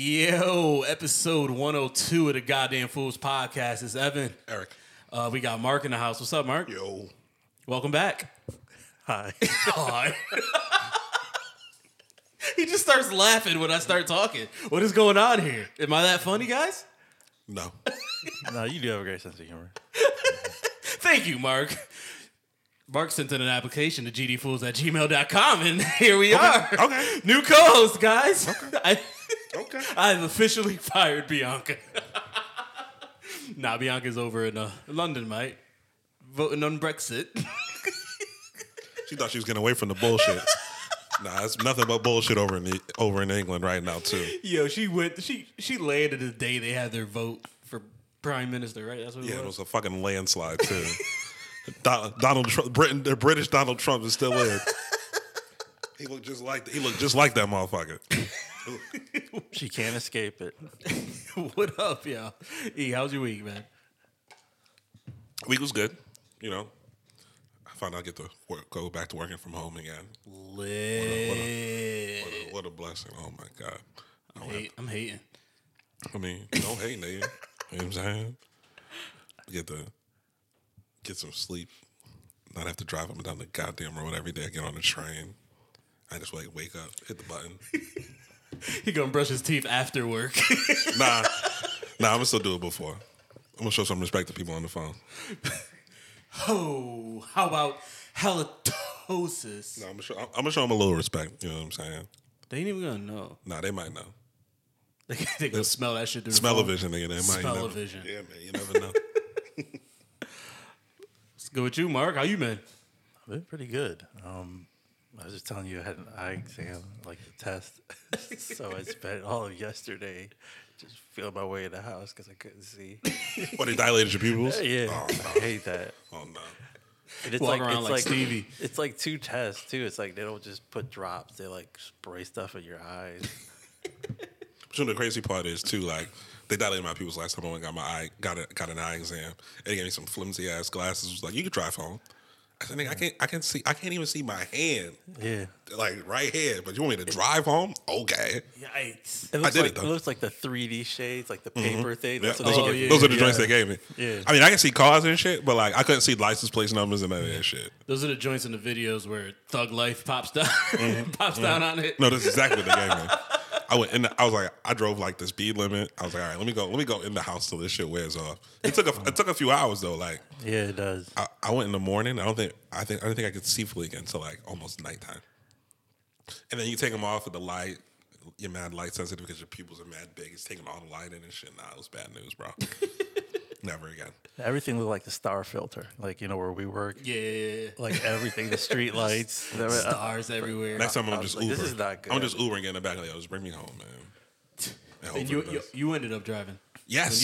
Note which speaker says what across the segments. Speaker 1: Yo, episode 102 of the Goddamn Fools podcast. It's Evan.
Speaker 2: Eric.
Speaker 1: Uh, we got Mark in the house. What's up, Mark?
Speaker 2: Yo.
Speaker 1: Welcome back.
Speaker 3: Hi.
Speaker 1: Aw. he just starts laughing when I start talking. What is going on here? Am I that funny, guys?
Speaker 2: No.
Speaker 3: no, you do have a great sense of humor.
Speaker 1: Thank you, Mark. Mark sent in an application to gdfools at gmail.com, and here we are.
Speaker 2: Ah, okay.
Speaker 1: New co host, guys. I,
Speaker 2: Okay.
Speaker 1: I've officially fired Bianca. nah, Bianca's over in uh, London, mate. Voting on Brexit.
Speaker 2: She thought she was getting away from the bullshit. nah, it's nothing but bullshit over in the, over in England right now too.
Speaker 1: Yo, she went. She she landed the day they had their vote for prime minister. Right? That's what
Speaker 2: Yeah,
Speaker 1: it
Speaker 2: it
Speaker 1: was.
Speaker 2: was a fucking landslide too. Don, Donald Trump, Britain, the British Donald Trump is still in. He looked just like he looked just like that motherfucker.
Speaker 3: She can't escape it.
Speaker 1: what up, yo? E, how's your week, man?
Speaker 2: Week was good, you know. I found out I get to work, go back to working from home again.
Speaker 1: Lit.
Speaker 2: What a, what a blessing! Oh my god. I, don't have-
Speaker 1: Hate- I'm hating.
Speaker 2: I mean, don't hate, nigga. you know what I'm saying? Get to get some sleep. Not have to drive up and down the goddamn road every day. I get on the train. I just like wake up, hit the button.
Speaker 1: He gonna brush his teeth after work.
Speaker 2: nah, nah. I'm gonna still do it before. I'm gonna show some respect to people on the phone.
Speaker 1: oh, how about halitosis?
Speaker 2: No, I'm gonna show. I'm gonna show them a little respect. You know what I'm saying?
Speaker 1: They ain't even gonna know.
Speaker 2: Nah, they might know.
Speaker 1: They, they gonna smell that shit. through the
Speaker 2: Smell o
Speaker 1: phone.
Speaker 2: vision, nigga. They might
Speaker 1: Smell
Speaker 2: know.
Speaker 1: o vision.
Speaker 2: Yeah, man. You never know.
Speaker 1: Let's go with you, Mark. How you been?
Speaker 3: I've been pretty good. Um, I was just telling you I had an eye exam, like a test. so I spent all of yesterday just feeling my way in the house because I couldn't see.
Speaker 2: what they dilated your pupils?
Speaker 3: yeah, I hate that.
Speaker 2: Oh no.
Speaker 3: And it's
Speaker 1: Walk
Speaker 3: like
Speaker 1: around
Speaker 3: it's
Speaker 1: like Stevie.
Speaker 3: It's like two tests too. It's like they don't just put drops; they like spray stuff in your eyes.
Speaker 2: But you know, the crazy part is too, like they dilated my pupils last time I went and got my eye got a, got an eye exam. And they gave me some flimsy ass glasses. It was like, you can try phone. I said, nigga, I can't I can see I can't even see my hand.
Speaker 3: Yeah,
Speaker 2: Like right here. But you want me to drive home? Okay.
Speaker 1: Yikes.
Speaker 3: it looks
Speaker 2: did it,
Speaker 3: like
Speaker 2: though. Mm-hmm.
Speaker 3: it, looks like the 3D shades, like the paper thing.
Speaker 2: Yeah,
Speaker 3: That's
Speaker 2: those,
Speaker 3: what they
Speaker 2: are,
Speaker 3: give you.
Speaker 2: those are the
Speaker 1: yeah.
Speaker 2: joints they gave me.
Speaker 3: Yeah.
Speaker 2: I mean, I can see cars and shit, but like I couldn't see license plate numbers and none of that shit.
Speaker 1: Those are the joints in the videos where Thug Life pops down, pops down on it.
Speaker 2: No, that's exactly what they gave me. I went in. The, I was like, I drove like the speed limit. I was like, all right, let me go. Let me go in the house till this shit wears off. It took a it took a few hours though. Like
Speaker 3: Yeah, it does.
Speaker 2: I, I went in the morning. I don't think I think I don't think I could see fully again until like almost nighttime. And then you take them off with the light. You're mad light sensitive because your pupils are mad big. It's taking all the light in and shit. Nah, it was bad news, bro. Never again.
Speaker 3: Everything looked like the star filter, like you know where we work.
Speaker 1: Yeah,
Speaker 3: Like everything, the street lights. there were- uh,
Speaker 1: stars everywhere.
Speaker 2: Next time
Speaker 3: I
Speaker 2: I'm
Speaker 3: was
Speaker 2: just
Speaker 3: like,
Speaker 2: Uber.
Speaker 3: this is not good.
Speaker 2: I'm just Uber and getting the back of the just bring me home, man. And hope
Speaker 1: and
Speaker 2: for
Speaker 1: you,
Speaker 2: the
Speaker 1: you
Speaker 2: best.
Speaker 1: you ended up driving.
Speaker 2: Yes.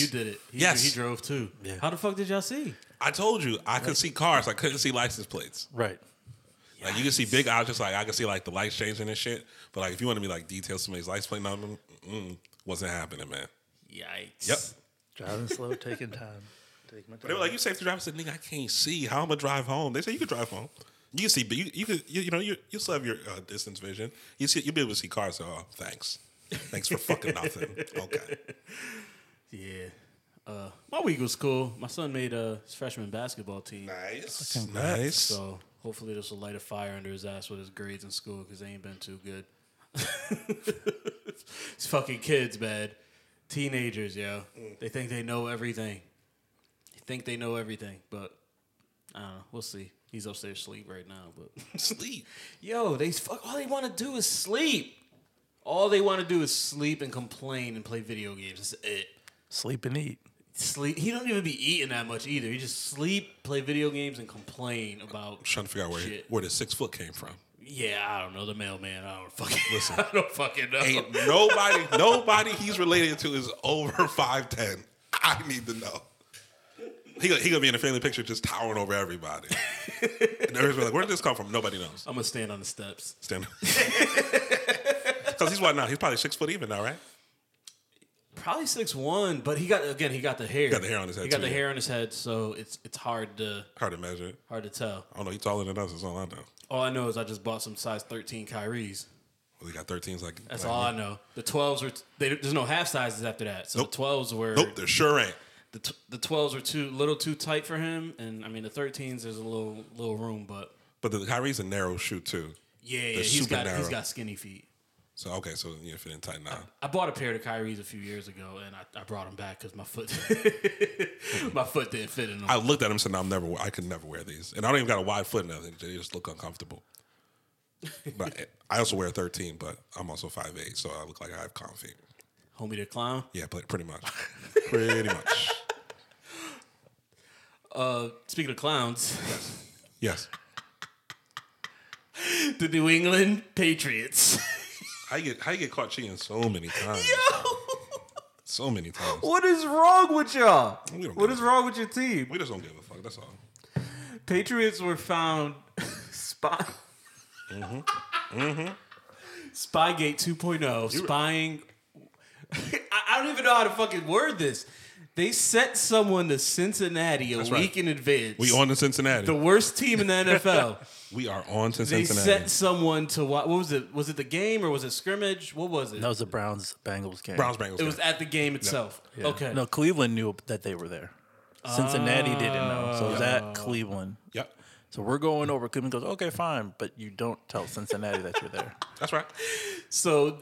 Speaker 1: and you did it. He,
Speaker 2: Yes.
Speaker 1: he drove too.
Speaker 3: Yeah.
Speaker 1: How the fuck did y'all see?
Speaker 2: I told you I could see cars. I couldn't see license plates.
Speaker 3: right.
Speaker 2: Like you can see big objects, like I can see like the lights changing and shit. But like if you want to be like detailed somebody's license plate number, mm, wasn't happening, man.
Speaker 1: Yikes.
Speaker 2: Yep.
Speaker 3: Driving slow, taking time. Take my time.
Speaker 2: They were like, "You safe to drive?" I said, "Nigga, I can't see. How I'm gonna drive home?" They said, "You can drive home. You can see, but you, you could, you, you know, you you still have your uh, distance vision. You see, you'll be able to see cars." So, oh, thanks, thanks for fucking nothing. Okay,
Speaker 1: Yeah. Uh, my week was cool. My son made uh, his freshman basketball team,
Speaker 2: nice, nice.
Speaker 1: so hopefully this will light a fire under his ass with his grades in school because they ain't been too good. it's fucking kids, man. Teenagers, yo. They think they know everything. They think they know everything, but I don't know. We'll see. He's upstairs sleep right now, but.
Speaker 2: Sleep.
Speaker 1: Yo, they fuck. All they want to do is sleep. All they want to do is sleep and complain and play video games. That's it.
Speaker 3: Sleep and eat.
Speaker 1: Sleep. He don't even be eating that much either. He just sleep, play video games, and complain about.
Speaker 2: trying to figure out where
Speaker 1: Shit.
Speaker 2: where the six foot came from.
Speaker 1: Yeah, I don't know the mailman. I don't fucking. I don't fucking know.
Speaker 2: Ain't nobody, nobody he's related to is over five ten. I need to know. He gonna- he gonna be in a family picture just towering over everybody. and everybody's like, "Where did this come from?" Nobody knows.
Speaker 1: I'm gonna stand on the steps.
Speaker 2: Stand up. Because he's what now? He's probably six foot even now, right?
Speaker 1: Probably six one, but he got again. He got the hair. He
Speaker 2: got the hair on his head,
Speaker 1: He got
Speaker 2: too,
Speaker 1: the
Speaker 2: yeah.
Speaker 1: hair on his head, so it's it's hard to
Speaker 2: Hard to measure.
Speaker 1: hard to tell.
Speaker 2: I don't know. He's taller than us. That's all I know.
Speaker 1: All I know is I just bought some size thirteen Kyrie's.
Speaker 2: We got 13s like
Speaker 1: That's
Speaker 2: like
Speaker 1: all I know. The 12s were, they, there's no half sizes after that. So
Speaker 2: Nope.
Speaker 1: the 12s were,
Speaker 2: Nope, there sure ain't.
Speaker 1: the, t- the 12s were too little too tight for him. And I mean, the 13s, there's a little little room, but
Speaker 2: But the Kyrie's a narrow shoe too.
Speaker 1: yeah, yeah
Speaker 2: They're
Speaker 1: he's
Speaker 2: super
Speaker 1: got he's
Speaker 2: narrow.
Speaker 1: got skinny feet.
Speaker 2: So okay, so you fit in tight now.
Speaker 1: I bought a pair of Kyrie's a few years ago, and I, I brought them back because my foot my foot didn't fit in them.
Speaker 2: I looked at him and said, no, "I'm never. I could never wear these." And I don't even got a wide foot. or Nothing. They just look uncomfortable. but eh, I I also wear 13, but I'm also 5'8", so I look like I have calm feet.
Speaker 1: Homie the clown.
Speaker 2: Yeah, but pretty much, pretty much.
Speaker 1: Uh, speaking of clowns,
Speaker 2: Yes.
Speaker 1: the New England Patriots.
Speaker 2: How you get how you get caught cheating so many times? So many times.
Speaker 4: What is wrong with y'all?
Speaker 2: We don't
Speaker 4: What
Speaker 2: give
Speaker 4: is
Speaker 2: a-
Speaker 4: wrong with your team?
Speaker 2: We just don't give a fuck. That's all.
Speaker 4: Patriots were found spy.
Speaker 2: Mm-hmm.
Speaker 1: Mm-hmm. Spygate 2.0, spying. I, I don't even know how to fucking word this. They sent someone to Cincinnati a
Speaker 2: right.
Speaker 1: week in advance.
Speaker 2: We on to Cincinnati.
Speaker 1: the worst team in the NFL.
Speaker 2: we are on to
Speaker 1: they
Speaker 2: Cincinnati.
Speaker 1: sent someone to wa- what was it? Was it the game or was it scrimmage? What was it?
Speaker 3: That was the Browns Bengals game.
Speaker 2: Browns Bengals.
Speaker 1: It was
Speaker 2: game.
Speaker 1: at the game itself.
Speaker 3: Yeah.
Speaker 1: Okay.
Speaker 3: No, Cleveland knew that they were there. Cincinnati didn't know. So it was at Cleveland.
Speaker 2: yep.
Speaker 3: So we're going over. Cleveland goes, okay, fine, but you don't tell Cincinnati that you're there.
Speaker 2: That's right.
Speaker 1: So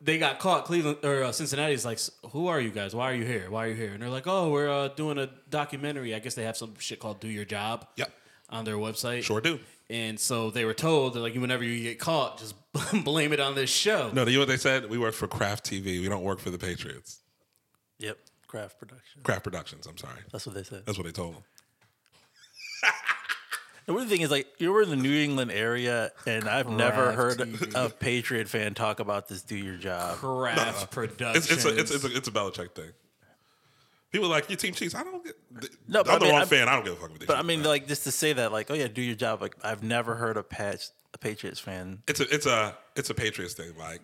Speaker 1: they got caught. Cleveland or uh, Cincinnati's like, "Who are you guys? Why are you here? Why are you here?" And they're like, "Oh, we're uh, doing a documentary. I guess they have some shit called Do Your Job."
Speaker 2: Yep.
Speaker 1: On their website.
Speaker 2: Sure do.
Speaker 1: And so they were told that like, whenever you get caught, just blame it on this show.
Speaker 2: No, you know what they said? We work for Kraft TV. We don't work for the Patriots.
Speaker 3: Yep. Craft production.
Speaker 2: Kraft Productions. I'm sorry.
Speaker 3: That's what they said.
Speaker 2: That's what they told them.
Speaker 3: The weird thing is, like, you were in the New England area, and I've never
Speaker 1: Craft
Speaker 3: heard a Patriot fan talk about this. Do your job.
Speaker 1: Craft production.
Speaker 2: It's, it's, a, it's, it's, a, it's a Belichick thing. People are like your team cheats. I don't get.
Speaker 3: No,
Speaker 2: No,
Speaker 3: but I
Speaker 2: I'm the
Speaker 3: mean,
Speaker 2: wrong
Speaker 3: I'm-
Speaker 2: fan. I don't give a fuck. With this
Speaker 3: But I
Speaker 2: shit,
Speaker 3: mean,
Speaker 2: man.
Speaker 3: like, just to say that, like, oh yeah, do your job. Like, I've never heard a patch a Patriots fan.
Speaker 2: it's a it's a it's a Patriots thing. Like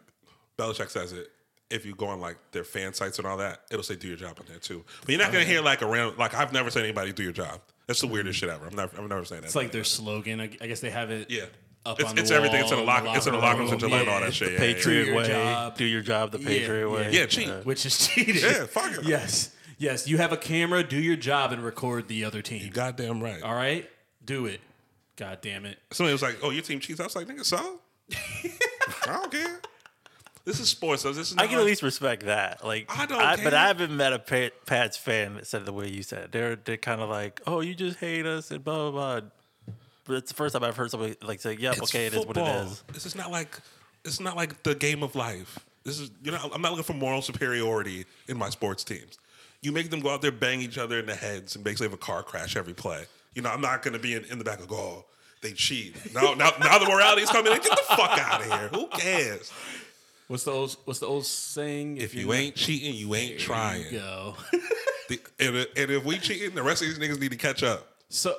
Speaker 2: Belichick says it. If you go on like their fan sites and all that, it'll say do your job on there too. But you're
Speaker 1: Oh,
Speaker 2: not gonna hear like a random like I've never seen anybody do your job. That's the weirdest shit ever. I'm never I'm never saying
Speaker 1: Mm-hmm.
Speaker 2: that.
Speaker 1: It's like their slogan. I I guess they have it.
Speaker 2: yeah.
Speaker 1: Up
Speaker 2: it's
Speaker 1: on the
Speaker 2: it's everything. It's in the
Speaker 1: wall,
Speaker 2: locker. It's in the locker rooms in July and all
Speaker 1: Yeah,
Speaker 2: that shit. Yeah, yeah, yeah.
Speaker 3: Patriot
Speaker 1: Do your
Speaker 3: way.
Speaker 1: job.
Speaker 3: Do your job the Patriot way.
Speaker 2: Yeah, cheat.
Speaker 1: Which is cheating.
Speaker 2: Yeah, fuck it.
Speaker 1: Yes. Yes. You have a camera. Do your job and record the other team.
Speaker 2: You goddamn right.
Speaker 1: All right, do it. God damn it.
Speaker 2: Somebody was like, "Oh, your team cheats." I was like, "Nigga, so I don't care. This is sports. So this is
Speaker 3: I
Speaker 2: not
Speaker 3: can
Speaker 2: like-
Speaker 3: at least respect that. Like,
Speaker 2: I don't
Speaker 3: but
Speaker 2: care.
Speaker 3: I haven't met a Pa- Pats fan that said it the way you said. it. They're they're kind of like, oh, you just hate us and blah blah blah. But it's the first time I've heard somebody like say, yep,
Speaker 2: It's
Speaker 3: okay, it is what
Speaker 2: football.
Speaker 3: it is.
Speaker 2: This is not like it's not like the game of life. This is you know I'm not looking for moral superiority in my sports teams. You make them go out there bang each other in the heads and basically have a car crash every play. You know I'm not going to be in, in the back of go. Oh, they cheat. Now, now, now the morality is coming in. Get the fuck out of here. Who cares?
Speaker 1: What's the old What's the old saying?
Speaker 2: If you ain't cheating, you ain't trying.
Speaker 1: go.
Speaker 2: The- and, and if we cheating, the rest of these niggas need to catch up.
Speaker 1: so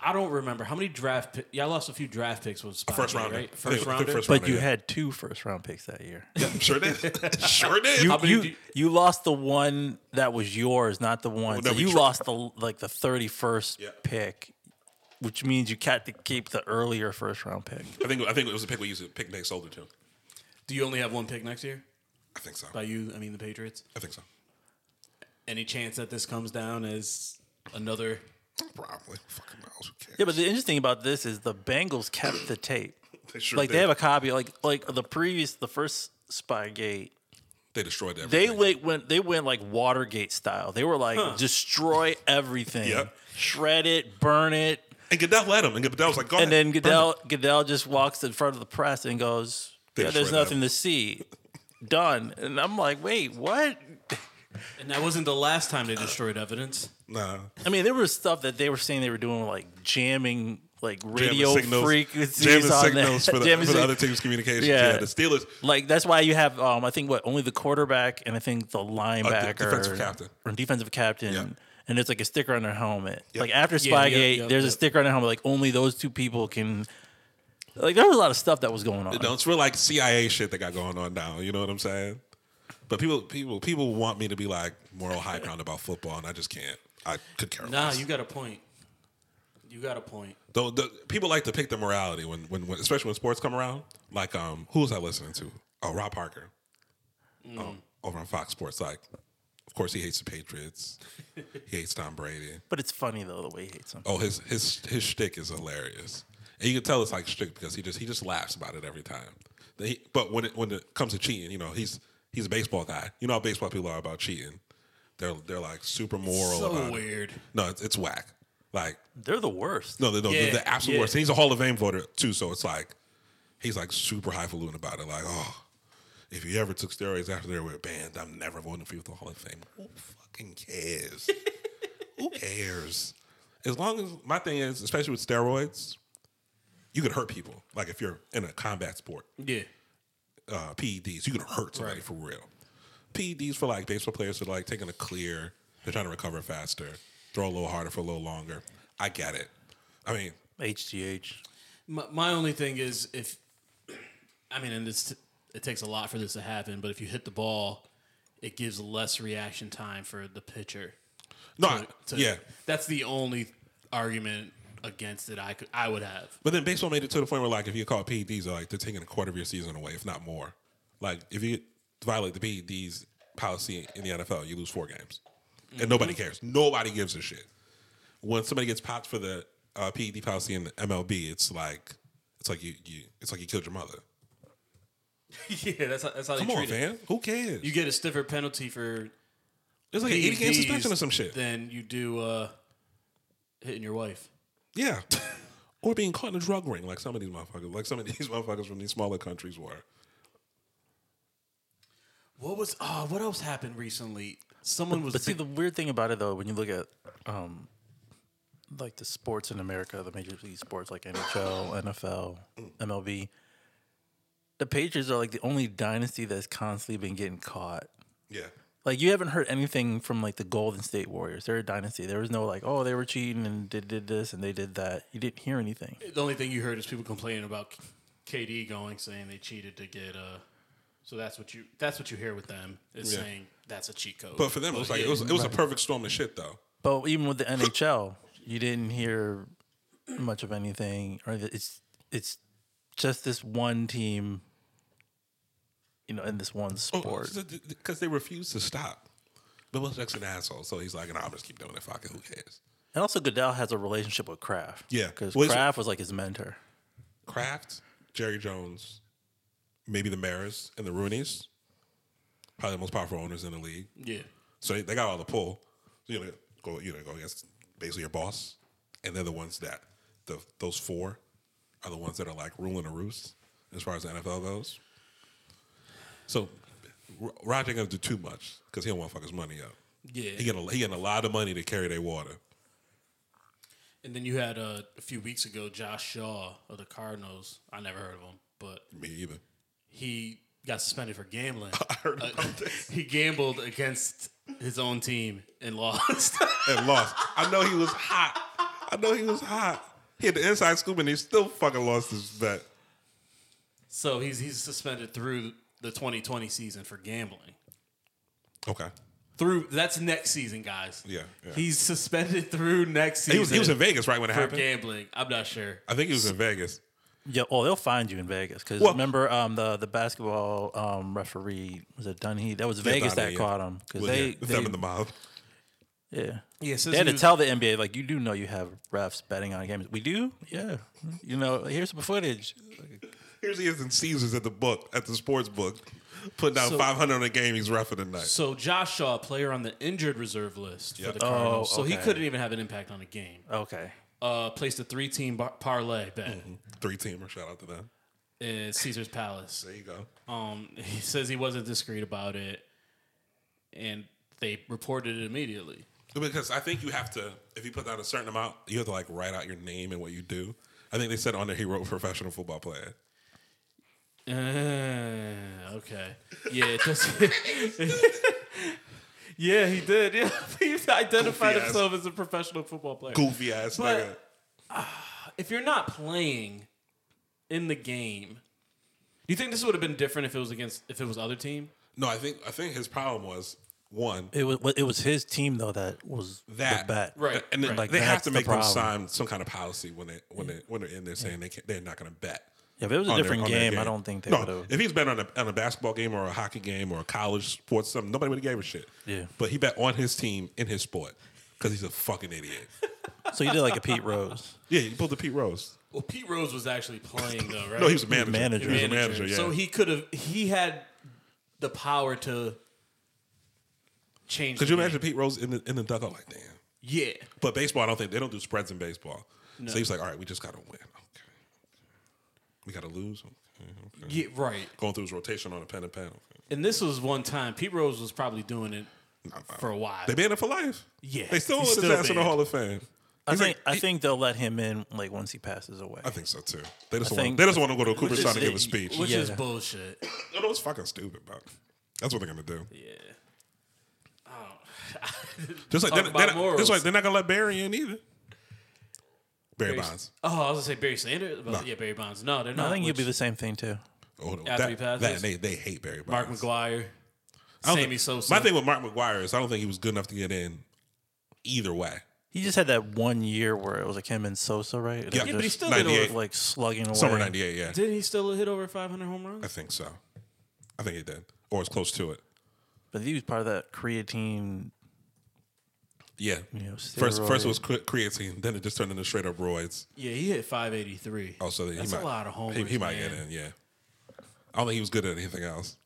Speaker 1: I don't remember how many draft. Pi- yeah, I lost a few draft picks. Was
Speaker 2: First round,
Speaker 1: right? First rounder.
Speaker 2: First
Speaker 3: But
Speaker 2: rounder.
Speaker 3: you
Speaker 2: yeah.
Speaker 3: had two first round picks that year.
Speaker 2: Yep, sure did. sure did.
Speaker 3: You,
Speaker 1: How many
Speaker 3: you,
Speaker 1: do you-
Speaker 3: you lost the one that was yours, not the one.
Speaker 2: no,
Speaker 3: so
Speaker 2: we
Speaker 3: you
Speaker 2: tra-
Speaker 3: lost the like the thirty first
Speaker 2: Yeah.
Speaker 3: pick, which means you got to keep the earlier first round pick.
Speaker 2: I think I think it was a pick we used to pick Nate Solder too.
Speaker 1: Do you only have one pick next year?
Speaker 2: I think so.
Speaker 1: By you, I mean the Patriots.
Speaker 2: I think so.
Speaker 1: Any chance that this comes down as another?
Speaker 2: Probably. Fucking miles. Who cares?
Speaker 3: Yeah, but the interesting thing about this is the Bengals kept the tape.
Speaker 2: They sure
Speaker 3: like they
Speaker 2: did.
Speaker 3: have a copy. Like like the previous, the first Spygate.
Speaker 2: They destroyed everything.
Speaker 3: They like went. They went like Watergate style. They were like destroy everything,
Speaker 2: Yep.
Speaker 3: shred it, burn it,
Speaker 2: and Goodell let him. And Goodell was like, go
Speaker 3: and
Speaker 2: ahead.
Speaker 3: then Goodell Goodell just walks in front of the press and goes,
Speaker 2: They
Speaker 3: "Yeah, there's
Speaker 2: destroyed
Speaker 3: nothing to see." Done. And I'm like, wait, what?
Speaker 1: And that wasn't the last time they destroyed evidence.
Speaker 2: Nah.
Speaker 3: I mean, there was stuff that they were saying they were doing like jamming like radio
Speaker 2: signals-
Speaker 3: frequencies
Speaker 2: Jamming
Speaker 3: on
Speaker 2: signals
Speaker 3: that.
Speaker 2: for the,
Speaker 3: Jamming
Speaker 2: for the
Speaker 3: sig-
Speaker 2: other team's communication.
Speaker 3: Yeah.
Speaker 2: Yeah. the Steelers.
Speaker 3: Like that's why you have um I think what only the quarterback and I think the linebacker
Speaker 2: defensive captain.
Speaker 3: or defensive captain
Speaker 2: Yeah.
Speaker 3: and it's like a sticker on their helmet. Like after
Speaker 1: Yeah,
Speaker 3: Spygate,
Speaker 1: yep, yep,
Speaker 3: there's a
Speaker 1: yep.
Speaker 3: sticker on their helmet like only those two people can. Like there was a lot of stuff that was going on.
Speaker 2: No, it's real like CIA shit that got going on now. You know what I'm saying? But people, people, people want me to be like moral high ground about football, and I just can't. I could care
Speaker 1: Nah,
Speaker 2: less.
Speaker 1: you got a point. You You got a point.
Speaker 2: Though the people like to pick the morality when, when, when especially when sports come around. Like um, who was I listening to? Oh, Rob Parker,
Speaker 1: Mm.
Speaker 2: um, over on Fox Sports. Like, of course he hates the Patriots. he hates Tom Brady.
Speaker 3: But it's funny though the way he hates him.
Speaker 2: Oh, his his his shtick is hilarious, and you can tell it's like shtick because he just he just laughs about it every time. Then he- but when it when it comes to cheating, you know he's he's a baseball guy. You know how baseball people are about cheating. They're they're like super moral.
Speaker 1: so
Speaker 2: about it.
Speaker 1: weird.
Speaker 2: No, it's, it's whack. Like
Speaker 3: They're the worst.
Speaker 2: no, they no, they're
Speaker 1: Yeah,
Speaker 2: the absolute
Speaker 1: yeah.
Speaker 2: worst. And he's a Hall of Fame voter too, so it's like he's like super highfalutin about it. Like, oh, if you ever took steroids after they were banned, I'm never voting for you for the Hall of Fame. Who fucking cares? Who cares? As long as my thing is, especially with steroids, you could hurt people. Like if you're in a combat sport,
Speaker 1: Yeah.
Speaker 2: uh, PEDs, you could hurt somebody for real. PEDs for like baseball players are like taking a clear, they're trying to recover faster, throw a little harder for a little longer. I get it. I mean,
Speaker 3: HGH.
Speaker 1: My, my only thing is if, I mean, and it's, it takes a lot for this to happen, but if you hit the ball, it gives less reaction time for the pitcher.
Speaker 2: No,
Speaker 1: to-
Speaker 2: I-
Speaker 1: to-
Speaker 2: yeah,
Speaker 1: That's the only argument against it I could I would have.
Speaker 2: but then baseball made it to the point where like if you call PEDs, they're like they're taking a quarter of your season away, if not more. Like if you violate the PEDs policy in the NFL, you lose four games,
Speaker 1: Mm-hmm.
Speaker 2: and nobody cares. Nobody gives a shit. When somebody gets popped for the uh, PED policy in the MLB, it's like it's like you, you it's like you killed your mother.
Speaker 1: yeah, that's how, that's how
Speaker 2: Come
Speaker 1: they
Speaker 2: on,
Speaker 1: treat it.
Speaker 2: fam, who cares?
Speaker 1: You get a stiffer penalty for
Speaker 2: it's like an eighty game
Speaker 1: PEDs
Speaker 2: suspension or some shit.
Speaker 1: than you do uh, hitting your wife.
Speaker 2: Yeah. Or being caught in a drug ring, like some of these motherfuckers, like some of these motherfuckers from these smaller countries were.
Speaker 1: What was oh, what else happened recently? Someone was
Speaker 3: But see, the weird thing about it though, when you look at um, like the sports in America, the major league sports like NHL, NFL, MLB, the Patriots are like the only dynasty that's constantly been getting caught.
Speaker 2: Yeah.
Speaker 3: Like you haven't heard anything from like the Golden State Warriors. They're a dynasty. There was no like, oh, they were cheating and did did this and they did that. You didn't hear anything.
Speaker 1: the only thing you heard is people complaining about KD going saying they cheated to get uh so that's what you that's what you hear with them is
Speaker 2: Yeah.
Speaker 1: saying that's a cheat code.
Speaker 2: But for them, it was like it was it was a perfect storm of shit though.
Speaker 3: But even with the NHL, you didn't hear much of anything. Or the- it's it's just this one team, you know, in this
Speaker 2: Oh,
Speaker 3: one sport.
Speaker 2: Because they refused to stop. But Belichick's an asshole, so he's like, "Nah, I'm just keep doing it. Fuck it, who cares?"
Speaker 3: and also, Goodell has a relationship with Kraft.
Speaker 2: Yeah.
Speaker 3: because
Speaker 2: Well, it's-
Speaker 3: Kraft was like his mentor.
Speaker 2: Kraft, Jerry Jones, maybe the Maris and the Roonies, probably the most powerful owners in the league.
Speaker 1: yeah.
Speaker 2: So they, they got all the pull. So you know, go you know, go against basically your boss, and they're the ones that the those four are the ones that are like ruling the roost as far as the NFL goes. So Ro- Roger ain't gonna do too much because he don't want to fuck his money up.
Speaker 1: Yeah.
Speaker 2: He getting a, he getting a lot of money to carry their water.
Speaker 1: And then you had uh, a few weeks ago Josh Shaw of the Cardinals. I never heard of him, but
Speaker 2: Me either.
Speaker 1: he got suspended for gambling.
Speaker 2: heard
Speaker 1: Uh,
Speaker 2: about this.
Speaker 1: He gambled against his own team and lost.
Speaker 2: And lost. I know he was hot. I know he was hot. He had the inside scoop and he still fucking lost his bet.
Speaker 1: so he's he's suspended through the 2020 season for gambling.
Speaker 2: Okay.
Speaker 1: Through that's next season, guys.
Speaker 2: Yeah, yeah.
Speaker 1: he's suspended through next season.
Speaker 2: He was, he was in Vegas right when it
Speaker 1: for
Speaker 2: happened.
Speaker 1: gambling. I'm not sure.
Speaker 2: I think he was in Vegas.
Speaker 3: Yeah, oh, they'll find you in Vegas because
Speaker 2: Well-
Speaker 3: remember um, the the basketball um, referee was it Dunhee? That was Vegas
Speaker 2: Dunhee,
Speaker 3: that
Speaker 2: yeah.
Speaker 3: caught him because
Speaker 2: With
Speaker 3: they,
Speaker 2: him- them
Speaker 3: they-
Speaker 2: in the mob.
Speaker 3: yeah
Speaker 1: Yeah,
Speaker 3: they had to tell the NBA like you do know you have refs betting on games. We do, yeah. You know, here's some footage.
Speaker 2: Here he is in Caesars at the book, at the sports book, putting down
Speaker 1: So-
Speaker 2: 500 on a game he's roughing tonight.
Speaker 1: So Josh Shaw, a player on the injured reserve list
Speaker 2: Yep.
Speaker 1: for the
Speaker 2: Oh,
Speaker 1: Cardinals, so he
Speaker 3: okay.
Speaker 1: couldn't even have an impact on the game.
Speaker 3: Okay,
Speaker 1: Uh, placed a three-team bar- parlay bet
Speaker 2: Mm-hmm. Three teamer, shout out to them.
Speaker 1: at Caesar's Palace.
Speaker 2: There you go.
Speaker 1: Um, he says he wasn't discreet about it, and they reported it immediately.
Speaker 2: Because I think you have to, if you put down a certain amount, you have to like write out your name and what you do. I think they said on there he wrote professional football player.
Speaker 1: Uh, okay, yeah, it does. yeah, he did. Yeah, he identified
Speaker 2: Goofy ass.
Speaker 1: himself as a professional football player.
Speaker 2: Goofy ass nigga.
Speaker 1: But- if you're not playing in the game, do you think this would have been different if it was against if it was other team?
Speaker 2: No, I think I think his problem was One,
Speaker 3: It was it was his team though that was
Speaker 2: that
Speaker 3: the bet.
Speaker 2: right, and then
Speaker 3: Like,
Speaker 2: they have
Speaker 3: that's
Speaker 2: to
Speaker 3: the
Speaker 2: make them
Speaker 3: problem.
Speaker 2: sign some kind of policy when they when they when they're in there saying they can't, they're not going to bet.
Speaker 3: Yeah, if it was a
Speaker 2: on their-
Speaker 3: different
Speaker 2: on their
Speaker 3: game, I don't think they
Speaker 2: no,
Speaker 3: would have.
Speaker 2: If he's betting on a, on a basketball game or a hockey game or a college sports something, nobody would have gave a shit.
Speaker 3: Yeah.
Speaker 2: but he bet on his team in his sport because he's a fucking idiot.
Speaker 3: So you did like a Pete Rose.
Speaker 2: yeah, he pulled the Pete Rose.
Speaker 1: Well, Pete Rose was actually playing though, right?
Speaker 2: No, he was a manager.
Speaker 3: manager.
Speaker 2: He was a manager. Yeah.
Speaker 1: So he could have. He had the power to change.
Speaker 2: Could
Speaker 1: the
Speaker 2: you
Speaker 1: game.
Speaker 2: imagine Pete Rose in the in the dugout like damn?
Speaker 1: Yeah.
Speaker 2: But baseball, I don't think they don't do spreads in baseball. So he's like, all right, we just got to win. Okay. We got to lose. Okay, okay.
Speaker 1: Yeah. Right.
Speaker 2: Going through his rotation on a pen and pen. Okay.
Speaker 1: And this was one time Pete Rose was probably doing it for a while.
Speaker 2: They banned him for life.
Speaker 1: Yeah,
Speaker 2: They still
Speaker 1: he's
Speaker 2: want his
Speaker 1: still
Speaker 2: ass in the
Speaker 1: banned.
Speaker 2: Hall of Fame.
Speaker 3: I
Speaker 2: He's
Speaker 3: think
Speaker 2: like-
Speaker 3: I think they'll let him in like once he passes away.
Speaker 2: I think so too. They just
Speaker 3: I
Speaker 2: want
Speaker 3: think-
Speaker 2: they just want to go to
Speaker 1: Which is-
Speaker 2: Cooperstown to give a speech.
Speaker 1: which is
Speaker 3: Yeah.
Speaker 1: bullshit.
Speaker 2: No, no, it's fucking stupid, bro. That's what they're gonna do.
Speaker 1: Yeah.
Speaker 2: Just like
Speaker 1: Talk
Speaker 2: they're, they're
Speaker 1: about
Speaker 2: not, just like
Speaker 1: morals.
Speaker 2: they're not gonna let Barry in either. Barry Bonds.
Speaker 1: Oh, I was gonna say Barry Sanders. But Yeah, Barry Bonds. No, they're not.
Speaker 3: I think he'll
Speaker 1: which-
Speaker 3: be the same thing too.
Speaker 2: Oh, no,
Speaker 1: After he
Speaker 2: that, that-
Speaker 1: passes?
Speaker 2: they they hate Barry Bonds.
Speaker 1: Mark McGuire,
Speaker 2: I don't
Speaker 1: Sammy
Speaker 2: think-
Speaker 1: Sosa.
Speaker 2: My thing with Mark McGuire is I don't think he was good enough to get in either way.
Speaker 3: He just had that one year where it was like him and Sosa, right? And
Speaker 2: Yeah.
Speaker 3: they
Speaker 2: Yeah,
Speaker 1: but he
Speaker 3: just,
Speaker 1: still did over.
Speaker 2: 98.
Speaker 3: like slugging away.
Speaker 2: Summer '98, yeah,
Speaker 1: Didn't he still hit over 500 home runs?
Speaker 2: I think so. I think he did, or it's close to it.
Speaker 3: But he was part of that creatine.
Speaker 2: Yeah.
Speaker 3: know,
Speaker 2: first, first
Speaker 3: steroid.
Speaker 2: it was cre- creatine, then it just turned into straight up roids.
Speaker 1: Yeah, he hit 583.
Speaker 2: Oh, so he
Speaker 1: That's a
Speaker 2: might,
Speaker 1: lot of homers,
Speaker 2: He, he might
Speaker 1: man.
Speaker 2: get in, yeah. I don't think he was good at anything else.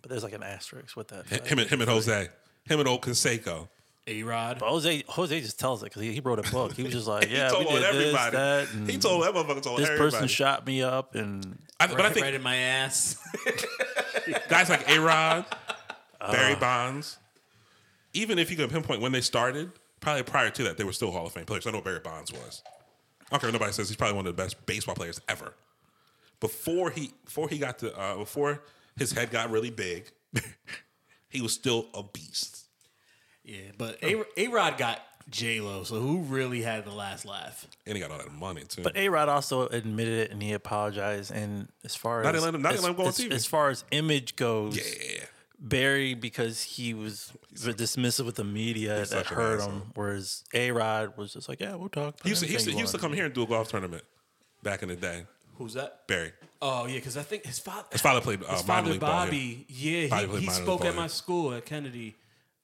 Speaker 3: But there's like an asterisk with that.
Speaker 2: H- Him and him and Jose, him and old Conseco.
Speaker 1: A Rod.
Speaker 2: Oh,
Speaker 3: But Jose Jose just tells it because he, he wrote a book. He was just like, yeah,
Speaker 2: he told
Speaker 3: we did
Speaker 2: everybody.
Speaker 3: this, that. And
Speaker 2: he told that motherfucker told
Speaker 3: this
Speaker 2: everybody.
Speaker 3: person shot me up, and
Speaker 2: I, but I
Speaker 1: right,
Speaker 2: think
Speaker 1: right in my ass.
Speaker 2: guys like A Rod,
Speaker 3: Uh.
Speaker 2: Barry Bonds, even if you can pinpoint when they started, probably prior to that, they were still Hall of Fame players. I know Barry Bonds was. I don't care if nobody says he's probably one of the best baseball players ever. Before he before he got to uh, before his head got really big, he was still a beast.
Speaker 1: yeah, but A Rod got J Lo, so who really had the last laugh?
Speaker 2: And he got all that money too.
Speaker 3: But A Rod also admitted it and he apologized. And as far
Speaker 2: Not
Speaker 3: as
Speaker 2: even let him- not even
Speaker 3: as,
Speaker 2: let him go on
Speaker 3: as-
Speaker 2: TV.
Speaker 3: as far as image goes,
Speaker 2: yeah.
Speaker 3: Barry because he was dismissive with the media that
Speaker 2: such an
Speaker 3: hurt
Speaker 2: asshole.
Speaker 3: him, whereas A Rod was just like, "Yeah, we'll talk."
Speaker 2: He used, to, he, used to, he used to come here and do a golf tournament back in the day.
Speaker 1: Who's that?
Speaker 2: Barry.
Speaker 1: Oh yeah, because I think his father,
Speaker 2: His father played uh,
Speaker 1: his
Speaker 2: minor
Speaker 1: father
Speaker 2: league ball here.
Speaker 1: Bobby, yeah, he,
Speaker 2: Bobby played
Speaker 1: he
Speaker 2: minor league
Speaker 1: spoke
Speaker 2: ball
Speaker 1: at my
Speaker 2: here.
Speaker 1: school at Kennedy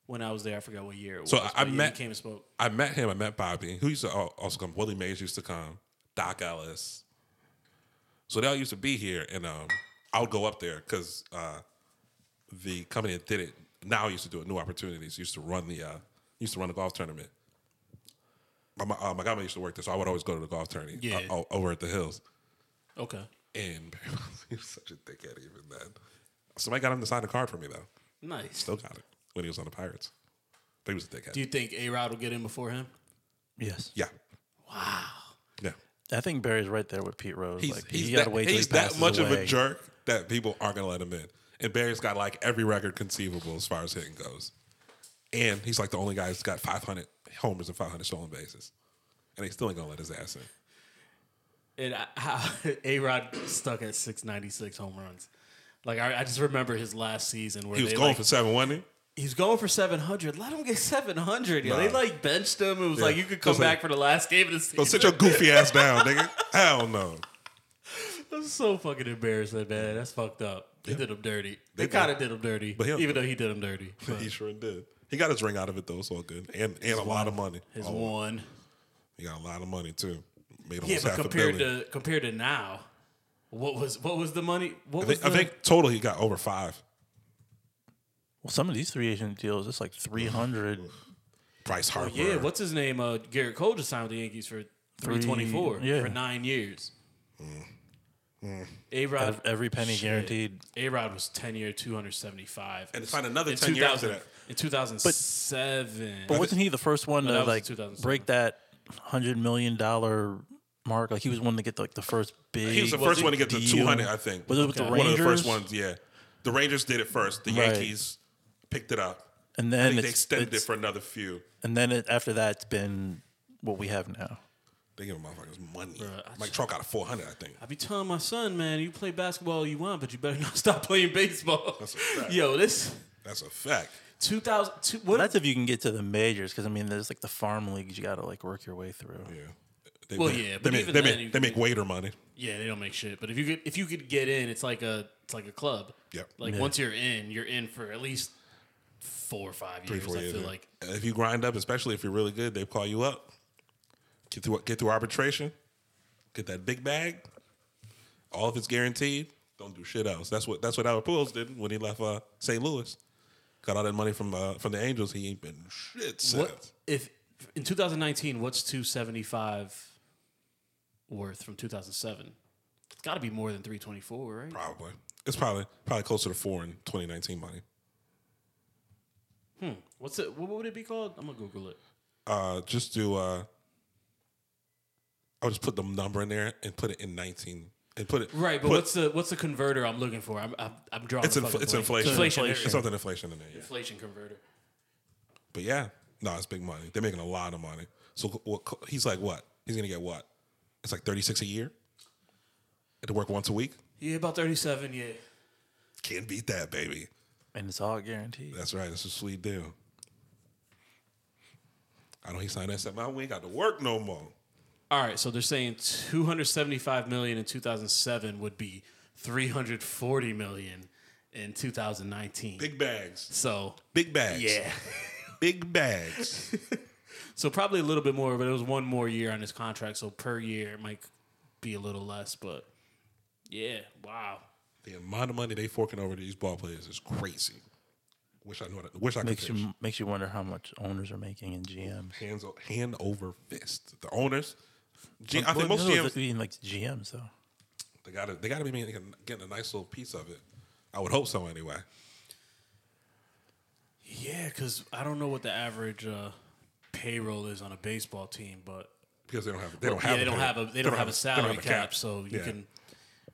Speaker 1: when I was there. I forgot what year. It was,
Speaker 2: So I- I
Speaker 1: but yeah,
Speaker 2: met-
Speaker 1: he came and spoke.
Speaker 2: I met him. I met Bobby, who used to al- also come. Willie Mays used to come. Doc Ellis. So they all used to be here, and um, I would go up there because uh, the company that did it now used to do it. New Opportunities used to run the uh, used to run the golf tournament. My my, uh, my grandma used to work there, so I would always go to the golf tournament
Speaker 1: Yeah.
Speaker 2: uh, o- over at the hills.
Speaker 1: Okay,
Speaker 2: And he was such a dickhead even then. Somebody got him to sign a card for me though.
Speaker 1: nice.
Speaker 2: Still got it when he was on the Pirates. But he was a dickhead.
Speaker 1: Do you think A Rod will get in before him?
Speaker 3: Yes,
Speaker 2: yeah,
Speaker 1: Wow.
Speaker 2: yeah.
Speaker 3: I think Barry's right there with Pete Rose.
Speaker 2: He's,
Speaker 3: like,
Speaker 2: he's
Speaker 3: you got to
Speaker 2: that,
Speaker 3: wait till
Speaker 2: he's
Speaker 3: he passes
Speaker 2: that much of
Speaker 3: away.
Speaker 2: a jerk that people aren't gonna let him in. And Barry's got like every record conceivable as far as hitting goes. And he's like the only guy that's got 500 homers and 500 stolen bases. And they still ain't gonna let his ass in.
Speaker 1: And I- how A Rod stuck at 696 home runs. Like I, I just remember his last season where
Speaker 2: He was
Speaker 1: they,
Speaker 2: going
Speaker 1: like,
Speaker 2: for seven, wasn't
Speaker 1: he
Speaker 2: he?
Speaker 1: was going for 700. Let him get 700. yo.
Speaker 2: Nah.
Speaker 1: They like benched him. It was like you could come
Speaker 2: Just like-
Speaker 1: back for the last game of the
Speaker 2: Go
Speaker 1: season.
Speaker 2: sit your goofy ass down, nigga. Hell no.
Speaker 1: That was so fucking embarrassing, man. That's fucked up. They did him dirty. They,
Speaker 2: did.
Speaker 1: kind of did him dirty,
Speaker 2: But he don't-
Speaker 1: even though he did him dirty. But
Speaker 2: He sure did. He got his ring out of it though, it's all good. And and a lot of money.
Speaker 1: his
Speaker 2: Oh,
Speaker 1: one,
Speaker 2: He got a lot of money too. Made
Speaker 1: yeah.
Speaker 2: almost
Speaker 1: But
Speaker 2: half a
Speaker 1: compared
Speaker 2: billion.
Speaker 1: to compared to now, what was what was the money? What
Speaker 2: I think,
Speaker 1: was
Speaker 2: I
Speaker 1: the,
Speaker 2: think total he got over five.
Speaker 3: Well, some of these three agent deals, it's like 300.
Speaker 2: Bryce Harper.
Speaker 1: Yeah, what's his name? Uh, Garrett Cole just signed with the Yankees for three twenty four
Speaker 3: yeah. Mm.
Speaker 1: for nine years. A Rod,
Speaker 3: ev- every penny
Speaker 1: Shit.
Speaker 3: guaranteed.
Speaker 1: A Rod was ten year two hundred seventy five,
Speaker 2: And find another 10 year after that.
Speaker 1: in two thousand seven.
Speaker 3: But wasn't he the first one
Speaker 1: that
Speaker 3: to
Speaker 1: was
Speaker 3: like
Speaker 1: 2007.
Speaker 3: break that hundred million dollar mark? Like he was one to get like the first big.
Speaker 2: He was the first one to get to
Speaker 3: deal.
Speaker 2: 200, I think.
Speaker 3: Was it with the
Speaker 1: Okay.
Speaker 2: One
Speaker 3: Rangers?
Speaker 2: of the first ones, yeah. The Rangers did it first. The
Speaker 3: Right.
Speaker 2: Yankees picked it up.
Speaker 3: And
Speaker 2: I
Speaker 3: then
Speaker 2: think
Speaker 3: it's,
Speaker 2: they extended it
Speaker 3: it's-
Speaker 2: for another few.
Speaker 3: and then it, after that, it's been what we have now.
Speaker 2: They gave motherfuckers money.
Speaker 1: I
Speaker 2: Mike Trout got a 400, I think.
Speaker 1: I be telling my son, man, you play basketball all you want, but you better not stop playing baseball.
Speaker 2: That's a fact.
Speaker 1: Yo, this
Speaker 2: That's a fact.
Speaker 1: 2000. Two,
Speaker 3: Well,
Speaker 1: what,
Speaker 3: that's if you can get to the majors, because I mean, there's like the farm leagues you got to like work your way through.
Speaker 2: Yeah. They,
Speaker 1: Well, yeah,
Speaker 2: they- they
Speaker 1: but
Speaker 2: make,
Speaker 1: even
Speaker 2: they
Speaker 1: then,
Speaker 2: make,
Speaker 1: you
Speaker 2: they
Speaker 1: can
Speaker 2: make waiter money.
Speaker 1: yeah, they don't make shit. But if you could, if you could get in, it's like a it's like a club.
Speaker 2: Yep.
Speaker 1: Like once you're in, you're in for at least four or five
Speaker 2: Three,
Speaker 1: years.
Speaker 2: four
Speaker 1: I
Speaker 2: years.
Speaker 1: feel
Speaker 2: yeah.
Speaker 1: like
Speaker 2: if you grind up, especially if you're really good, they call you up. Get through get through arbitration. Get that big bag. All of it's guaranteed. Don't do shit else. That's what that's what Albert Pujols did when he left uh, St. Louis. Got all that money from uh, from the Angels. He ain't been shit since.
Speaker 1: what if in 2019, what's 275 worth from 2007? It's got to be more than 324, right?
Speaker 2: Probably. It's probably probably closer to four in 2019 money.
Speaker 1: What's it? What would it be called? I'm gonna Google it.
Speaker 2: Uh, just do. Uh, I'll just put the number in there and put it in 19 and put it
Speaker 1: Right, but
Speaker 2: put-
Speaker 1: what's the what's the converter I'm looking for? I'm I'm, I'm drawing.
Speaker 2: It's,
Speaker 1: a
Speaker 2: infl-
Speaker 1: fucking
Speaker 2: it's
Speaker 1: blank.
Speaker 2: inflation.
Speaker 1: Inflation. there it
Speaker 2: It's
Speaker 1: is.
Speaker 2: something inflation in there. yeah.
Speaker 1: Inflation converter.
Speaker 2: But yeah, no, it's big money. They're making a lot of money. So what, he's like, what? He's gonna get what? It's like thirty six a year. And to work once a week,
Speaker 1: Yeah, about 37. Yeah.
Speaker 2: can't beat that, baby.
Speaker 3: And it's all guaranteed.
Speaker 2: That's right. It's a sweet deal. I know he signed that. My we ain't got to work no more.
Speaker 1: All right, so they're saying 275 million in 2007 would be 340 million in 2019.
Speaker 2: Big bags.
Speaker 1: so
Speaker 2: Big bags.
Speaker 1: yeah,
Speaker 2: Big bags.
Speaker 1: so probably a little bit more, but it was one more year on his contract, so per year it might be a little less, but yeah, wow.
Speaker 2: the amount of money they forking over to these ball players is crazy. Wish I knew. What I, wish I could.
Speaker 3: Makes
Speaker 2: pitch.
Speaker 3: you makes you wonder how much owners are making in GMs.
Speaker 2: hands o- hand over fist. The owners, G, I
Speaker 3: Well,
Speaker 2: think most
Speaker 3: no,
Speaker 2: GMs
Speaker 3: I mean, like GMs though.
Speaker 2: they gotta they gotta be making, getting a nice little piece of it. I would hope so anyway.
Speaker 1: Yeah, cuz I don't know what the average uh, payroll is on a baseball team, but
Speaker 2: Because they don't have they don't
Speaker 1: yeah,
Speaker 2: have
Speaker 1: they
Speaker 2: a
Speaker 1: don't
Speaker 2: pay-
Speaker 1: have a they don't have a
Speaker 2: they
Speaker 1: salary
Speaker 2: don't have a
Speaker 1: cap, so you
Speaker 2: Yeah.
Speaker 1: can.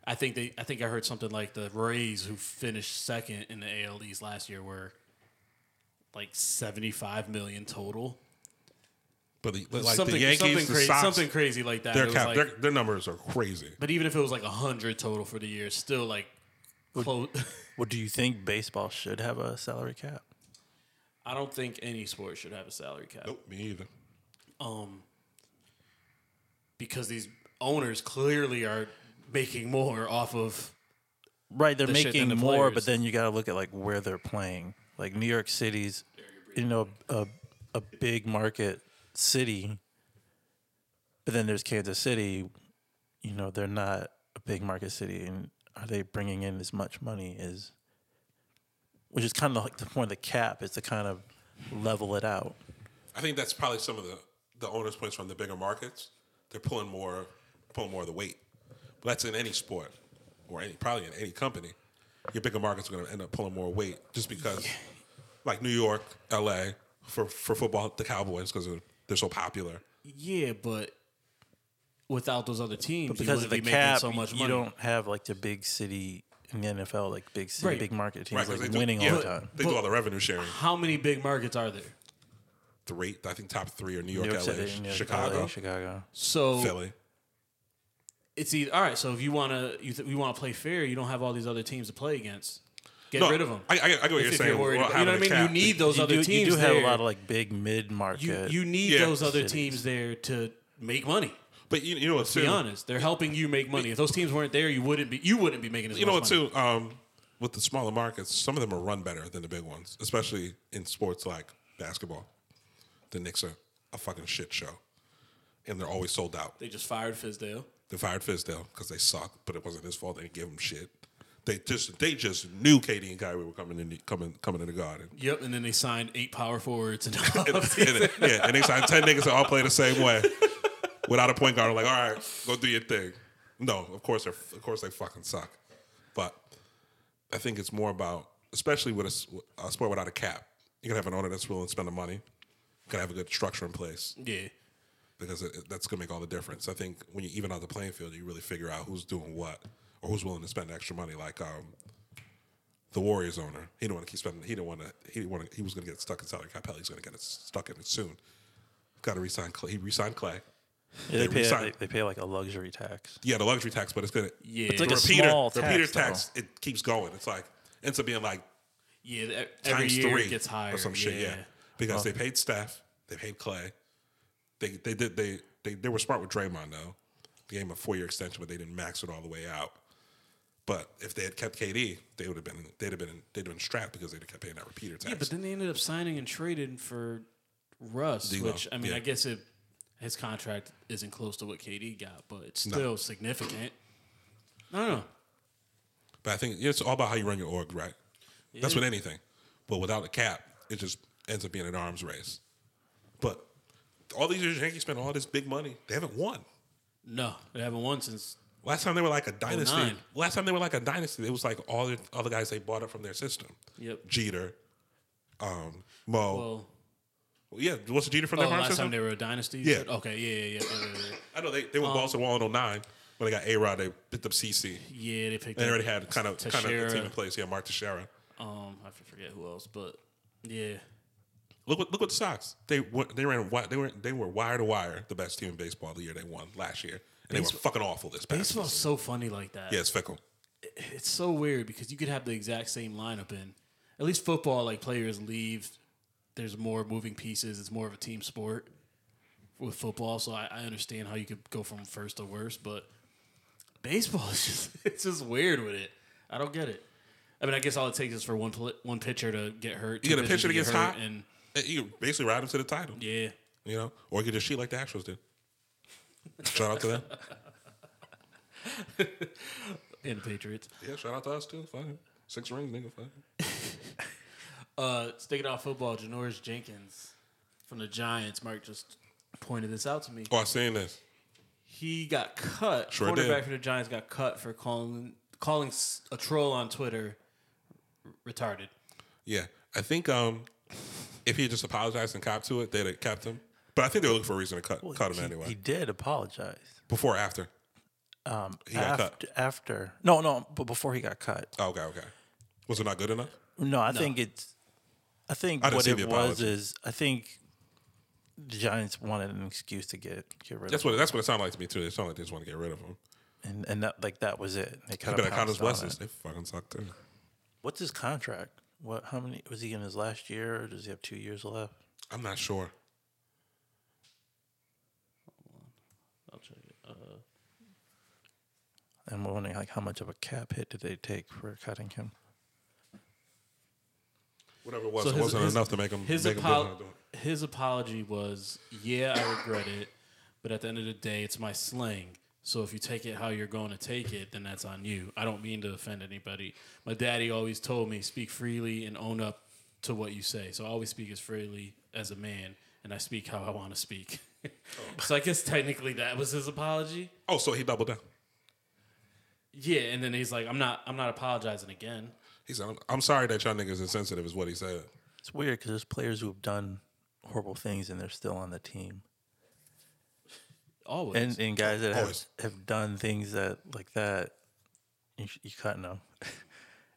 Speaker 1: I think they I think I heard something like the Rays who finished second in the AL East last year were like seventy five million total.
Speaker 2: But the, but like
Speaker 1: something
Speaker 2: the Yankees,
Speaker 1: something,
Speaker 2: the
Speaker 1: crazy,
Speaker 2: Sox,
Speaker 1: something crazy like that. It
Speaker 2: their
Speaker 1: was
Speaker 2: cap
Speaker 1: like-
Speaker 2: their, their numbers are crazy.
Speaker 1: but even if it was like hundred total for the year, still like close.
Speaker 3: Well, do you think baseball should have a salary cap?
Speaker 1: I don't think any sport should have a salary cap.
Speaker 2: Nope, me either.
Speaker 1: um, because these owners clearly are making more off of
Speaker 3: Right, they're
Speaker 1: the shit
Speaker 3: making
Speaker 1: than the
Speaker 3: more, but
Speaker 1: players.
Speaker 3: then you got to look at like where they're playing. Like New York City's, you know, a a big market city, but then there's Kansas City. You know, they're not a big market city, and are they bringing in as much money as? Which is kind of like the point of the cap is to kind of level it out.
Speaker 2: I think that's probably some of the the owners' points from the bigger markets. They're pulling more pulling more of the weight. But that's in any sport or any probably in any company. Your bigger markets are going to end up pulling more weight just because, like New York, L.A. for for football, the Cowboys because they're so popular.
Speaker 1: Yeah, but without those other teams,
Speaker 3: But because
Speaker 1: you
Speaker 3: of the
Speaker 1: wouldn't be
Speaker 3: cap,
Speaker 1: making so much
Speaker 3: you
Speaker 1: money.
Speaker 3: don't have like the big city in the NFL, like big city,
Speaker 1: Right.
Speaker 3: big market teams,
Speaker 2: 'cause
Speaker 3: like
Speaker 2: do-
Speaker 3: winning
Speaker 2: yeah,
Speaker 3: all the time.
Speaker 2: They do all the revenue sharing.
Speaker 1: How many big markets are there?
Speaker 2: Three, I think top three are New York,
Speaker 3: New York
Speaker 2: LA,
Speaker 3: City, New York,
Speaker 2: Chicago,
Speaker 3: LA, Chicago.
Speaker 1: So
Speaker 2: Philly.
Speaker 1: it's either all right. So if you wanna you th- you wanna play fair, you don't have all these other teams to play against. Get rid of them.
Speaker 2: I, I, I get what you're
Speaker 1: if
Speaker 2: saying.
Speaker 1: you're worried,
Speaker 2: about
Speaker 1: about, you know what I
Speaker 2: having
Speaker 1: mean.
Speaker 2: a
Speaker 1: You
Speaker 2: cap.
Speaker 1: need those
Speaker 3: you
Speaker 1: other
Speaker 3: do,
Speaker 1: teams.
Speaker 3: You do have
Speaker 1: there.
Speaker 3: a lot of like big mid
Speaker 1: you,
Speaker 3: market.
Speaker 1: you need
Speaker 2: Yeah.
Speaker 1: those other
Speaker 3: Cities.
Speaker 1: teams there to make money.
Speaker 2: but you, you know what?
Speaker 1: To be
Speaker 2: too?
Speaker 1: honest, they're helping you make money. If those teams weren't there, you wouldn't be you wouldn't be making as
Speaker 2: You know
Speaker 1: much
Speaker 2: what
Speaker 1: money.
Speaker 2: too? Um, with the smaller markets, some of them are run better than the big ones, especially in sports like basketball. The Knicks are a fucking shit show, and they're always sold out.
Speaker 1: They just fired Fizdale.
Speaker 2: They fired Fisdale because they suck, but it wasn't his fault. They didn't give him shit. They just they just knew Katie and Kyrie were coming in the, coming coming in the garden.
Speaker 1: Yep, and then they signed eight power forwards and
Speaker 2: and, yeah, and they signed ten niggas that all play the same way without a point guard. I'm like, all right, go do your thing. No, of course, they're, of course they fucking suck. But I think it's more about, especially with a, s- a sport without a cap, you can have an owner that's willing to spend the money. You gotta have a good structure in place
Speaker 1: yeah.
Speaker 2: because it, it- that's gonna make all the difference. I think when you even out the playing field, you really figure out who's doing what or who's willing to spend extra money. Like um, the Warriors owner, he didn't want to keep spending. He didn't want to. He didn't want to. He was gonna get stuck in salary cap. hell, He's gonna get stuck in it soon. Got to resign Clay. He resigned Clay.
Speaker 3: Yeah, they,
Speaker 2: they
Speaker 3: pay,
Speaker 2: resign-
Speaker 3: they, they pay like a luxury tax.
Speaker 2: Yeah, the luxury tax, but it's gonna
Speaker 1: Yeah. It's
Speaker 3: like
Speaker 2: the
Speaker 3: a small
Speaker 2: the repeater
Speaker 3: tax,
Speaker 2: tax. It keeps going. It's like ends up being like
Speaker 1: Yeah, e- every
Speaker 2: times
Speaker 1: year
Speaker 2: three
Speaker 1: it gets higher
Speaker 2: or some shit. Yeah, because they paid staff, they paid Clay. They they did they they, they were smart with Draymond though. They gave him a four year extension, but they didn't max it all the way out. But if they had kept KD, they would have been they'd have been they'd have been strapped because they'd have kept paying that repeater tax.
Speaker 1: Yeah, but then they ended up signing and trading for Russ,
Speaker 2: D-Lo,
Speaker 1: which I mean,
Speaker 2: yeah.
Speaker 1: I guess it his contract isn't close to what KD got, but it's
Speaker 2: No.
Speaker 1: still significant. I don't know.
Speaker 2: But I think it's all about how you run your org, right? That's with anything. But without a cap, it just ends up being an arms race. But all these years, Yankees spent all this big money. They haven't won.
Speaker 1: No, they haven't won since.
Speaker 2: Last time they were
Speaker 1: Oh,
Speaker 2: like a dynasty.
Speaker 1: 09.
Speaker 2: Last time they were like a dynasty, it was like all the other guys they bought up from their system.
Speaker 1: Yep.
Speaker 2: Jeter, um, Mo.
Speaker 1: Well,
Speaker 2: yeah, was it Jeter from
Speaker 1: oh,
Speaker 2: their farm
Speaker 1: last
Speaker 2: system?
Speaker 1: time they were a dynasty.
Speaker 2: Yeah.
Speaker 1: Okay. Yeah. Yeah. Yeah. Yeah. yeah, yeah.
Speaker 2: I know they, they
Speaker 1: Um,
Speaker 2: went Boston Wall in 09. When they got A Rod, they picked up CC.
Speaker 1: Yeah, they picked.
Speaker 2: They
Speaker 1: up-
Speaker 2: already had kind of kind of a team
Speaker 1: Teixeira.
Speaker 2: in place. Yeah, Mark Teixeira.
Speaker 1: Um, I forget who else, but yeah,
Speaker 2: Look what look what the Sox. They went, they ran wi- they were they were wire to wire the best team in baseball the year they won last year, and they were fucking awful this past.
Speaker 1: baseball's
Speaker 2: season.
Speaker 1: so funny like that.
Speaker 2: Yeah, it's fickle.
Speaker 1: it's so weird because you could have the exact same lineup in at least football like players leave there's more moving pieces it's more of a team sport with football so i, I understand how you could go from first to worst but baseball is just it's just weird with it i don't get it i mean i guess all it takes is for one pl- one pitcher to get hurt
Speaker 2: You
Speaker 1: two
Speaker 2: get a
Speaker 1: pitchers to
Speaker 2: pitcher that
Speaker 1: get
Speaker 2: gets
Speaker 1: hurt,
Speaker 2: hot,
Speaker 1: and
Speaker 2: and you can basically ride them to the title.
Speaker 1: yeah
Speaker 2: You know, or you could just shoot like the Astros did. shout out to them.
Speaker 1: and the patriots
Speaker 2: Yeah, shout out to us too. Fine, six rings, nigga. Fine.
Speaker 1: Uh, sticking out football, Janoris Jenkins from the Giants. Mark just pointed this out to me.
Speaker 2: Oh, I seen this.
Speaker 1: He got cut.
Speaker 2: Sure did.
Speaker 1: quarterback for the Giants got cut for calling calling s- a troll on Twitter r- retarded.
Speaker 2: Yeah, I think um, if he had just apologized and copped to it, they'd have kept him. But I think they were looking for a reason to cut cut him
Speaker 3: he,
Speaker 2: anyway.
Speaker 3: He did apologize.
Speaker 2: Before or after?
Speaker 3: Um,
Speaker 2: He got cut.
Speaker 3: after, after, no, no, but before he got cut.
Speaker 2: Oh, okay, okay. Was it not good enough?
Speaker 3: No, I think it's. I think
Speaker 2: I didn't
Speaker 3: what
Speaker 2: see
Speaker 3: it was
Speaker 2: the apology.
Speaker 3: is I think the Giants wanted an excuse to get get rid
Speaker 2: That's
Speaker 3: of
Speaker 2: what that's what it sounded like to me too. It sounded like they just want to get rid of him.
Speaker 3: him, and and that like that was it. They
Speaker 2: He
Speaker 3: kind
Speaker 2: been
Speaker 3: of
Speaker 2: at Connor's
Speaker 3: pounced on
Speaker 2: blessings.
Speaker 3: it.
Speaker 2: They fucking suck too.
Speaker 3: What's his contract? What? How many was he in his last year? or Does he have two years left?
Speaker 2: I'm not sure.
Speaker 1: I'll check it. Uh,
Speaker 3: I'm wondering like how much of a cap hit did they take for cutting him?
Speaker 2: Whatever it was,
Speaker 1: So
Speaker 2: it
Speaker 1: his-
Speaker 2: wasn't
Speaker 1: his-
Speaker 2: enough to make him
Speaker 1: his
Speaker 2: make him do
Speaker 1: apo-
Speaker 2: what I'm doing.
Speaker 1: his apology was, "Yeah, I regret it, but at the end of the day, it's my slang. So if you take it how you're going to take it, then that's on you. I don't mean to offend anybody. My daddy always told me, speak freely and own up to what you say. So I always speak as freely as a man, and I speak how I want to speak. so I guess technically that was his apology.
Speaker 2: Oh, so he doubled down.
Speaker 1: Yeah, and then he's like, "I'm not, I'm not apologizing again."
Speaker 2: He said, I'm, I'm sorry that y'all niggas insensitive is what he said.
Speaker 3: It's weird because there's players who've done horrible things and they're still on the team,
Speaker 1: Always.
Speaker 3: and and guys that have,
Speaker 2: Always.
Speaker 3: have done things that like that, you, sh- you cut no,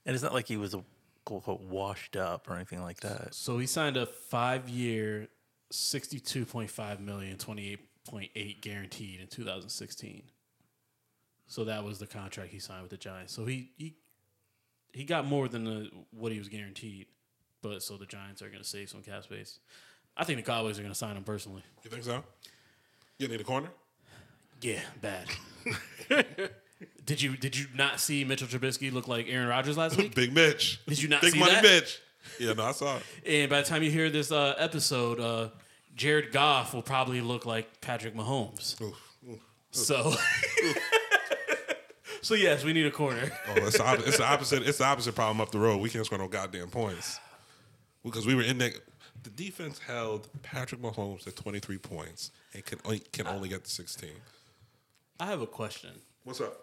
Speaker 3: and it's not like he was a quote unquote washed up or anything like that.
Speaker 1: So he signed a five year, sixty-two point five million, twenty-eight point eight guaranteed in two thousand sixteen. So that was the contract he signed with the Giants. So he he he got more than the, what he was guaranteed, but so the Giants are going to save some cap space. I think the Cowboys are going to sign him personally.
Speaker 2: You think so? You need a corner?
Speaker 1: Yeah, bad. did you did you not see Mitchell Trubisky look like Aaron Rodgers last week?
Speaker 2: Big Mitch.
Speaker 1: Did you not
Speaker 2: Big
Speaker 1: see
Speaker 2: money
Speaker 1: that?
Speaker 2: Mitch. Yeah, no, I saw it.
Speaker 1: And by the time you hear this uh, episode, uh, Jared Goff will probably look like Patrick Mahomes. So, so yes, we need a corner.
Speaker 2: Oh, it's the, op- it's the opposite. It's the opposite problem up the road. We can't score no goddamn points because we were in that. The defense held Patrick Mahomes to 23 points and can only, can only get to 16.
Speaker 1: I have a question.
Speaker 2: What's up?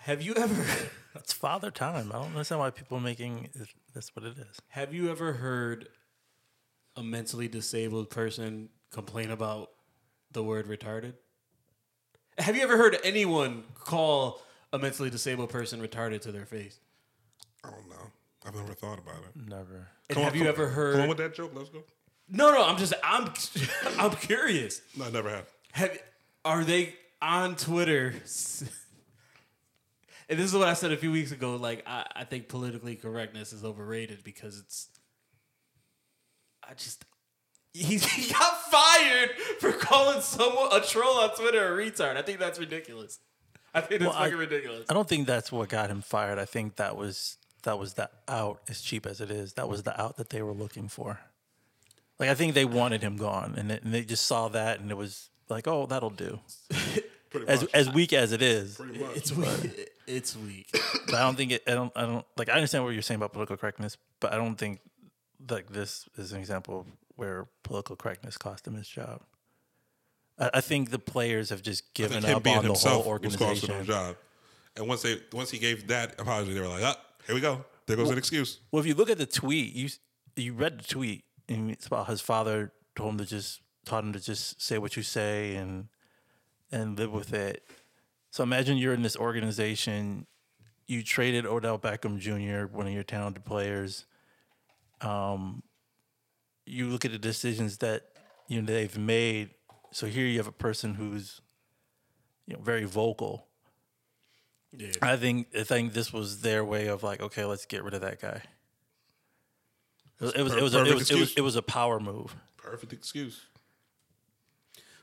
Speaker 1: Have you ever
Speaker 3: It's father time. I don't understand why people making it- that's what it is.
Speaker 1: have you ever heard a mentally disabled person complain about the word retarded? Have you ever heard anyone call a mentally disabled person retarded to their face?
Speaker 2: I don't know. I've never thought about it.
Speaker 3: Never.
Speaker 1: And
Speaker 2: Come on,
Speaker 1: have you
Speaker 2: come-
Speaker 1: ever
Speaker 2: Come on with
Speaker 1: heard?
Speaker 2: that joke. Let's go.
Speaker 1: No, no. I'm just I'm I'm curious.
Speaker 2: No, I never have.
Speaker 1: Have are they on Twitter? s- and this is what I said a few weeks ago. Like, I, I think politically correctness is overrated because it's. I just. He's, he got fired for calling someone a troll on Twitter a retard. I think that's ridiculous. I think that's
Speaker 3: Well, I-
Speaker 1: fucking ridiculous.
Speaker 3: I don't think that's what got him fired. I think that was that was the out, as cheap as it is. That was the out that they were looking for. Like I think they wanted him gone, and they, and they just saw that, and it was like, oh, that'll do.
Speaker 2: Pretty
Speaker 3: As
Speaker 2: much.
Speaker 3: as weak as it is,
Speaker 2: Pretty much.
Speaker 1: It's weak. It's weak.
Speaker 3: but I don't think it. I don't. I don't like. I understand what you're saying about political correctness, but I don't think like this is an example of where political correctness cost him his job. I, I think the players have
Speaker 2: I
Speaker 3: just
Speaker 2: think
Speaker 3: given
Speaker 2: him
Speaker 3: up
Speaker 2: being
Speaker 3: on the whole
Speaker 2: himself was costing him a
Speaker 3: organization.
Speaker 2: job. And once they once he gave that apology, they were like, "Ah, here we go. There goes an excuse."
Speaker 3: Well, if you look at the tweet, you you read the tweet, and it's about his father told him to just taught him to just say what you say and and live with it. So imagine you're in this organization, you traded Odell Beckham Jr., one of your talented players. Um, you look at the decisions that you know they've made. So here you have a person who's you know very vocal.
Speaker 1: Yeah.
Speaker 3: I think I think this was their way of like, okay, let's get rid of that guy. It was it was it was, a, it,
Speaker 2: Perfect
Speaker 3: was, it, was
Speaker 2: excuse.
Speaker 3: it was a power move
Speaker 2: Perfect excuse.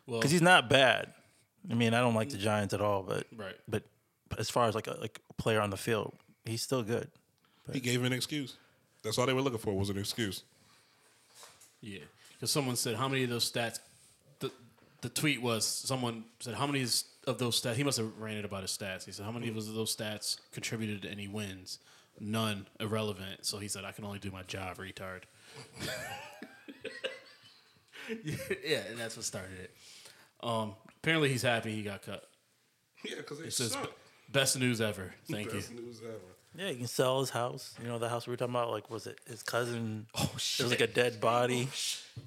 Speaker 1: Well,
Speaker 3: because he's not bad. I mean, I don't like the Giants at all, but
Speaker 1: Right.
Speaker 3: But as far as like a, like a player on the field, he's still good.
Speaker 2: He gave him an excuse. That's all they were looking for was an excuse.
Speaker 1: Yeah, because someone said how many of those stats. The the tweet was someone said how many is- of those stats. He must have ranted about his stats. He said how many of those stats contributed to any wins. None irrelevant. So he said I can only do my job, retard. yeah, and that's what started it. Um, apparently he's happy he got cut.
Speaker 2: Yeah, because
Speaker 1: It says best news ever. Thank you.
Speaker 2: news ever.
Speaker 3: Yeah, he can sell his house. You know, the house we were talking about, like, was it his cousin?
Speaker 1: Oh
Speaker 3: It was like a dead body.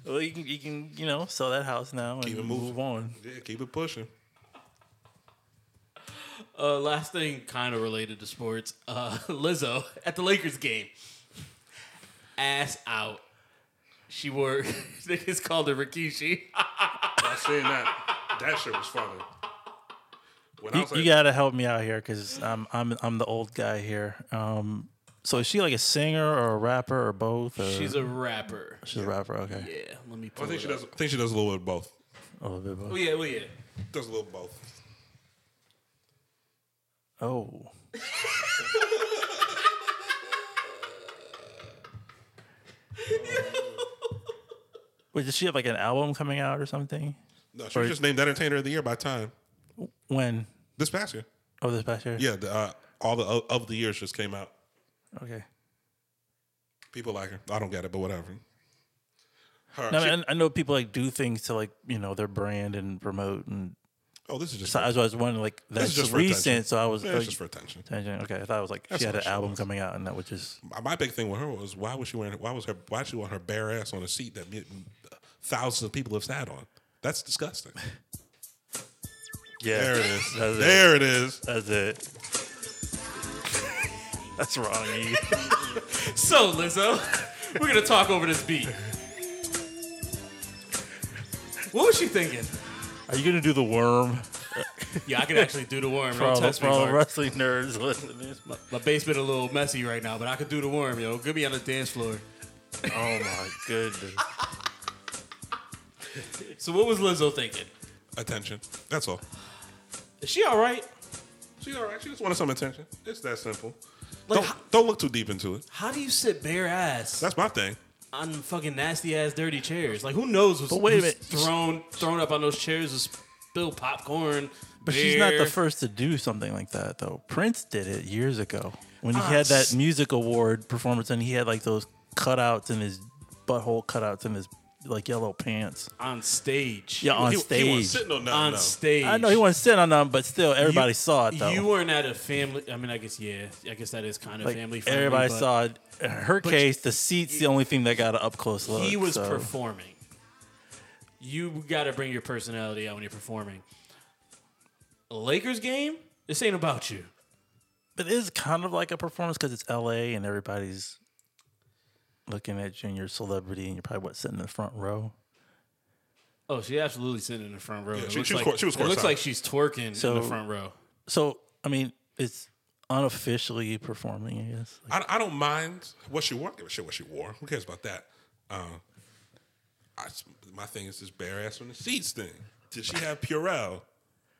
Speaker 3: Oh, Well, you can you can you know sell that house now and
Speaker 2: Keep it moving.
Speaker 3: move on.
Speaker 2: Yeah, keep it pushing.
Speaker 1: Uh, last thing, kind of related to sports. Uh, Lizzo at the Lakers game, ass out. She wore. Niggas called her Rikishi.
Speaker 2: I seen that. That shit was funny. When I
Speaker 3: You,
Speaker 2: was like,
Speaker 3: you gotta help me out here because I'm I'm I'm the old guy here. Um, so is she like a singer or a rapper or both? Or?
Speaker 1: She's a rapper.
Speaker 3: she's a rapper. Okay,
Speaker 1: Yeah, let me.
Speaker 2: I
Speaker 1: Pull
Speaker 2: think she
Speaker 1: it up.
Speaker 2: does. I think she does a little bit of both.
Speaker 3: a little bit. Of
Speaker 1: Oh
Speaker 3: both.
Speaker 1: yeah, well yeah.
Speaker 2: Does a little of both.
Speaker 3: Oh, wait, does she have like an album coming out or something?
Speaker 2: No, she was just named Entertainer of the Year by Time
Speaker 3: When?
Speaker 2: this past year.
Speaker 3: Oh, this past year.
Speaker 2: Yeah, the, uh, all the of, of the years just came out.
Speaker 3: Okay.
Speaker 2: People like her. I don't get it, but whatever. Her,
Speaker 3: No, I,
Speaker 2: she-
Speaker 3: mean, I I know people like do things to like you know their brand and promote, and
Speaker 2: oh, this is just
Speaker 3: so I was, I was wondering like
Speaker 2: is
Speaker 3: that's
Speaker 2: just for attention.
Speaker 3: recent. So I was
Speaker 2: Yeah,
Speaker 3: like,
Speaker 2: it's just for attention.
Speaker 3: attention. Okay, I thought it was like
Speaker 2: That's
Speaker 3: she had
Speaker 2: all
Speaker 3: an
Speaker 2: she
Speaker 3: album
Speaker 2: was.
Speaker 3: coming out, and that was just
Speaker 2: My- My big thing with her was why was she wearing? Why was her? Why she on her bare ass on a seat that me- thousands of people have sat on? That's disgusting.
Speaker 3: yeah.
Speaker 2: There it is.
Speaker 3: That's it.
Speaker 2: there it is.
Speaker 3: That's it. That's wrong. E.
Speaker 1: So Lizzo, we're gonna talk over this beat. What was she thinking?
Speaker 3: Are you gonna do the worm
Speaker 1: Yeah, I can actually do the worm.
Speaker 3: for
Speaker 1: Don't
Speaker 3: all the
Speaker 1: test me,
Speaker 3: for all the
Speaker 1: Mark.
Speaker 3: wrestling nerds listening?
Speaker 1: My, my basement a little messy right now, but I could do the worm, yo. Get me on the dance floor.
Speaker 3: Oh my goodness!
Speaker 1: So what was Lizzo thinking?
Speaker 2: Attention. That's all.
Speaker 1: Is she all right?
Speaker 2: She's all right. She just wanted some attention. It's that simple.
Speaker 1: Like,
Speaker 2: don't, don't look too deep into it.
Speaker 1: How do you sit bare ass
Speaker 2: That's my thing.
Speaker 1: on fucking nasty ass dirty chairs? Like who knows what's,
Speaker 3: But wait a
Speaker 1: who's
Speaker 3: minute.
Speaker 1: thrown thrown up on those chairs to spill popcorn.
Speaker 3: But she's not the
Speaker 1: beer.
Speaker 3: first to do something like that, though. Prince did it years ago when he
Speaker 1: Ah,
Speaker 3: had that music award performance, and he had like those cutouts in his butthole cutouts in his like yellow pants.
Speaker 1: on stage.
Speaker 3: Yeah, on
Speaker 2: he,
Speaker 3: stage.
Speaker 2: He wasn't sitting on nothing.
Speaker 1: on
Speaker 2: no.
Speaker 1: stage.
Speaker 3: I know he wasn't sitting on them, but still,
Speaker 1: You-
Speaker 3: everybody saw it though.
Speaker 1: You weren't at a family. I mean, I guess yeah. I guess that is kind of
Speaker 3: like,
Speaker 1: family. Friendly,
Speaker 3: everybody
Speaker 1: but
Speaker 3: saw it. In her case, the seat's the only thing that got an up close look.
Speaker 1: He was
Speaker 3: so.
Speaker 1: performing. You got to bring your personality out when you're performing. A Lakers game. This ain't about you.
Speaker 3: It is kind of like a performance because it's L.A. and everybody's looking at you and you're a celebrity and you're probably what sitting in the front row.
Speaker 1: Oh, she absolutely sitting in the front row.
Speaker 2: Yeah,
Speaker 1: It
Speaker 2: she-
Speaker 1: looks
Speaker 2: she was
Speaker 1: like-
Speaker 2: court- she was
Speaker 1: It looks
Speaker 2: courtside.
Speaker 1: like she's twerking in
Speaker 3: So-
Speaker 1: the front row.
Speaker 3: So I mean, it's unofficially performing, I guess.
Speaker 2: I, I don't mind what she wore. I give a shit what she wore. Who cares about that? Um, I, my thing is this bare ass from the seats thing. Did she have Purell?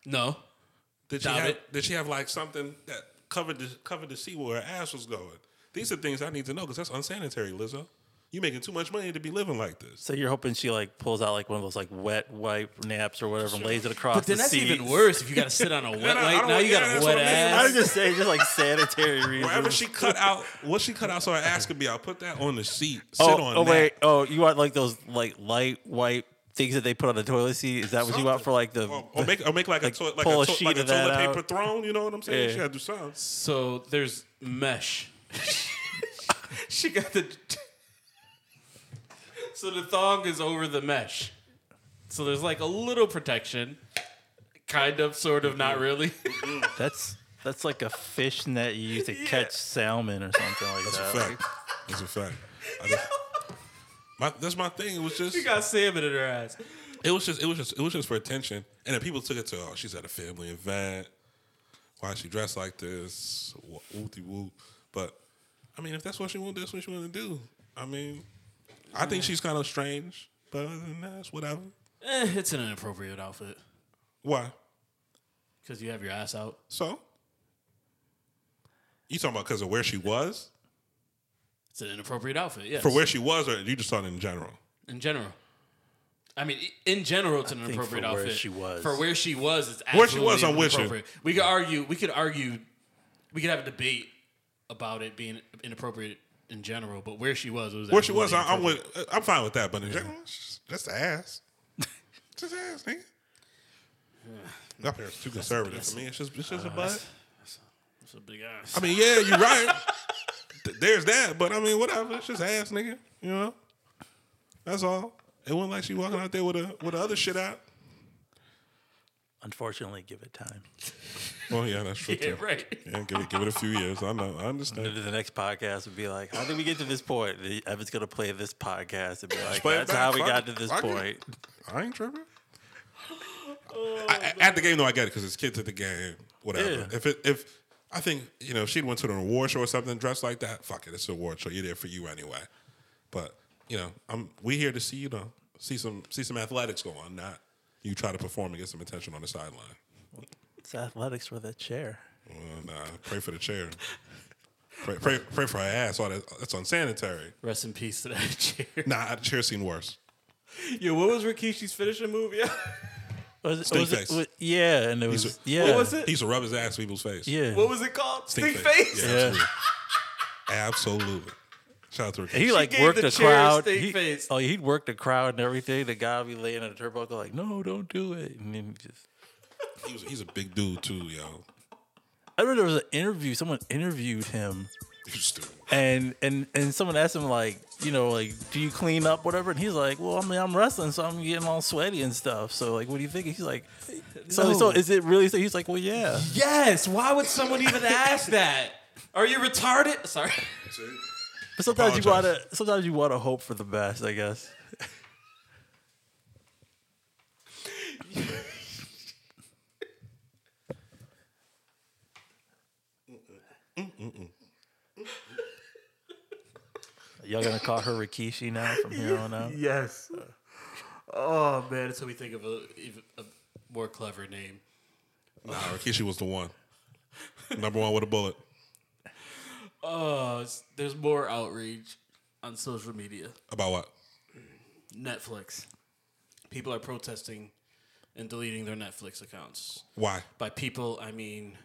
Speaker 1: No.
Speaker 2: Did she
Speaker 1: Stop
Speaker 2: have?
Speaker 1: it.
Speaker 2: Did she have like something that covered the covered the seat where her ass was going? These are things I need to know because that's unsanitary, Lizzo. You making too much money to be living like this.
Speaker 3: So you're hoping she like pulls out like one of those like wet wipe naps or whatever, and lays it across
Speaker 1: But then
Speaker 3: the
Speaker 1: that's
Speaker 3: seat.
Speaker 1: even worse if you got to sit on a
Speaker 2: I
Speaker 1: wet
Speaker 2: don't
Speaker 1: light. Now
Speaker 2: want-
Speaker 1: you
Speaker 2: yeah,
Speaker 1: got
Speaker 2: that's
Speaker 1: a wet
Speaker 2: what I mean.
Speaker 1: ass.
Speaker 3: I'm just saying, just like sanitary reasons.
Speaker 2: Wherever she cut out, what she cut out so her ass could be out, put that on the seat. Sit
Speaker 3: oh,
Speaker 2: on
Speaker 3: oh
Speaker 2: that.
Speaker 3: wait, oh, you want like those like light wipe things that they put on the toilet seat? Is that what you want for like the?
Speaker 2: Or, or make or make like, a
Speaker 3: Like,
Speaker 2: toilet like
Speaker 3: pull
Speaker 2: a,
Speaker 3: a
Speaker 2: to-
Speaker 3: sheet
Speaker 2: like a
Speaker 3: of that
Speaker 2: toilet
Speaker 3: out.
Speaker 2: paper throne. You know what I'm saying?
Speaker 3: Yeah.
Speaker 2: She had to do something.
Speaker 1: So there's mesh.
Speaker 4: She got the.
Speaker 1: So the thong is over the mesh. So there's like a little protection. Kind of, sort of,
Speaker 2: Mm-hmm.
Speaker 1: not really.
Speaker 3: That's that's like a fish net you use to catch salmon or something like that.
Speaker 2: fact. That's a fact. I just- my, that's my thing. It was just
Speaker 1: she got salmon in her ass.
Speaker 2: it was just it was just it was just for attention. And then people took it to oh, she's at a family event. Why is she dressed like this? Wooty woo. But I mean, if that's what she want, that's what she want to do. I mean, I think she's kind of strange, but other than that, it's whatever.
Speaker 1: Eh, it's an inappropriate outfit
Speaker 2: Why?
Speaker 1: because you have your ass out.
Speaker 2: So you talking about because of where she was?
Speaker 1: It's an inappropriate outfit. Yes.
Speaker 2: For where she was, or you just saw it in general?
Speaker 1: In general. I mean, i- in general, it's an
Speaker 3: think
Speaker 1: inappropriate
Speaker 3: for where
Speaker 1: outfit.
Speaker 3: she was.
Speaker 1: For where she was, it's
Speaker 2: Where she
Speaker 1: absolutely
Speaker 2: was, I'm with you.
Speaker 1: inappropriate. We could argue. We could argue. We could have a debate about it being inappropriate in general, but where she was, it was
Speaker 2: Where she was, I,
Speaker 1: absolutely
Speaker 2: I'm with, I'm fine with that. But in general, it's just- that's ass. just ass, nigga. My parents too conservative for me. It's just, it's just
Speaker 1: uh,
Speaker 2: a butt.
Speaker 1: It's a big ass.
Speaker 2: I mean, yeah, you're right. Th- There's that, but I mean, whatever. It's just ass, nigga. You know, that's all. It wasn't like she walking out there with a with the other shit out.
Speaker 3: Unfortunately, give it time.
Speaker 2: Well, Oh, yeah, that's true
Speaker 1: yeah,
Speaker 2: too.
Speaker 1: right.
Speaker 2: Yeah, give it give it a few years. I know. I understand.
Speaker 3: The next podcast would be like, how did we get to this point? The- Evan's gonna play this podcast and be like,
Speaker 2: play it
Speaker 3: that's
Speaker 2: back.
Speaker 3: how we
Speaker 2: Fuck
Speaker 3: got
Speaker 2: it.
Speaker 3: to this
Speaker 2: Fuck it.
Speaker 3: point.
Speaker 2: I ain't tripping. I, I- at the game, though, I get it because it's kids at the game. Whatever.
Speaker 3: Oh, Yeah.
Speaker 2: If it, if I think you know, if she'd went to an award show or something dressed like that. Fuck it, it's an award show. You're there for you anyway. But you know, I'm we here to see you know see some see some athletics go on, not you try to perform and get some attention on the sideline.
Speaker 3: It's athletics for the chair.
Speaker 2: Well, nah, pray for the chair. Pray, pray, pray for her ass. All that, that's unsanitary.
Speaker 1: Rest in peace to that chair.
Speaker 2: Nah, the chair seen worse.
Speaker 4: Yo, what was Rikishi's finishing move? Yeah.
Speaker 3: Was, it-
Speaker 2: Stink
Speaker 3: was it-
Speaker 2: face.
Speaker 3: wa- yeah, and it was
Speaker 2: He's a-
Speaker 3: yeah.
Speaker 4: What was it?
Speaker 2: He used to rub his ass in people's face.
Speaker 3: Yeah.
Speaker 4: What was it called? Stink,
Speaker 2: Stink
Speaker 4: face.
Speaker 2: Yeah, absolutely. absolutely. Shout out to Ricky.
Speaker 3: And he like
Speaker 4: gave
Speaker 3: worked
Speaker 4: the
Speaker 3: the,
Speaker 4: chair a
Speaker 3: crowd.
Speaker 4: stink
Speaker 3: He,
Speaker 4: face.
Speaker 3: Oh, he'd work the crowd and everything. The guy would be laying in a turnbuckle like, no, don't do it. And then he just
Speaker 2: He was- he's a big dude too, yo.
Speaker 3: I remember there was an interview. Someone interviewed him,
Speaker 2: You stupid.
Speaker 3: and and and someone asked him like, you know, like, do you clean up, whatever? And he's like, well, I mean, I'm wrestling, so I'm getting all sweaty and stuff. So like, what do you think? He's like, so
Speaker 4: No.
Speaker 3: so is it really? So he's like, well, yeah.
Speaker 1: Yes. Why would someone even ask that? Are you retarded? Sorry.
Speaker 2: See?
Speaker 3: But sometimes you
Speaker 2: Apologize.
Speaker 3: gotta sometimes you wanna hope for the best, I guess. Y'all gonna call her Rikishi now from here on out?
Speaker 4: Yes. Oh man,
Speaker 1: That's what we think of a, even a more clever name.
Speaker 2: Nah, Rikishi was the one. Number one with a bullet.
Speaker 1: Oh, it's- there's more outrage on social media.
Speaker 2: About what?
Speaker 1: Netflix. People are protesting and deleting their Netflix accounts.
Speaker 2: Why?
Speaker 1: By people, I mean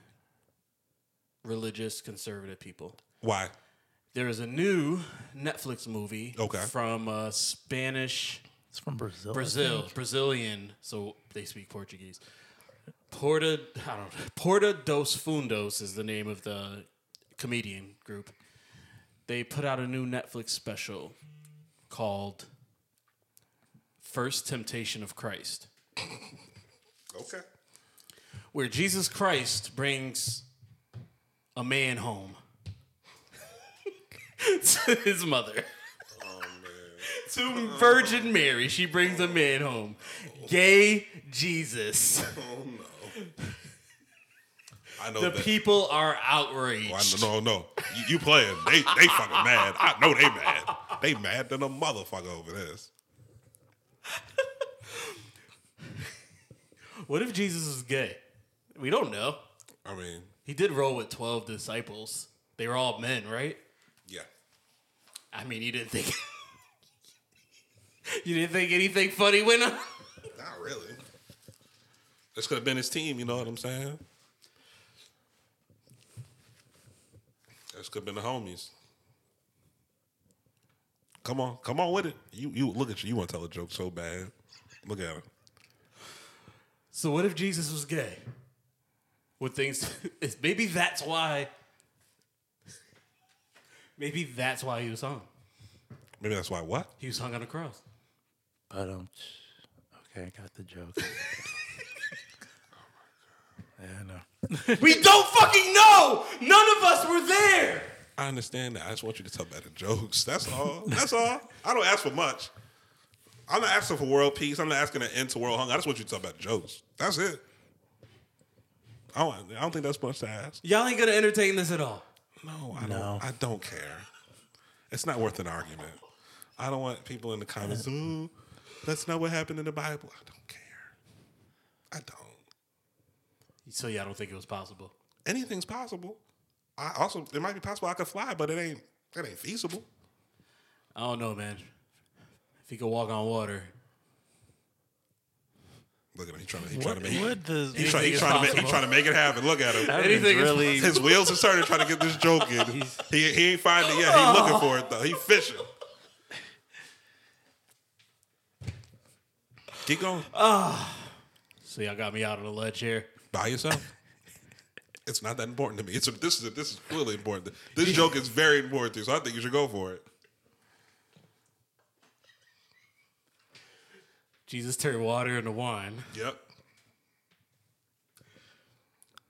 Speaker 1: religious conservative people.
Speaker 2: Why?
Speaker 1: There is a new Netflix movie
Speaker 2: Okay.
Speaker 1: from uh, Spanish
Speaker 3: It's from Brazil. I
Speaker 1: Brazil, Brazilian, so they speak Portuguese. Porta, I don't know, Porta dos Fundos is the name of the comedian group. They put out a new Netflix special called First Temptation of Christ,
Speaker 2: Okay.
Speaker 1: where Jesus Christ brings a man home to his mother. To Virgin Mary, she brings a man home. Gay Jesus.
Speaker 2: I know
Speaker 1: the
Speaker 2: that.
Speaker 1: people are outraged.
Speaker 2: Well, I know- no, no. You, you playing. They they fucking mad. I know they mad. They mad than a motherfucker over this.
Speaker 1: What if Jesus is gay? We don't know.
Speaker 2: I mean,
Speaker 1: He did roll with 12 disciples. They were all men, right?
Speaker 2: yeah.
Speaker 1: I mean, you didn't think. you didn't think anything funny went on?
Speaker 2: Not really. This could have been his team, you know what I'm saying? This could have been the homies. Come on, come on with it. You you look at you, you want to tell a joke so bad. Look at him.
Speaker 1: So, what if Jesus was gay? Would things. it's- maybe that's why. Maybe that's why he was hung.
Speaker 2: Maybe that's why what?
Speaker 1: He was hung on a cross.
Speaker 3: But um, okay, I got the joke. Yeah, I know.
Speaker 1: we don't fucking know! None of us were there!
Speaker 2: I understand that. I just want you to tell better jokes. That's all. That's all. I don't ask for much. I'm not asking for world peace. I'm not asking an end to world hunger. I just want you to tell better jokes. That's it. I don't, I don't think that's much to ask.
Speaker 1: Y'all ain't gonna entertain this at all.
Speaker 2: No, Oh, I
Speaker 3: No.
Speaker 2: don't. I don't care. It's not worth an argument. I don't want people in the comments. Ooh, that's not what happened in the Bible. I don't care. I don't.
Speaker 1: So, yeah, I don't think it was possible.
Speaker 2: Anything's possible. I also it might be possible I could fly, but it ain't it ain't feasible.
Speaker 1: I don't know, man. If he could walk on water,
Speaker 2: Look at him. He's trying to he's trying
Speaker 3: What
Speaker 2: to make
Speaker 3: would
Speaker 2: he's
Speaker 3: the
Speaker 2: trying, he's
Speaker 1: is
Speaker 2: trying to make
Speaker 1: possible.
Speaker 2: he's trying to make it happen. Look at him.
Speaker 1: Anything is
Speaker 3: really?
Speaker 2: His wheels are turning trying to get this joke in. He he ain't finding it yet. He looking for it though. He fishing. Keep going.
Speaker 1: So y'all got me out on the ledge here.
Speaker 2: by yourself. it's not that important to me. It's this is this is clearly important. This joke is very important to you, so I think you should go for it.
Speaker 1: Jesus turned water into wine,
Speaker 2: Yep.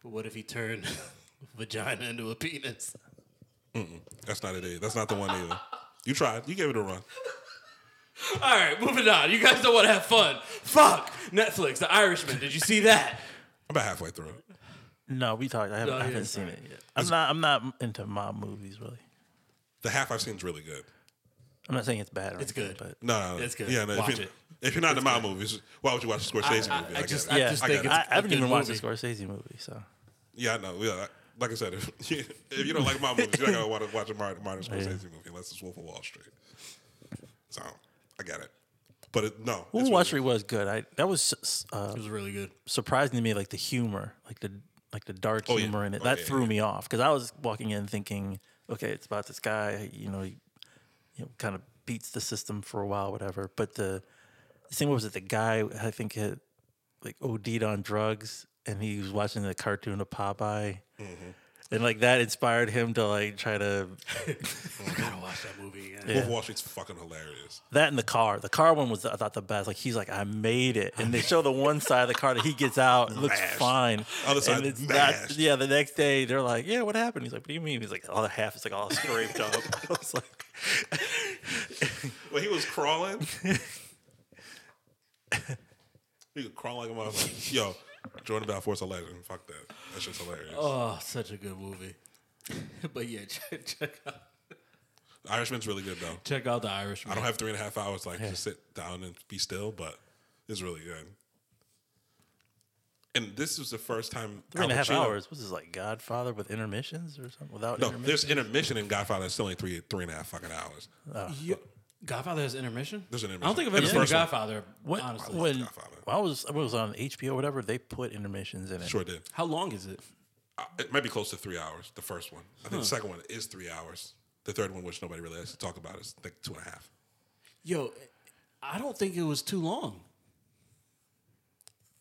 Speaker 1: but what if he turned vagina into a penis?
Speaker 2: That's not it. either. That's not the one either. You tried. You gave it a run.
Speaker 1: All right, moving on. You guys don't want to have fun. Fuck Netflix, The Irishman. Did you see that?
Speaker 2: I'm about halfway through. it.
Speaker 3: No, we talked. I haven't,
Speaker 1: No,
Speaker 3: I
Speaker 1: yeah,
Speaker 3: haven't
Speaker 1: sorry.
Speaker 3: seen it yet. I'm not. I'm not into mob movies really.
Speaker 2: The half I've seen is really good.
Speaker 3: I'm not saying it's bad. Or
Speaker 1: It's
Speaker 3: anything,
Speaker 1: good.
Speaker 3: But
Speaker 2: No, no, no.
Speaker 1: That's good.
Speaker 2: Yeah, no,
Speaker 1: Watch
Speaker 2: if you're,
Speaker 1: it.
Speaker 2: If you're not in my movies, why would you watch a Scorsese
Speaker 1: I-
Speaker 2: movie?
Speaker 1: I
Speaker 2: get
Speaker 1: just-
Speaker 2: it.
Speaker 1: I
Speaker 3: yeah,
Speaker 1: just
Speaker 3: I,
Speaker 1: think it's a
Speaker 3: I haven't
Speaker 1: good
Speaker 3: even watched a
Speaker 1: movie.
Speaker 3: Scorsese movie, so
Speaker 2: yeah, I know. Yeah, like I said, if, if you don't like my movies, you're not gonna want to watch a Martin, Martin Scorsese movie unless it's Wolf of Wall Street. So I got it. But it, no, it's
Speaker 3: Wolf of Wall
Speaker 2: really-
Speaker 3: Street was good. I that was s- uh,
Speaker 1: It was really good.
Speaker 3: surprising to me, like the humor, like the like the dark
Speaker 2: Oh, yeah.
Speaker 3: humor in it.
Speaker 2: Oh,
Speaker 3: that
Speaker 2: yeah,
Speaker 3: threw
Speaker 2: yeah.
Speaker 3: me off because I was walking in thinking, okay, it's about this guy. You know, he you know kind of beats the system for a while, whatever. But the the thing was that the guy I think had like OD'd on drugs, and he was watching the cartoon of Popeye.
Speaker 2: Mm-hmm.
Speaker 3: And like that inspired him to like try to
Speaker 1: I gotta watch that movie again.
Speaker 2: Wolf of Wall Street's fucking hilarious.
Speaker 3: That in the car. The car one was I thought the best. Like he's like, I made it, and they show the one side of the car that he gets out it looks
Speaker 2: Mashed.
Speaker 3: fine.
Speaker 2: Other side,
Speaker 3: and it's
Speaker 2: mashed.
Speaker 3: yeah. The next day they're like, Yeah, what happened? He's like, What do you mean? He's like, The other half is like all scraped up. I was like,
Speaker 2: When he was crawling, he could crawl like a motherfucker. Yo, Jordan Balfour's a legend. Fuck that. That shit's hilarious.
Speaker 3: Uh.
Speaker 1: Oh, such a good movie. but yeah, check, check out
Speaker 2: Irishman's really good though.
Speaker 1: check out The
Speaker 2: I
Speaker 1: Irishman.
Speaker 2: don't have three and a half hours like to sit down and be still, but it's really good. And this is the first time
Speaker 3: Three and a half
Speaker 2: Al Pacino-
Speaker 3: hours. What's this like Godfather with intermissions or something? Without
Speaker 2: No,
Speaker 3: intermissions?
Speaker 2: there's intermission in Godfather. It's still only three three and a half fucking hours.
Speaker 3: Oh.
Speaker 1: Yo- Godfather has intermission.
Speaker 2: There's an
Speaker 1: I don't
Speaker 2: intermission.
Speaker 1: think I've
Speaker 2: In
Speaker 1: ever
Speaker 2: the
Speaker 1: seen The
Speaker 2: first one.
Speaker 1: Godfather.
Speaker 3: When,
Speaker 1: honestly,
Speaker 3: when,
Speaker 2: Godfather.
Speaker 3: when I was I was on HBO or whatever, they put intermissions in it.
Speaker 2: Sure did.
Speaker 1: how long is it?
Speaker 2: Uh, It might be close to three hours. The first one. I think the second one is three hours. The third one, which nobody really has to talk about, is like two and a half.
Speaker 1: Yo, I don't think it was too long.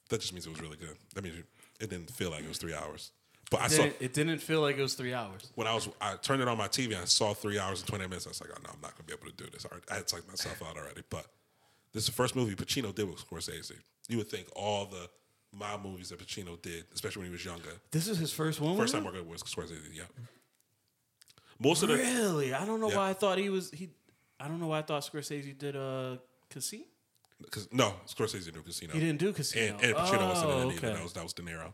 Speaker 2: That just means it was really good. That means it didn't feel like it was three hours. But I saw
Speaker 1: Didn't- it didn't feel like it was three hours.
Speaker 2: when I was I turned it on my TV and I saw three hours and twenty minutes. I was like, oh no, I'm not gonna be able to do this. I already- I had psyched myself out already. But this is the first movie Pacino did with Scorsese. You would think all the mob movies that Pacino did, especially when he was younger,
Speaker 1: This is his first one.
Speaker 2: first
Speaker 1: with
Speaker 2: time working with Scorsese. Yeah, most of
Speaker 1: it?
Speaker 2: the
Speaker 1: Really, I don't know
Speaker 2: Yeah.
Speaker 1: why I thought he was he. I don't know why I thought Scorsese did uh Casino.
Speaker 2: cause, no Scorsese did Casino.
Speaker 1: He didn't do Casino.
Speaker 2: and, and Pacino wasn't in
Speaker 1: Oh,
Speaker 2: it either.
Speaker 1: okay.
Speaker 2: That was that was De Niro.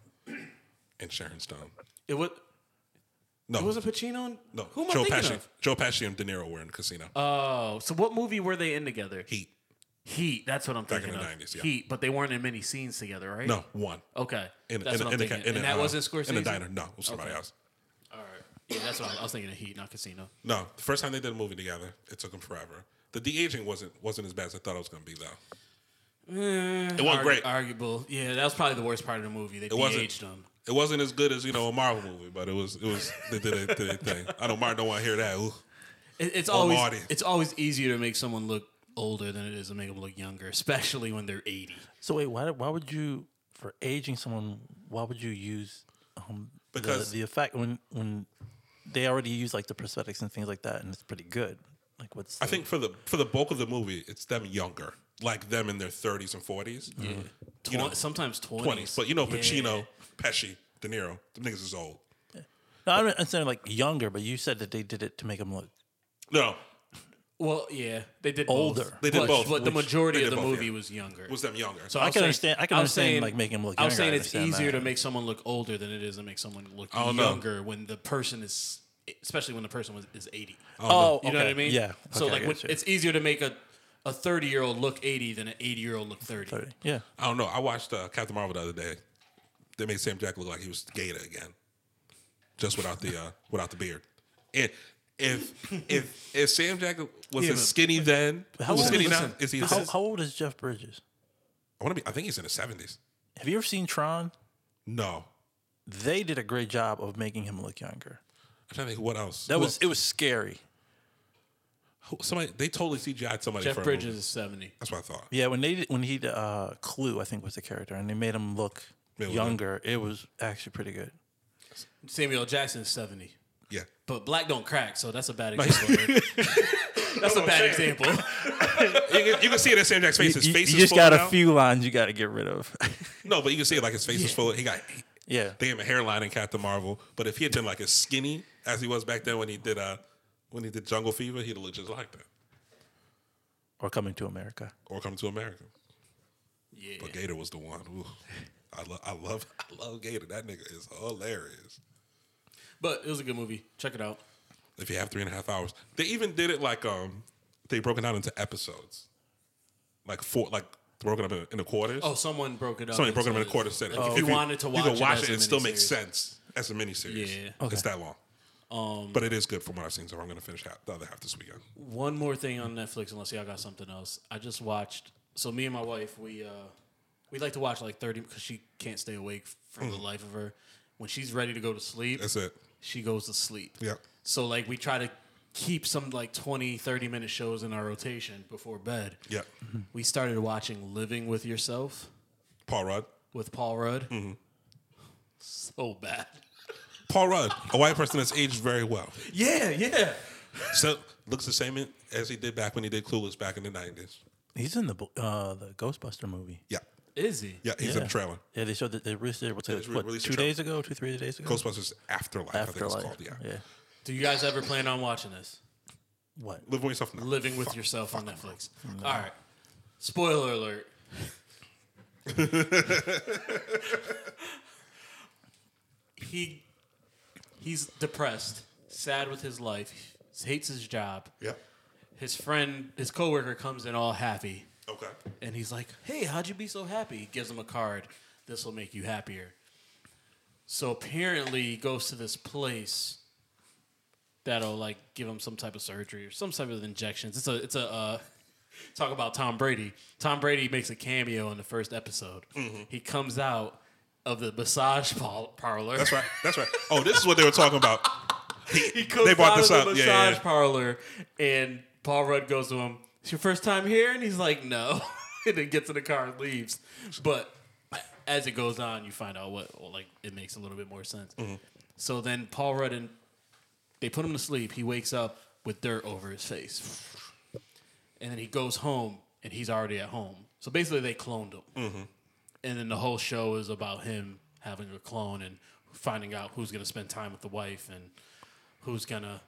Speaker 2: and Sharon Stone.
Speaker 1: It was.
Speaker 2: No,
Speaker 1: It wasn't Pacino. and-
Speaker 2: no.
Speaker 1: Who am I
Speaker 2: Joe
Speaker 1: thinking
Speaker 2: Pesci.
Speaker 1: of?
Speaker 2: Joe Pesci and De Niro were in Casino.
Speaker 1: Oh, so what movie were they in together?
Speaker 2: Heat.
Speaker 1: Heat. That's what I'm
Speaker 2: Back in
Speaker 1: thinking
Speaker 2: the
Speaker 1: of.
Speaker 2: 90s, yeah.
Speaker 1: Heat, but they weren't in many scenes together, right?
Speaker 2: No, one.
Speaker 1: Okay.
Speaker 2: In,
Speaker 1: that's
Speaker 2: in,
Speaker 1: what
Speaker 2: in,
Speaker 1: I'm
Speaker 2: the ca-
Speaker 1: thinking.
Speaker 2: in the,
Speaker 1: and that
Speaker 2: uh,
Speaker 1: wasn't Scorsese.
Speaker 2: In the diner. No, it was somebody
Speaker 1: Okay.
Speaker 2: else.
Speaker 1: All right. Yeah, that's what I, I was thinking of. Heat, not Casino.
Speaker 2: No, the first time they did a movie together, it took them forever. The de aging wasn't wasn't as bad as I thought it was going to be though.
Speaker 1: Eh.
Speaker 2: it wasn't great.
Speaker 1: Arguable. Yeah, that was probably the worst part of the movie. They
Speaker 2: It wasn't-
Speaker 1: de-aged them.
Speaker 2: It wasn't as good as you know a Marvel movie, but it was it was they did a, did a thing. I know Martin don't want to hear that. Ooh.
Speaker 1: It, it's always
Speaker 2: Marty.
Speaker 1: it's always easier to make someone look older than it is to make them look younger, especially when they're 80.
Speaker 3: So wait, why why would you for aging someone? Why would you use um the-
Speaker 2: Because-
Speaker 3: the, effect when when they already use like the prosthetics and things like that, and it's pretty good. Like what's
Speaker 2: I think for the for the bulk of the movie, it's them younger, like them in their thirties and forties,
Speaker 1: Tw-
Speaker 2: You know,
Speaker 1: sometimes 20s.
Speaker 2: twenties. But you know
Speaker 1: Yeah.
Speaker 2: Pacino, Pesci, De Niro, them niggas is old.
Speaker 3: no, I'm, I'm saying like younger, but you said that they did it to make them look.
Speaker 2: No,
Speaker 1: Well, yeah, they did
Speaker 3: Older.
Speaker 1: Both.
Speaker 2: They did
Speaker 1: but,
Speaker 2: both,
Speaker 1: But the
Speaker 2: which-
Speaker 1: majority
Speaker 2: they
Speaker 1: of
Speaker 2: did
Speaker 1: the
Speaker 2: both,
Speaker 1: movie
Speaker 2: yeah.
Speaker 1: was younger.
Speaker 2: was them younger. So
Speaker 1: So
Speaker 2: I,
Speaker 1: was
Speaker 3: can
Speaker 1: saying-
Speaker 3: understand- I can
Speaker 1: was
Speaker 3: understand, like, making him look
Speaker 1: I was
Speaker 3: younger. I
Speaker 1: saying it's
Speaker 3: understand
Speaker 1: easier
Speaker 3: that.
Speaker 1: to make someone look older than it is to make someone look
Speaker 2: don't know.
Speaker 1: younger when the person is, especially when the person was, is eighty.
Speaker 3: Oh,
Speaker 1: You know what I
Speaker 3: okay.
Speaker 1: mean?
Speaker 3: Yeah.
Speaker 1: So
Speaker 3: Okay, I
Speaker 1: like, when,
Speaker 3: get you.
Speaker 1: it's easier to make a a thirty year old look eighty than an eighty year old look thirty.
Speaker 3: Sorry. Yeah.
Speaker 2: I don't know. I watched uh, Captain Marvel the other day. They made Sam Jack look like he was Gator again, just without the uh, without the beard. And if if if Sam Jack was
Speaker 1: Yeah, but-
Speaker 2: as skinny then,
Speaker 3: how
Speaker 2: was
Speaker 3: old-
Speaker 2: skinny now?
Speaker 1: listen,
Speaker 2: Is he?
Speaker 3: How, how old is Jeff Bridges?
Speaker 2: I want to be. I think he's in his seventies.
Speaker 3: Have you ever seen Tron?
Speaker 2: No,
Speaker 3: They did a great job of making him look younger.
Speaker 2: I'm trying to think. What else?
Speaker 3: That
Speaker 2: Who
Speaker 3: was it was scary.
Speaker 2: else? somebody. They totally CGI'd somebody.
Speaker 1: Jeff
Speaker 2: for a
Speaker 1: Bridges
Speaker 2: movie.
Speaker 1: is seventy.
Speaker 2: That's what I thought.
Speaker 3: Yeah, when they did- when he did, uh Clue, I think was the character, and they made him look
Speaker 2: Yeah, it was
Speaker 3: younger. It was actually pretty good.
Speaker 1: Samuel L. Jackson is seventy.
Speaker 2: Yeah.
Speaker 1: But black don't crack, so that's a bad example. that's a bad example.
Speaker 2: You can, you can see it in Sam Jack's face. His
Speaker 3: you,
Speaker 2: face
Speaker 3: you
Speaker 2: is
Speaker 3: just
Speaker 2: full
Speaker 3: got
Speaker 2: now.
Speaker 3: a few lines you got to get rid of.
Speaker 2: No, but you can see it like his face is full. He got
Speaker 3: yeah,
Speaker 2: they gave him a hairline in Captain Marvel. But if he had been like as skinny as he was back then when he did uh when he did Jungle Fever, he'd have looked just like that.
Speaker 3: or coming to America.
Speaker 2: Or Come to America.
Speaker 1: Yeah.
Speaker 2: But Gator was the one. Ooh. I love I love I love Gator. That nigga is hilarious.
Speaker 1: But it was a good movie. Check it out.
Speaker 2: If you have three and a half hours. They even did it like um they broke it down into episodes. Like four like broken up in, into quarters.
Speaker 1: Oh, someone broke it up.
Speaker 2: Somebody broke them
Speaker 1: into-
Speaker 2: in a quarter set.
Speaker 1: Like, if you wanted to watch,
Speaker 2: you can watch
Speaker 1: as
Speaker 2: it,
Speaker 1: a
Speaker 2: and it still makes
Speaker 1: miniseries.
Speaker 2: sense as a miniseries.
Speaker 1: Yeah.
Speaker 2: it's that long. but it is good from what I've seen, so I'm going to finish half, the other half this weekend.
Speaker 1: One more thing on Netflix, unless y'all got something else. I just watched. So me and my wife, we uh, we like to watch like thirty because she can't stay awake for the life of her. When she's ready to go to sleep,
Speaker 2: That's it.
Speaker 1: she goes to sleep.
Speaker 2: Yep.
Speaker 1: So like we try to keep some like 20, 30 minute shows in our rotation before bed.
Speaker 2: Yeah,
Speaker 1: We started watching Living with Yourself
Speaker 2: Paul Rudd.
Speaker 1: with Paul Rudd. So bad.
Speaker 2: Paul Rudd, a white person that's aged very well,
Speaker 1: Yeah, yeah.
Speaker 2: so looks the same in- as he did back when he did Clueless back in the '90s.
Speaker 3: He's in the bo- uh, the Ghostbuster movie.
Speaker 2: Yeah,
Speaker 1: Is he?
Speaker 2: yeah, he's in
Speaker 3: Yeah.
Speaker 2: the trailer.
Speaker 3: Yeah, they showed that they released it. What's it?
Speaker 2: re-
Speaker 3: What,
Speaker 2: released a
Speaker 3: two
Speaker 2: tra-
Speaker 3: days ago? Two three days ago?
Speaker 2: Ghostbusters Afterlife, I think
Speaker 3: Afterlife.
Speaker 2: it's called. Yeah,
Speaker 3: yeah.
Speaker 1: Do you guys ever plan on watching this?
Speaker 3: What?
Speaker 2: Live with yourself now.
Speaker 1: Living with Yourself on Netflix. All right. Spoiler alert. he he's depressed, sad with his life, hates his job.
Speaker 2: Yeah.
Speaker 1: His friend, his coworker comes in all happy,
Speaker 2: Okay.
Speaker 1: and he's like, "Hey, how'd you be so happy?" He gives him a card. This will make you happier. So apparently, he goes to this place that'll like give him some type of surgery or some type of injections. It's a it's a uh, talk about Tom Brady. Tom Brady makes a cameo in the first episode.
Speaker 2: Mm-hmm.
Speaker 1: He comes out of the massage pal- parlor.
Speaker 2: That's right. That's right. Oh, this is what they were talking about.
Speaker 1: He comes
Speaker 2: They brought
Speaker 1: out
Speaker 2: this
Speaker 1: of
Speaker 2: up.
Speaker 1: the
Speaker 2: Yeah,
Speaker 1: massage
Speaker 2: yeah, yeah.
Speaker 1: parlor, and Paul Rudd goes to him. It's your first time here, and he's like, "No," and then gets in the car and leaves. But as it goes on, you find out what well, like it makes a little bit more sense.
Speaker 2: Mm-hmm.
Speaker 1: So then Paul Rudd and they put him to sleep. He wakes up with dirt over his face, and then he goes home, and he's already at home. So basically, they cloned him and then the whole show is about him having a clone and finding out who's gonna spend time with the wife and who's gonna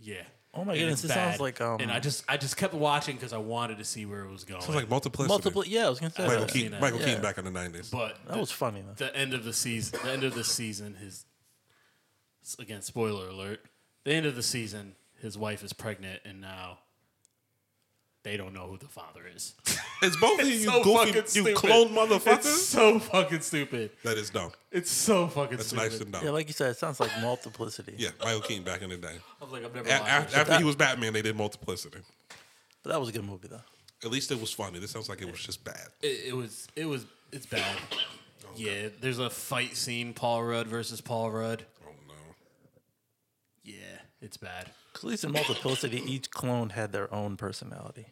Speaker 1: yeah
Speaker 3: Oh my
Speaker 1: and
Speaker 3: goodness,
Speaker 1: it's
Speaker 3: it sounds
Speaker 1: bad.
Speaker 3: like, um,
Speaker 1: and I just I just kept watching because I wanted to see where it was going.
Speaker 2: Sounds like multiplicity.
Speaker 3: Multiple. Yeah, I was gonna say
Speaker 2: Michael,
Speaker 3: that.
Speaker 1: Keaton.
Speaker 2: Keaton,
Speaker 1: that.
Speaker 2: Michael
Speaker 3: Yeah.
Speaker 2: Keaton back in the nineties.
Speaker 1: but
Speaker 3: That
Speaker 1: the,
Speaker 3: was funny though.
Speaker 1: the end of the season, the end of the season, his s- again spoiler alert. The end of the season, his wife is pregnant, and now they don't know who the father is.
Speaker 2: It's both of you,
Speaker 1: so
Speaker 2: goofy,
Speaker 1: fucking
Speaker 2: you
Speaker 1: stupid.
Speaker 2: clone
Speaker 1: It's
Speaker 2: motherfuckers.
Speaker 1: so fucking stupid.
Speaker 2: That is dumb.
Speaker 1: It's so fucking
Speaker 2: That's
Speaker 1: stupid.
Speaker 2: nice and dumb.
Speaker 3: Yeah,
Speaker 2: Yeah,
Speaker 3: like you said, it sounds like multiplicity.
Speaker 2: Michael Keaton back in the day.
Speaker 1: Oh, I was like, I've never
Speaker 2: A- a-
Speaker 1: watched
Speaker 2: after
Speaker 1: that.
Speaker 2: he was Batman, they did multiplicity.
Speaker 3: But that was a good movie though.
Speaker 2: At least it was funny. This sounds like it was just bad.
Speaker 1: It, it was. It was. It's bad. Yeah, there's a fight scene. Paul Rudd versus Paul Rudd.
Speaker 2: Oh no.
Speaker 1: Yeah, it's bad.
Speaker 3: 'Cause At least in multiplicity, each clone had their own personality.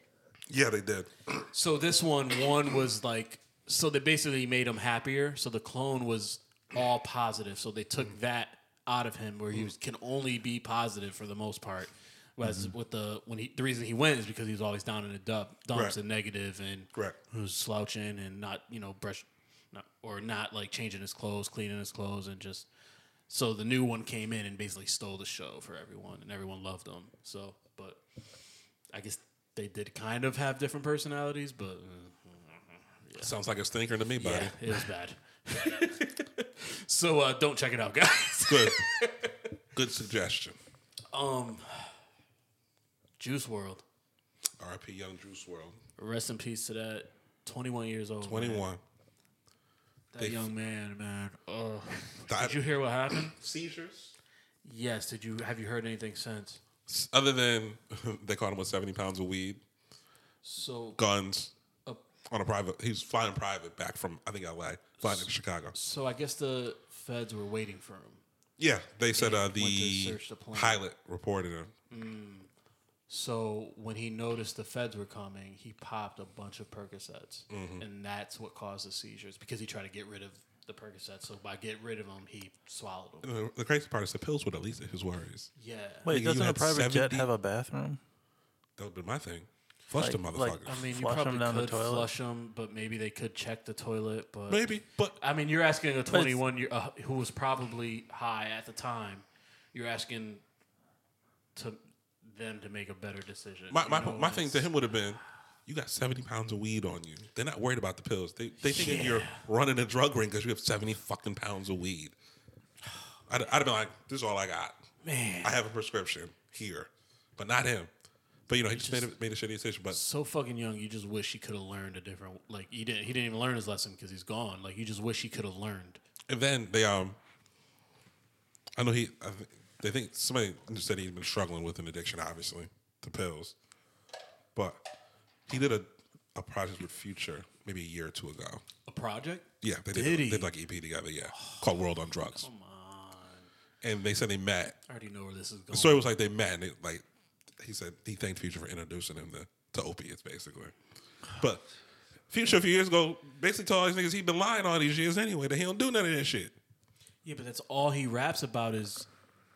Speaker 2: Yeah, they did.
Speaker 1: So this one, one was like, so they basically made him happier. So the clone was all positive. So they took that out of him, where he was, can only be positive for the most part. Whereas
Speaker 2: Mm-hmm.
Speaker 1: with the when he the reason he went is because he was always down in the dump, dumps
Speaker 2: Right.
Speaker 1: and negative and
Speaker 2: Correct.
Speaker 1: who's slouching and not you know brush not, or not like changing his clothes, cleaning his clothes, and just so the new one came in and basically stole the show for everyone, and everyone loved him. So, but I guess they did kind of have different personalities, but uh,
Speaker 2: Sounds like a stinker to me, buddy.
Speaker 1: yeah, it was bad. so uh, don't check it out, guys.
Speaker 2: Good. Good suggestion.
Speaker 1: Um, Juice World,
Speaker 2: R.I.P. Young Juice World.
Speaker 1: rest in peace to that. Twenty-one years old,
Speaker 2: Twenty
Speaker 1: man.
Speaker 2: one.
Speaker 1: That young man, man. Ugh.
Speaker 2: Died
Speaker 1: Did you hear what happened?
Speaker 2: seizures.
Speaker 1: Yes. Did you have you heard anything since?
Speaker 2: Other than they caught him with seventy pounds of weed,
Speaker 1: So
Speaker 2: guns
Speaker 1: Oh.
Speaker 2: on a private. He was flying private back from I think L.A. Flying to Chicago.
Speaker 1: So I guess the feds were waiting for him.
Speaker 2: Yeah, they said uh,
Speaker 1: to
Speaker 2: the
Speaker 1: search the plane.
Speaker 2: pilot reported uh, him.
Speaker 1: So when he noticed the feds were coming, he popped a bunch of Percocets,
Speaker 2: Mm-hmm.
Speaker 1: and that's what caused the seizures because he tried to get rid of the Percocets. So by get rid of them, he swallowed them.
Speaker 2: The, the crazy part is the pills would at least his worries.
Speaker 1: Yeah.
Speaker 3: Wait,
Speaker 2: Nigga, you
Speaker 3: doesn't a
Speaker 2: had
Speaker 3: private jet
Speaker 2: 70?
Speaker 3: have a bathroom?
Speaker 2: That would be my thing. Flush the
Speaker 3: Like-
Speaker 2: motherfucker.
Speaker 3: like,
Speaker 1: I mean, you
Speaker 3: Flush 'em
Speaker 1: probably
Speaker 3: down the
Speaker 1: could
Speaker 3: toilet?
Speaker 1: flush them, but maybe they could check the toilet. But
Speaker 2: Maybe, but
Speaker 1: I mean, you're asking a
Speaker 3: it's-
Speaker 1: 21 year uh, who was probably high at the time. You're asking to them to make a better decision.
Speaker 2: my
Speaker 1: You
Speaker 2: my,
Speaker 1: know,
Speaker 2: my thing
Speaker 1: it's-
Speaker 2: to him would have been, you got seventy pounds of weed on you. They're not worried about the pills. They they think that you're running a drug ring because you have seventy fucking pounds of weed. I'd, I'd have been like, this is all I got.
Speaker 1: Man.
Speaker 2: I have a prescription here, but not him. But you know, he just, made a, made a shitty decision. But
Speaker 1: so fucking young. You just wish he could have learned a different. Like he didn't. He didn't even learn his lesson because he's gone. Like you just wish he could have learned.
Speaker 2: And then they um, I know he. I th- they think somebody said he's been struggling with an addiction, obviously to pills, but he did a a project with Future maybe a year or two ago.
Speaker 1: A project.
Speaker 2: Yeah, they did.
Speaker 1: Did
Speaker 2: they
Speaker 1: he?
Speaker 2: did like an EP together. Yeah, called World on Drugs. Come on. And they said they met.
Speaker 1: I already know where this is going.
Speaker 2: The story was like they met, and it, like he said he thanked Future for introducing him to, to opiates, basically. But Future a few years ago basically told all these niggas he'd been lying all these years anyway that he don't do none of that shit.
Speaker 1: yeah, but that's all he raps about is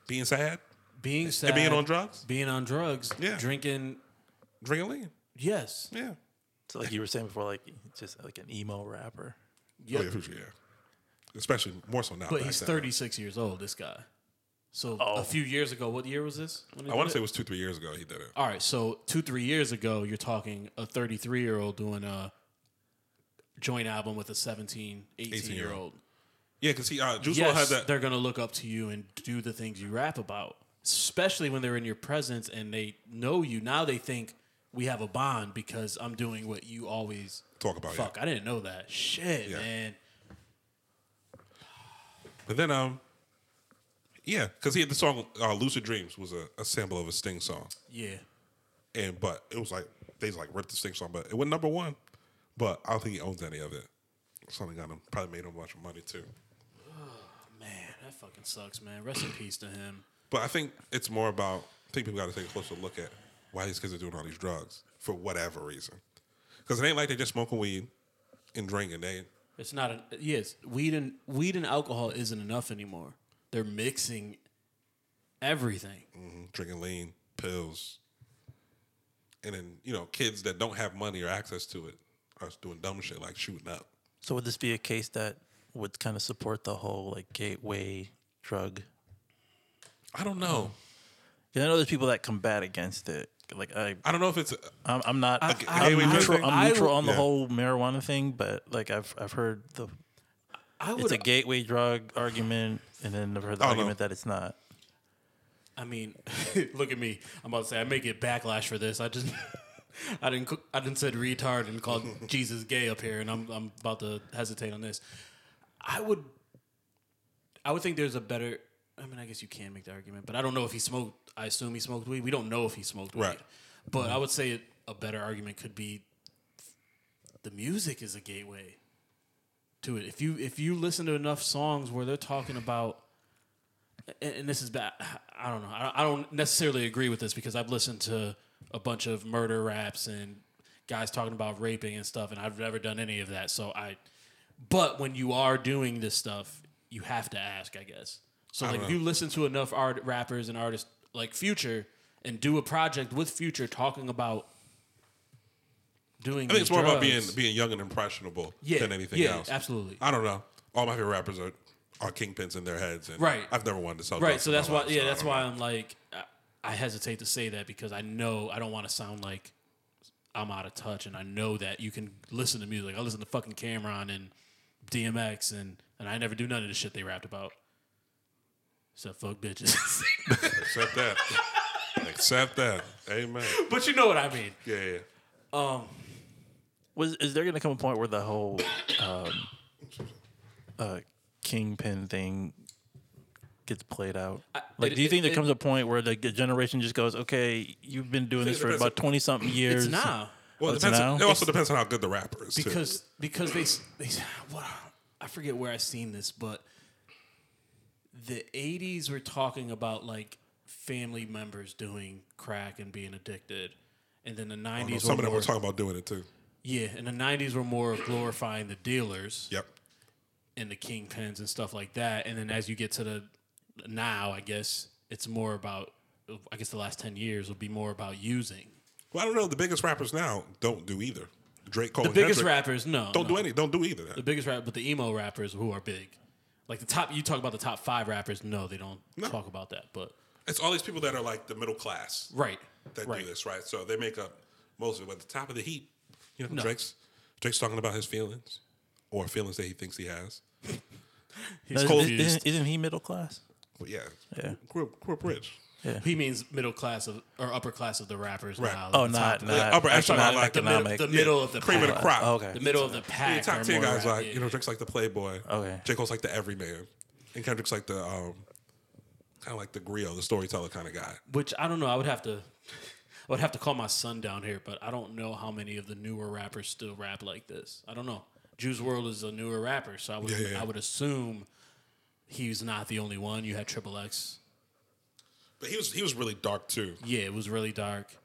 Speaker 2: Being sad,
Speaker 1: being sad,
Speaker 2: being on drugs?
Speaker 1: being on drugs,
Speaker 2: Yeah.
Speaker 1: drinking.
Speaker 2: drinking lean.
Speaker 1: Yes,
Speaker 2: Yeah. Oh,
Speaker 3: So like you were saying before, like just like an emo rapper.
Speaker 2: Oh, yeah, Future, yeah. Especially more so now.
Speaker 1: but
Speaker 2: back
Speaker 1: he's
Speaker 2: then.
Speaker 1: 36 years old. This guy. So a few years ago, what year was this? When he
Speaker 2: Oh. I want
Speaker 1: did
Speaker 2: to say it was two, three years ago he did it.
Speaker 1: All right, so two, three years ago, you're talking a 33 year old doing a joint album with a 17, 18 year
Speaker 2: 18-year-old.
Speaker 1: old.
Speaker 2: Yeah, because he uh, Juice WRLD
Speaker 1: yes,
Speaker 2: had that.
Speaker 1: they're gonna look up to you and do the things you rap about, especially when they're in your presence and they know you. Now they think we have a bond because I'm doing what you always
Speaker 2: Talk about, yeah.
Speaker 1: Fuck, I didn't know that. Shit,
Speaker 2: Yeah.
Speaker 1: man.
Speaker 2: But then, um, yeah, because he had the song uh, "Lucid Dreams" was a, a sample of a Sting song,
Speaker 1: Yeah,
Speaker 2: and but it was like they just, like ripped the Sting song, but it went number one. But I don't think he owns any of it. Something got him probably made him a bunch of money too.
Speaker 1: man, that fucking sucks, man. Rest in peace to him.
Speaker 2: But I think it's more about I think people got to take a closer look at why these kids are doing all these drugs for whatever reason. Because it ain't like they're just smoking weed and drinking. They
Speaker 1: It's not an yes. Weed and weed and alcohol isn't enough anymore. They're mixing everything.
Speaker 2: drinking lean pills, and then you know kids that don't have money or access to it are doing dumb shit like shooting up.
Speaker 3: So would this be a case that would kind of support the whole like gateway drug?
Speaker 2: I don't know.
Speaker 3: 'Cause I know there's people that combat against it. Like I,
Speaker 2: I don't know if it's
Speaker 3: I'm, I'm not. I,
Speaker 2: Okay,
Speaker 3: am
Speaker 2: gateway
Speaker 3: neutral,
Speaker 2: drug.
Speaker 3: I'm
Speaker 1: I
Speaker 3: neutral
Speaker 1: would-
Speaker 3: on the
Speaker 2: yeah.
Speaker 3: whole marijuana thing, but like I've I've heard the
Speaker 1: I
Speaker 3: it's
Speaker 1: would.
Speaker 3: a gateway drug argument, and then I've heard the
Speaker 2: Oh, no.
Speaker 3: argument that it's not.
Speaker 1: I mean, look at me. I'm about to say I may get backlash for this. I just. I didn't. co- I didn't said retard and called Jesus gay up here, and I'm. I'm about to hesitate on this. I would. I would think there's a better. I mean, I guess you can make the argument, but I don't know if he smoked. I assume he smoked weed. We don't know if he smoked weed.
Speaker 2: Right.
Speaker 1: But I would say a better argument could be the music is a gateway to it. If you if you listen to enough songs where they're talking about, and, and this is bad. I don't know. I, I don't necessarily agree with this because I've listened to a bunch of murder raps and guys talking about raping and stuff, and I've never done any of that. So I, but when you are doing this stuff, you have to ask, I guess. So like, if you listen to enough art rappers and artists like Future and do a project with Future talking about. Doing
Speaker 2: I think it's
Speaker 1: these
Speaker 2: more about being
Speaker 1: drugs-
Speaker 2: being young and impressionable
Speaker 1: yeah,
Speaker 2: than anything
Speaker 1: yeah,
Speaker 2: else.
Speaker 1: Absolutely.
Speaker 2: I don't know. All my favorite rappers are, are kingpins in their heads, and
Speaker 1: Right.
Speaker 2: I've never wanted to sell.
Speaker 1: right.
Speaker 2: drugs
Speaker 1: So
Speaker 2: in my
Speaker 1: that's why.
Speaker 2: life,
Speaker 1: Yeah,
Speaker 2: so I
Speaker 1: that's
Speaker 2: don't
Speaker 1: why
Speaker 2: know.
Speaker 1: I'm like, I, I hesitate to say that because I know I don't want to sound like I'm out of touch, and I know that you can listen to music. I listen to fucking Cameron and DMX, and and I never do none of the shit they rapped about. Except fuck bitches.
Speaker 2: accept that. accept that. Amen.
Speaker 1: but you know what I mean. Um,
Speaker 2: Yeah, yeah.
Speaker 3: Was is there going to come a point where the whole um, uh, kingpin thing gets played out? Like,
Speaker 1: it-
Speaker 3: do you think
Speaker 1: it-
Speaker 3: there
Speaker 1: it-
Speaker 3: comes a point where like, the generation just goes, "Okay, you've been doing this
Speaker 2: it
Speaker 3: for
Speaker 2: depends
Speaker 3: about twenty something years."
Speaker 1: It's now
Speaker 2: Well,
Speaker 3: Oh,
Speaker 2: it,
Speaker 3: it's
Speaker 2: depends
Speaker 3: now?
Speaker 2: it also depends on how good the rapper is. too.
Speaker 1: because because they s- they s- what I forget where I seen this, but the '80s were talking about like family members doing crack and being addicted, and then the
Speaker 2: I don't know,
Speaker 1: '90s
Speaker 2: Oh, some
Speaker 1: were
Speaker 2: of them
Speaker 1: more,
Speaker 2: were talking about doing it too.
Speaker 1: yeah, and the '90s were more of glorifying the dealers
Speaker 2: Yep.
Speaker 1: and the kingpins and stuff like that, and then as you get to the now, I guess it's more about I guess the last ten years will be more about using
Speaker 2: Well, I don't know. The biggest rappers now don't do either. Drake Cole.
Speaker 1: the
Speaker 2: and
Speaker 1: biggest
Speaker 2: Kendrick
Speaker 1: rappers. No,
Speaker 2: Don't
Speaker 1: no.
Speaker 2: do any. Don't do either.
Speaker 1: the biggest rap, but the emo rappers who are big, like the top. You talk about the top five rappers. No, they don't talk about that. But
Speaker 2: It's all these people that are like the middle class
Speaker 1: right,
Speaker 2: that
Speaker 1: right.
Speaker 2: do this, right? So they make up most of it. But at the top of the heap, you know, Drake's Drake's talking about his feelings or feelings that he thinks he has.
Speaker 1: He's
Speaker 3: Now, isn't,
Speaker 1: confused.
Speaker 3: isn't, isn't he middle class?
Speaker 2: But yeah,
Speaker 3: Yeah.
Speaker 2: grew up, grew up rich.
Speaker 1: He means middle class of or upper class of the rappers
Speaker 2: Right.
Speaker 1: now.
Speaker 3: Oh,
Speaker 1: the
Speaker 3: not
Speaker 1: top-
Speaker 3: not
Speaker 2: upper
Speaker 3: like,
Speaker 2: echelon,
Speaker 3: not
Speaker 2: like
Speaker 1: the, middle,
Speaker 3: economic.
Speaker 1: the middle of the
Speaker 2: Cream of the
Speaker 1: pack.
Speaker 2: crop.
Speaker 3: Oh, okay.
Speaker 1: The middle of the
Speaker 2: The
Speaker 1: pack.
Speaker 2: top
Speaker 1: are
Speaker 2: tier
Speaker 1: more
Speaker 2: guys
Speaker 1: rap-
Speaker 2: like
Speaker 1: yeah.
Speaker 2: you know Drake's like the playboy.
Speaker 3: Okay.
Speaker 2: J Cole's like the everyman, and Kendrick's like the um, kind of like the griot, the storyteller kind of guy.
Speaker 1: Which I don't know. I would have to. I would have to call my son down here, but I don't know how many of the newer rappers still rap like this. I don't know. Juice World is a newer rapper, so I would
Speaker 2: Yeah, yeah.
Speaker 1: I would assume he's not the only one. You had Triple X.
Speaker 2: But he was he was really dark too.
Speaker 1: Yeah, it was really dark.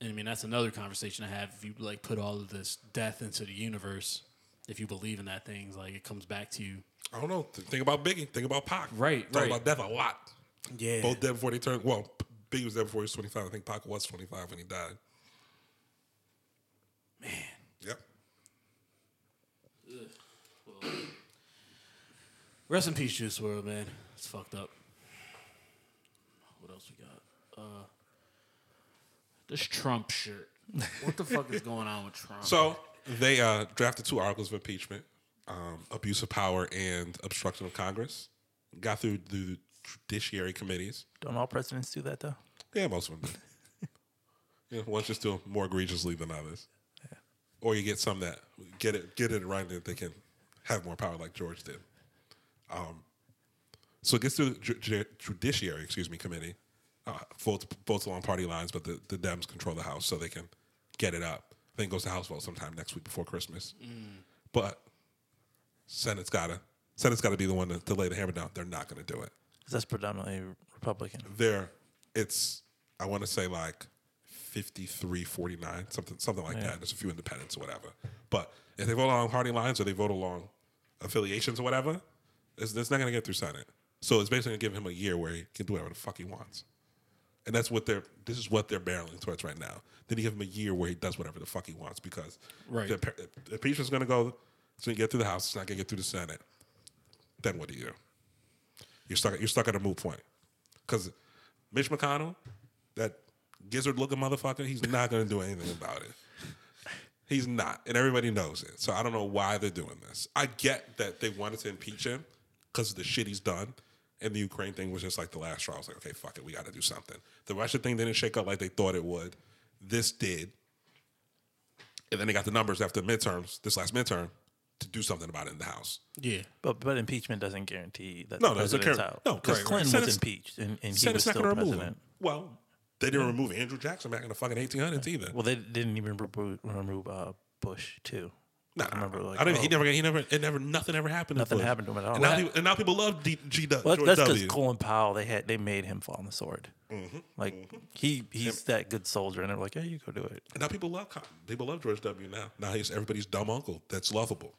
Speaker 1: And I mean, that's another conversation I have. If you like put all of this death into the universe, if you believe in that thing, like it comes back to you.
Speaker 2: I don't know. Th- Think about Biggie. Think about Pac.
Speaker 1: Right,
Speaker 2: Talk
Speaker 1: right.
Speaker 2: about death a lot.
Speaker 1: Yeah.
Speaker 2: Both dead before they turned. Well, P- Biggie was dead before he was twenty five. I think Pac was twenty five when he died. Man. Yep.
Speaker 1: Rest in peace, Juice World, man. It's fucked up. What else we got? Uh, this Trump shit. What the fuck is going on with Trump?
Speaker 2: So they uh, drafted two articles of impeachment: um, abuse of power and obstruction of Congress. Got through the judiciary committees.
Speaker 3: Don't all presidents do that though?
Speaker 2: Yeah, most of them. do. yeah, one's just do 'em more egregiously than others. Or you get some that get it get it right that they can have more power, like George did. Um, so it gets through the ju- ju- judiciary, excuse me, committee. Uh, votes votes along party lines, but the, the Dems control the House, so they can get it up. I think it goes to House vote sometime next week before Christmas. But Senate's gotta Senate's gotta be the one to, to lay the hammer down. They're not gonna do it
Speaker 3: Because that's predominantly Republican.
Speaker 2: there it's i want to say like 53 49 something something like that there's a few independents or whatever but if they vote along party lines or they vote along affiliations or whatever it's, it's not going to get through senate so it's basically going to give him a year where he can do whatever the fuck he wants and that's what they're this is what they're barreling towards right now then you give him a year where he does whatever the fuck he wants because
Speaker 1: Right.
Speaker 2: the, the impeachment's going to go it's going to get through the house it's not going to get through the senate then what do you do you're stuck. You're stuck at a moot point because Mitch McConnell, that gizzard looking motherfucker, he's not going to do anything about it. He's not, and everybody knows it. So I don't know why they're doing this. I get that they wanted to impeach him because of the shit he's done, and the Ukraine thing was just like the last straw. I was like, okay, fuck it, we got to do something. The Russia thing didn't shake up like they thought it would. This did, and then they got the numbers after the midterms, this last midterm, to do something about it in the House.
Speaker 1: Yeah.
Speaker 3: But but impeachment doesn't guarantee that
Speaker 2: No,
Speaker 3: the
Speaker 2: no, it's a
Speaker 3: president's
Speaker 2: guarant-
Speaker 3: out.
Speaker 2: no, right,
Speaker 3: because
Speaker 2: right.
Speaker 3: Clinton was
Speaker 2: Senate's-
Speaker 3: impeached and, and he was
Speaker 2: Senate's not
Speaker 3: still
Speaker 2: going to remove
Speaker 3: president.
Speaker 2: him. Well, they didn't remove Andrew Jackson back in the fucking 1800s either.
Speaker 3: Well, they didn't even remove, remove uh, Bush too.
Speaker 2: Nah,
Speaker 3: I remember like
Speaker 2: I don't. he
Speaker 3: oh,
Speaker 2: never. He never. It never. Nothing ever happened.
Speaker 3: Nothing
Speaker 2: Bush.
Speaker 3: happened to him at all.
Speaker 2: And now,
Speaker 3: Well,
Speaker 2: people, and now people love D, G, W-
Speaker 3: Well,
Speaker 2: George
Speaker 3: that's because
Speaker 2: W. Mm-hmm,
Speaker 3: Colin Powell they had they made him fall on the sword. Like he he's that good soldier, and they're like, yeah, you go do it.
Speaker 2: And now people love. Con- People love George W. Now. Now he's everybody's dumb uncle that's lovable.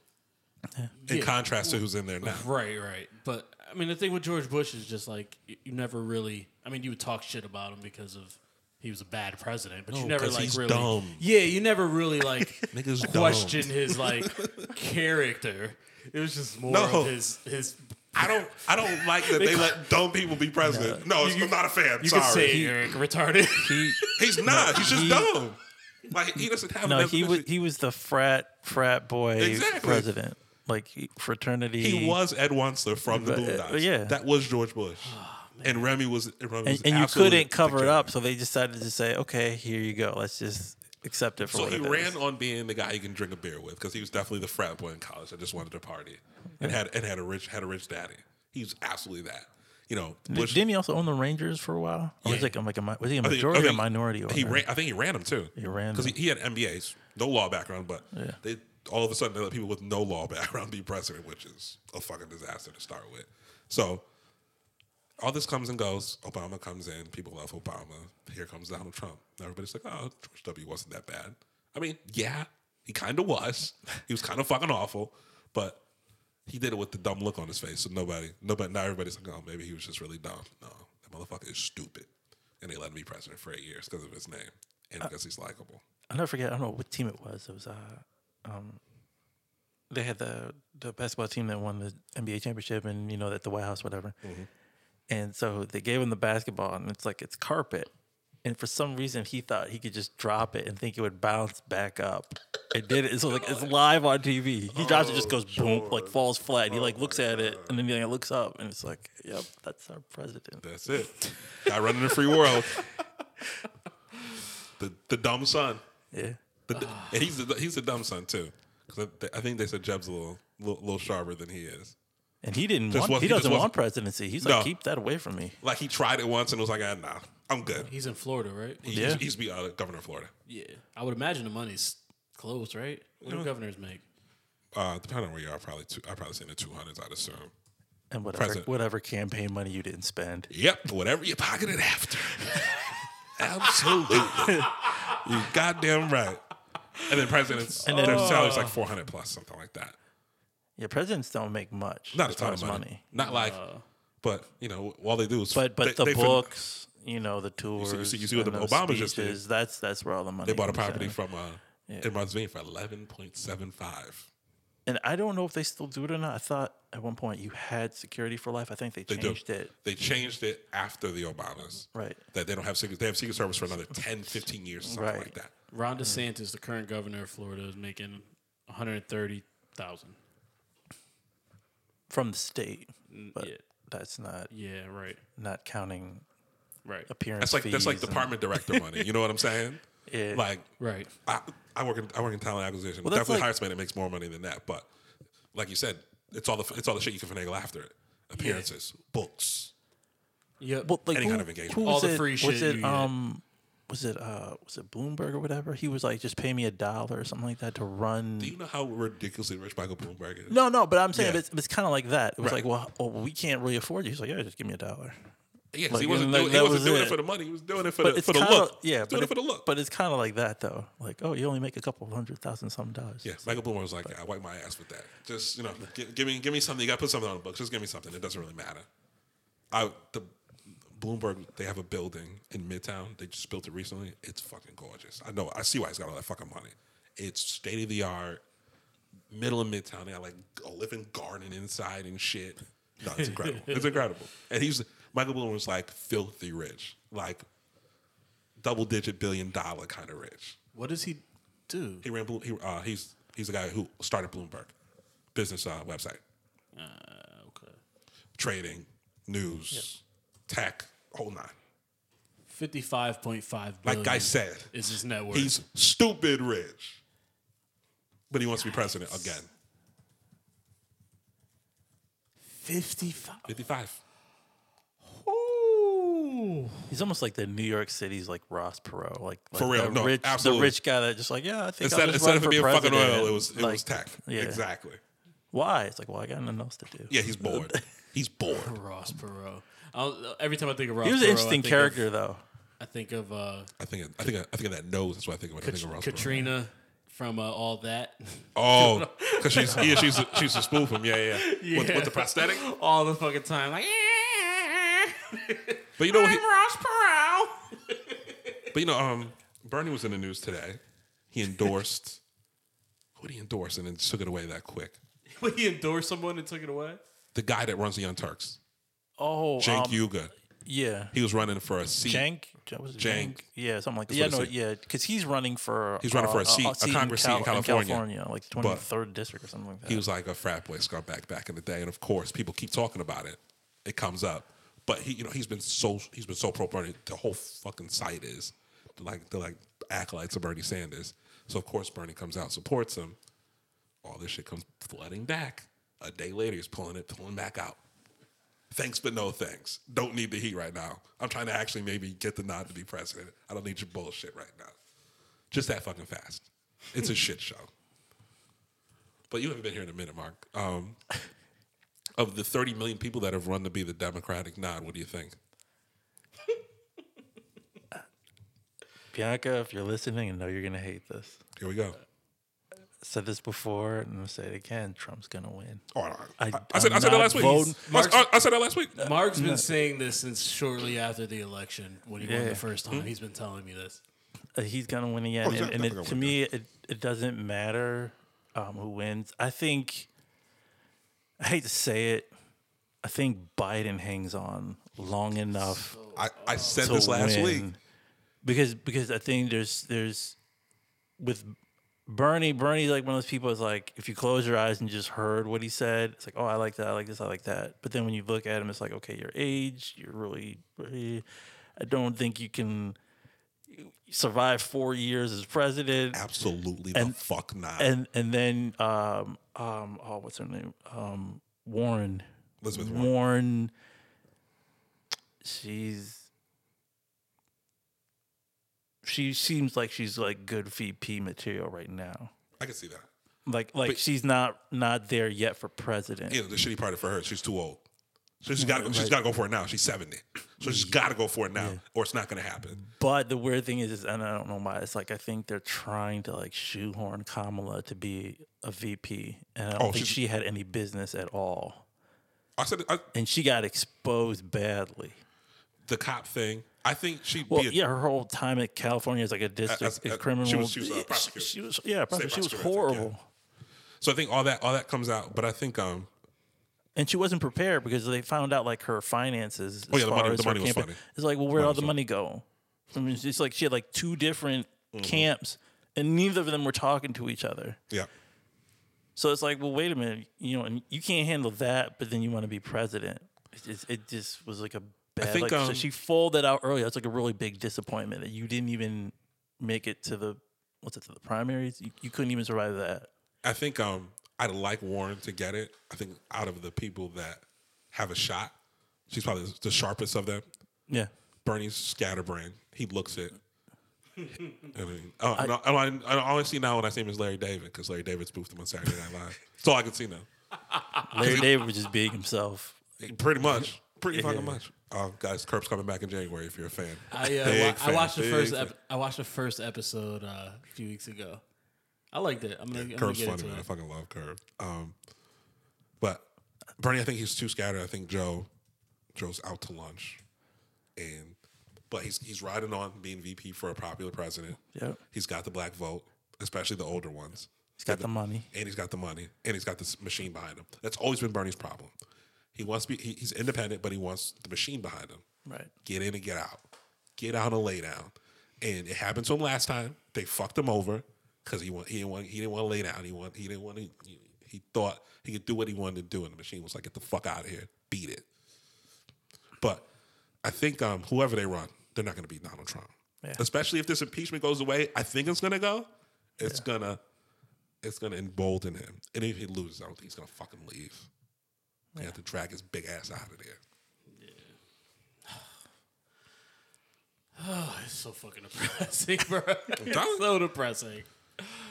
Speaker 2: In
Speaker 1: Yeah.
Speaker 2: contrast to who's in there now.
Speaker 1: Right, right. But I mean, the thing with George Bush is just like you, you never really. I mean, you would talk shit about him because of he was a bad president, but
Speaker 2: No,
Speaker 1: you never
Speaker 2: Oh, 'cause
Speaker 1: like
Speaker 2: he's
Speaker 1: really.
Speaker 2: dumb.
Speaker 1: Yeah, you never really like
Speaker 2: Nigga's dumb.
Speaker 1: question his like character. It was just more
Speaker 2: No.
Speaker 1: of his his.
Speaker 2: I don't. I don't like that they let dumb people be president. No, it's- I'm not a fan.
Speaker 1: You
Speaker 2: Sorry.
Speaker 1: could say Eric retarded.
Speaker 3: He
Speaker 2: he's not. he's just
Speaker 3: he-
Speaker 2: dumb. Like he doesn't have.
Speaker 3: no
Speaker 2: enough-
Speaker 3: he was he was the frat frat boy
Speaker 2: Exactly.
Speaker 3: president, like he- fraternity.
Speaker 2: He was Ed Wanster from the
Speaker 3: But, uh,
Speaker 2: Boondocks.
Speaker 3: yeah. Oh,
Speaker 2: that was George Bush. and Remy was. Remy was
Speaker 3: and, and you
Speaker 2: absolutely
Speaker 3: couldn't cover
Speaker 2: the
Speaker 3: it
Speaker 2: guy.
Speaker 3: up, so they decided to say, okay, here you go. Let's just accept it for
Speaker 2: So
Speaker 3: what
Speaker 2: he
Speaker 3: it
Speaker 2: ran
Speaker 3: is.
Speaker 2: on being the guy you can drink a beer with because he was definitely the frat boy in college that just wanted to party and had and had a rich had a rich daddy. He was absolutely that. You know, Bush,
Speaker 3: Didn't he also own the Rangers for a while? Or was
Speaker 2: Yeah.
Speaker 3: he like, I'm like, am I- was he a
Speaker 2: I think-
Speaker 3: majority
Speaker 2: I
Speaker 3: or
Speaker 2: think
Speaker 3: minority?
Speaker 2: He
Speaker 3: owner?
Speaker 2: ran. I think he ran him too.
Speaker 3: He ran
Speaker 2: because he,
Speaker 3: him.
Speaker 2: he had MBAs, no law background, but
Speaker 3: Yeah.
Speaker 2: they all of a sudden they let people with no law background be president, which is a fucking disaster to start with. So all this comes and goes. Obama comes in. People love Obama. Here comes Donald Trump. And everybody's like, oh, George W. wasn't that bad. I mean, yeah, he kind of was. He was kind of fucking awful, but he did it with the dumb look on his face. So nobody, nobody, now everybody's like, oh, maybe he was just really dumb. No, that motherfucker is stupid. And they let him be president for eight years because of his name and because he's likable.
Speaker 3: I'll never forget. I don't know what team it was. It was uh, um, they had the the basketball team that won the NBA championship, and you know at the White House, whatever. And so they gave him the basketball, and it's like it's carpet. And for some reason, he thought he could just drop it and think it would bounce back up. It did it. So like it's live on TV. He drops it, just goes boom, like falls flat. And he like looks at it, and then he like, looks up, and it's like, yep, that's our president.
Speaker 2: That's it. Guy running the free world. The, the dumb son.
Speaker 3: Yeah.
Speaker 2: The, d- and he's the, he's a dumb son too. 'Cause I, I think they said Jeb's a little, little little sharper than he is.
Speaker 3: And he didn't
Speaker 2: Just
Speaker 3: want.
Speaker 2: was-
Speaker 3: he
Speaker 2: he just
Speaker 3: doesn't
Speaker 2: wasn't-
Speaker 3: want presidency. He's
Speaker 2: No.
Speaker 3: like, keep that away from me.
Speaker 2: Like he tried it once and was like, ah, nah, I'm good.
Speaker 1: He's in Florida, right?
Speaker 2: He,
Speaker 3: Yeah.
Speaker 2: He's, he's be uh, governor of Florida.
Speaker 1: Yeah, I would imagine the money's close, right? What do governors make?
Speaker 2: Uh, depending on where you are, probably two, I probably seen the two hundreds. I'd assume.
Speaker 3: and whatever
Speaker 2: Present.
Speaker 3: whatever campaign money you didn't spend.
Speaker 2: Yep, whatever you pocketed after. Absolutely, you goddamn right. And then president's and
Speaker 3: then- uh,
Speaker 2: salary's like four hundred plus something like that.
Speaker 3: Yeah, presidents don't make much.
Speaker 2: Not a
Speaker 3: as far
Speaker 2: ton of
Speaker 3: as Uh.
Speaker 2: money. Not like, but you know, all they do is
Speaker 3: But but
Speaker 2: they-
Speaker 3: the
Speaker 2: they fin-
Speaker 3: books, you know, the tours.
Speaker 2: see- you see- you see what
Speaker 3: and
Speaker 2: the
Speaker 3: those
Speaker 2: Obamas just did.
Speaker 3: speeches, That's that's where all the money.
Speaker 2: They bought a
Speaker 3: comes
Speaker 2: property
Speaker 3: in.
Speaker 2: from uh, in Martha's Vineyard for eleven point seven five.
Speaker 3: and I don't know if they still do it or not. I thought at one point you had security for life. I think they
Speaker 2: They do.
Speaker 3: changed it.
Speaker 2: They changed it after the Obamas.
Speaker 3: Right.
Speaker 2: That they don't have secret. They have Secret Service for another 10, 15 years, or something
Speaker 3: Right.
Speaker 2: like that.
Speaker 1: Ron DeSantis, the current governor of Florida, is making one hundred thirty thousand.
Speaker 3: from the state, but
Speaker 1: Mm, yeah.
Speaker 3: that's not
Speaker 1: Yeah, right,
Speaker 3: not counting
Speaker 1: right,
Speaker 3: appearance.
Speaker 2: That's like that's like
Speaker 3: fees and-
Speaker 2: department director money. You know what I'm saying?
Speaker 3: Yeah.
Speaker 2: Like
Speaker 1: right.
Speaker 2: I, I work in I work in talent acquisition.
Speaker 3: that's
Speaker 2: Definitely
Speaker 3: like-
Speaker 2: hires man that makes more money than that. But like you said, it's all the it's all the shit you can finagle after it. Appearances, books.
Speaker 1: Yep.
Speaker 3: Well, like
Speaker 2: Any
Speaker 3: who,
Speaker 2: kind of engagement.
Speaker 3: who
Speaker 1: All
Speaker 3: was
Speaker 1: the
Speaker 3: it-
Speaker 1: free shit
Speaker 3: Was it
Speaker 1: you get.
Speaker 3: um, was it uh, was it Bloomberg or whatever? He was like, just pay me a dollar or something like that to run.
Speaker 2: Do you know how ridiculously rich Michael Bloomberg is?
Speaker 3: no, no, but I'm saying
Speaker 2: Yeah.
Speaker 3: it's, it's kind of like that. It was
Speaker 2: Right.
Speaker 3: like, well, well, we can't really afford you. He's like, yeah, just give me a dollar.
Speaker 2: Yeah, 'cause
Speaker 3: Like,
Speaker 2: he wasn't
Speaker 3: like,
Speaker 2: doing, he
Speaker 3: that
Speaker 2: wasn't
Speaker 3: was
Speaker 2: doing it.
Speaker 3: it.
Speaker 2: for the money. He was doing it for
Speaker 3: But
Speaker 2: the
Speaker 3: it's
Speaker 2: for the
Speaker 3: kinda-
Speaker 2: look.
Speaker 3: yeah,
Speaker 2: He was doing
Speaker 3: but
Speaker 2: it for the look.
Speaker 3: But it's kind of like that though. Like, oh, you only make a couple hundred thousand some dollars.
Speaker 2: Yeah, Michael Bloomberg was like, "Yeah, I wipe my ass with that. Just you know, gi- give me give me something. You got to put something on the books. Just give me something. It doesn't really matter." I the Bloomberg they have a building in Midtown. They just built it recently. It's fucking gorgeous. I know. I see why he's got all that fucking money. It's state of the art, middle of Midtown. They got like a living garden inside and shit. No, it's incredible. it's incredible. And he's Michael Bloomberg's like filthy rich. like double digit billion dollar kind of rich.
Speaker 1: What does he do?
Speaker 2: He ran Blo- he, uh, he's he's a guy who started Bloomberg business uh, website,
Speaker 1: Uh, okay.
Speaker 2: trading, news, tech, whole nine.
Speaker 1: Fifty-five point five.
Speaker 2: Like I said,
Speaker 1: is his net worth?
Speaker 2: he's stupid rich. But he wants to be president again.
Speaker 1: fifty-five.
Speaker 2: 55.
Speaker 1: Ooh.
Speaker 3: He's almost like the New York City's like Ross Perot, like, like
Speaker 2: For real,
Speaker 3: the
Speaker 2: no,
Speaker 3: rich,
Speaker 2: absolutely.
Speaker 3: the rich guy that just like yeah, I think
Speaker 2: Instead,
Speaker 3: I'll just
Speaker 2: instead
Speaker 3: run
Speaker 2: of
Speaker 3: for
Speaker 2: it being fucking
Speaker 3: president.
Speaker 2: oil, it was it
Speaker 3: Like,
Speaker 2: was tech.
Speaker 3: yeah.
Speaker 2: Exactly.
Speaker 3: Why? It's like well, I got nothing else to do.
Speaker 2: Yeah, he's bored. He's bored.
Speaker 1: Ross Perot. I'll, every time I think of Ross,
Speaker 3: he was
Speaker 1: Perot,
Speaker 3: an
Speaker 1: I
Speaker 3: interesting
Speaker 1: think
Speaker 3: character
Speaker 1: Of,
Speaker 3: though.
Speaker 1: I think of uh,
Speaker 2: I think I think I think of that nose. That's what I think of. When I think of Ross Perot.
Speaker 1: Katrina from uh, All That.
Speaker 2: Oh, because she's yeah, she's a, she's a spoof him. Yeah, yeah. yeah. With, with the prosthetic.
Speaker 1: All the fucking time, like
Speaker 2: But you know, he,
Speaker 1: Ross Perot.
Speaker 2: but you know, um, Bernie was in the news today. He endorsed. who did he endorse and then took it away that quick?
Speaker 1: But he endorsed someone and took it away.
Speaker 2: The guy that runs the Young Turks,
Speaker 3: Oh,
Speaker 2: Jank
Speaker 3: um,
Speaker 2: Yuga.
Speaker 3: yeah,
Speaker 2: He was running for a seat.
Speaker 3: Jank, J- was it
Speaker 2: Jank.
Speaker 3: Jank, yeah, something like that. Yeah,
Speaker 2: That's
Speaker 3: no,
Speaker 2: what it
Speaker 3: yeah, because he's running for uh,
Speaker 2: He's running for a seat, a Congress seat in California.
Speaker 3: California, like twenty third district or something like that.
Speaker 2: He was like a frat boy scumbag back in the day, and of course, people keep talking about it. It comes up, but he, you know, he's been so he's been so pro Bernie. The whole fucking site is like they're like acolytes of Bernie Sanders. So of course, Bernie comes out, supports him. All this shit comes flooding back. A day later, he's pulling it, pulling back out. Thanks, but no thanks. Don't need the heat right now. I'm trying to actually maybe get the nod to be president. I don't need your bullshit right now. Just that fucking fast. It's a shit show. But you haven't been here in a minute, Mark. Um, of the 30 million people that have run to be the Democratic nod, what do you think?
Speaker 3: Bianca, if you're listening, I know you're gonna hate this.
Speaker 2: Here we go.
Speaker 3: said this before, and I'm gonna say it again. Trump's gonna win.
Speaker 2: Oh, I, I,
Speaker 3: I-
Speaker 2: I said, I
Speaker 3: I'm
Speaker 2: said that
Speaker 3: not
Speaker 2: last week.
Speaker 3: voting.
Speaker 2: I, I- I said that last week.
Speaker 1: Mark's been saying this since shortly after the election when he won
Speaker 3: Yeah.
Speaker 1: the first time. He's been telling me this.
Speaker 3: Uh, He's gonna win again,
Speaker 2: he's
Speaker 3: and, and
Speaker 2: Oh, definitely gonna
Speaker 3: it, to
Speaker 2: win,
Speaker 3: me, it, it doesn't matter um, who wins. I think I hate to say it. I think Biden hangs on long enough
Speaker 2: I, I said
Speaker 3: to
Speaker 2: this last
Speaker 3: win.
Speaker 2: week.
Speaker 3: because because I think there's there's with Bernie. Bernie's like one of those people. Is like if you close your eyes and just heard what he said, it's like oh I like that, I like this, I like that. But then when you look at him, it's like okay, your age, you're really. eh, I don't think you can survive four years as president.
Speaker 2: Absolutely the fuck not.
Speaker 3: And and then um um oh what's her name um Warren
Speaker 2: Elizabeth Warren.
Speaker 3: Warren. she's she seems like she's like good VP material right now.
Speaker 2: I can see that.
Speaker 3: Like like
Speaker 2: But-
Speaker 3: she's not not there yet for president.
Speaker 2: You know, the shitty part for her, she's too old. So she's got she's got to go for it now. She's 70. So she's got to go for it now, or it's not going to happen.
Speaker 3: But the weird thing is, is, and I don't know why, it's like I think they're trying to like shoehorn Kamala to be a VP, and I don't
Speaker 2: Oh,
Speaker 3: think
Speaker 2: she's-
Speaker 3: she had any business at all,
Speaker 2: I said I,
Speaker 3: and she got exposed badly.
Speaker 2: the cop thing. I think she'd
Speaker 3: Well,
Speaker 2: be a,
Speaker 3: yeah, her whole time at California is like a district
Speaker 2: as-
Speaker 3: criminal.
Speaker 2: she was- she was a
Speaker 3: yeah,
Speaker 2: prosecutor.
Speaker 3: She was, yeah, prosecutor. she was
Speaker 2: prosecutor, I think, yeah.
Speaker 3: horrible.
Speaker 2: So I think all that all that comes out, but I think um
Speaker 3: and she wasn't prepared because they found out like her finances.
Speaker 2: Oh, yeah,
Speaker 3: as
Speaker 2: the
Speaker 3: far
Speaker 2: money-
Speaker 3: as
Speaker 2: the
Speaker 3: her
Speaker 2: money was
Speaker 3: campaign-
Speaker 2: funny.
Speaker 3: It's like, well, where'd all the money go? I mean, it's like she had like two different
Speaker 2: Mm-hmm.
Speaker 3: camps, and neither of them were talking to each other.
Speaker 2: yeah.
Speaker 3: So it's like, well, wait a minute, you know, and you can't handle that, but then you want to be president. It just, it just was like a bad.
Speaker 2: think,
Speaker 3: like, so
Speaker 2: um,
Speaker 3: she folded out early. That's like a really big disappointment that you didn't even make it to the what's it to the primaries. You, you couldn't even survive that.
Speaker 2: I think um, I'd like Warren to get it. I think out of the people that have a shot, she's probably the sharpest of them.
Speaker 3: Yeah,
Speaker 2: Bernie's scatterbrain. He looks it. I mean, oh, no, I, I, all I see now when I see him is Larry David because Larry David spoofed him on Saturday Night Live. That's all I can see now.
Speaker 3: Larry David was just being himself.
Speaker 2: Pretty much. Pretty fucking much. Uh, guys, Curb's coming back in January if you're a fan.
Speaker 1: I, uh,
Speaker 2: Big
Speaker 1: wa- I
Speaker 2: fan,
Speaker 1: watched the
Speaker 2: big
Speaker 1: first.
Speaker 2: fan.
Speaker 1: Ep- I watched the first episode uh, a few weeks ago. I liked it. I'm gonna, I'm gonna
Speaker 2: Curb's
Speaker 1: get
Speaker 2: funny,
Speaker 1: into
Speaker 2: man. I
Speaker 1: it.
Speaker 2: fucking love Curb. Um, but Bernie, I think he's too scattered. I think Joe, Joe's out to lunch, and but he's he's riding on being VP for a popular president.
Speaker 3: Yep.
Speaker 2: he's got the black vote, especially the older ones,
Speaker 3: He's got the money.
Speaker 2: and he's got the money, and he's got this machine behind him. That's always been Bernie's problem. He wants to be he, he's independent, but he wants the machine behind him.
Speaker 3: Right.
Speaker 2: Get in and get out. get out and lay down. And it happened to him last time. They fucked him over because he want, he didn't want he didn't want to lay down. He want he didn't want to. He, he thought he could do what he wanted to do, and the machine was like, "Get the fuck out of here, beat it." But I think um, whoever they run, they're not going to beat Donald Trump.
Speaker 3: Yeah.
Speaker 2: Especially if this impeachment goes away, I think it's going to go. It's gonna it's gonna embolden him. And if he loses, I don't think he's gonna fucking leave. They have to drag his big ass out of there.
Speaker 1: Oh, it's so fucking depressing, bro.
Speaker 2: telling
Speaker 1: It's so depressing.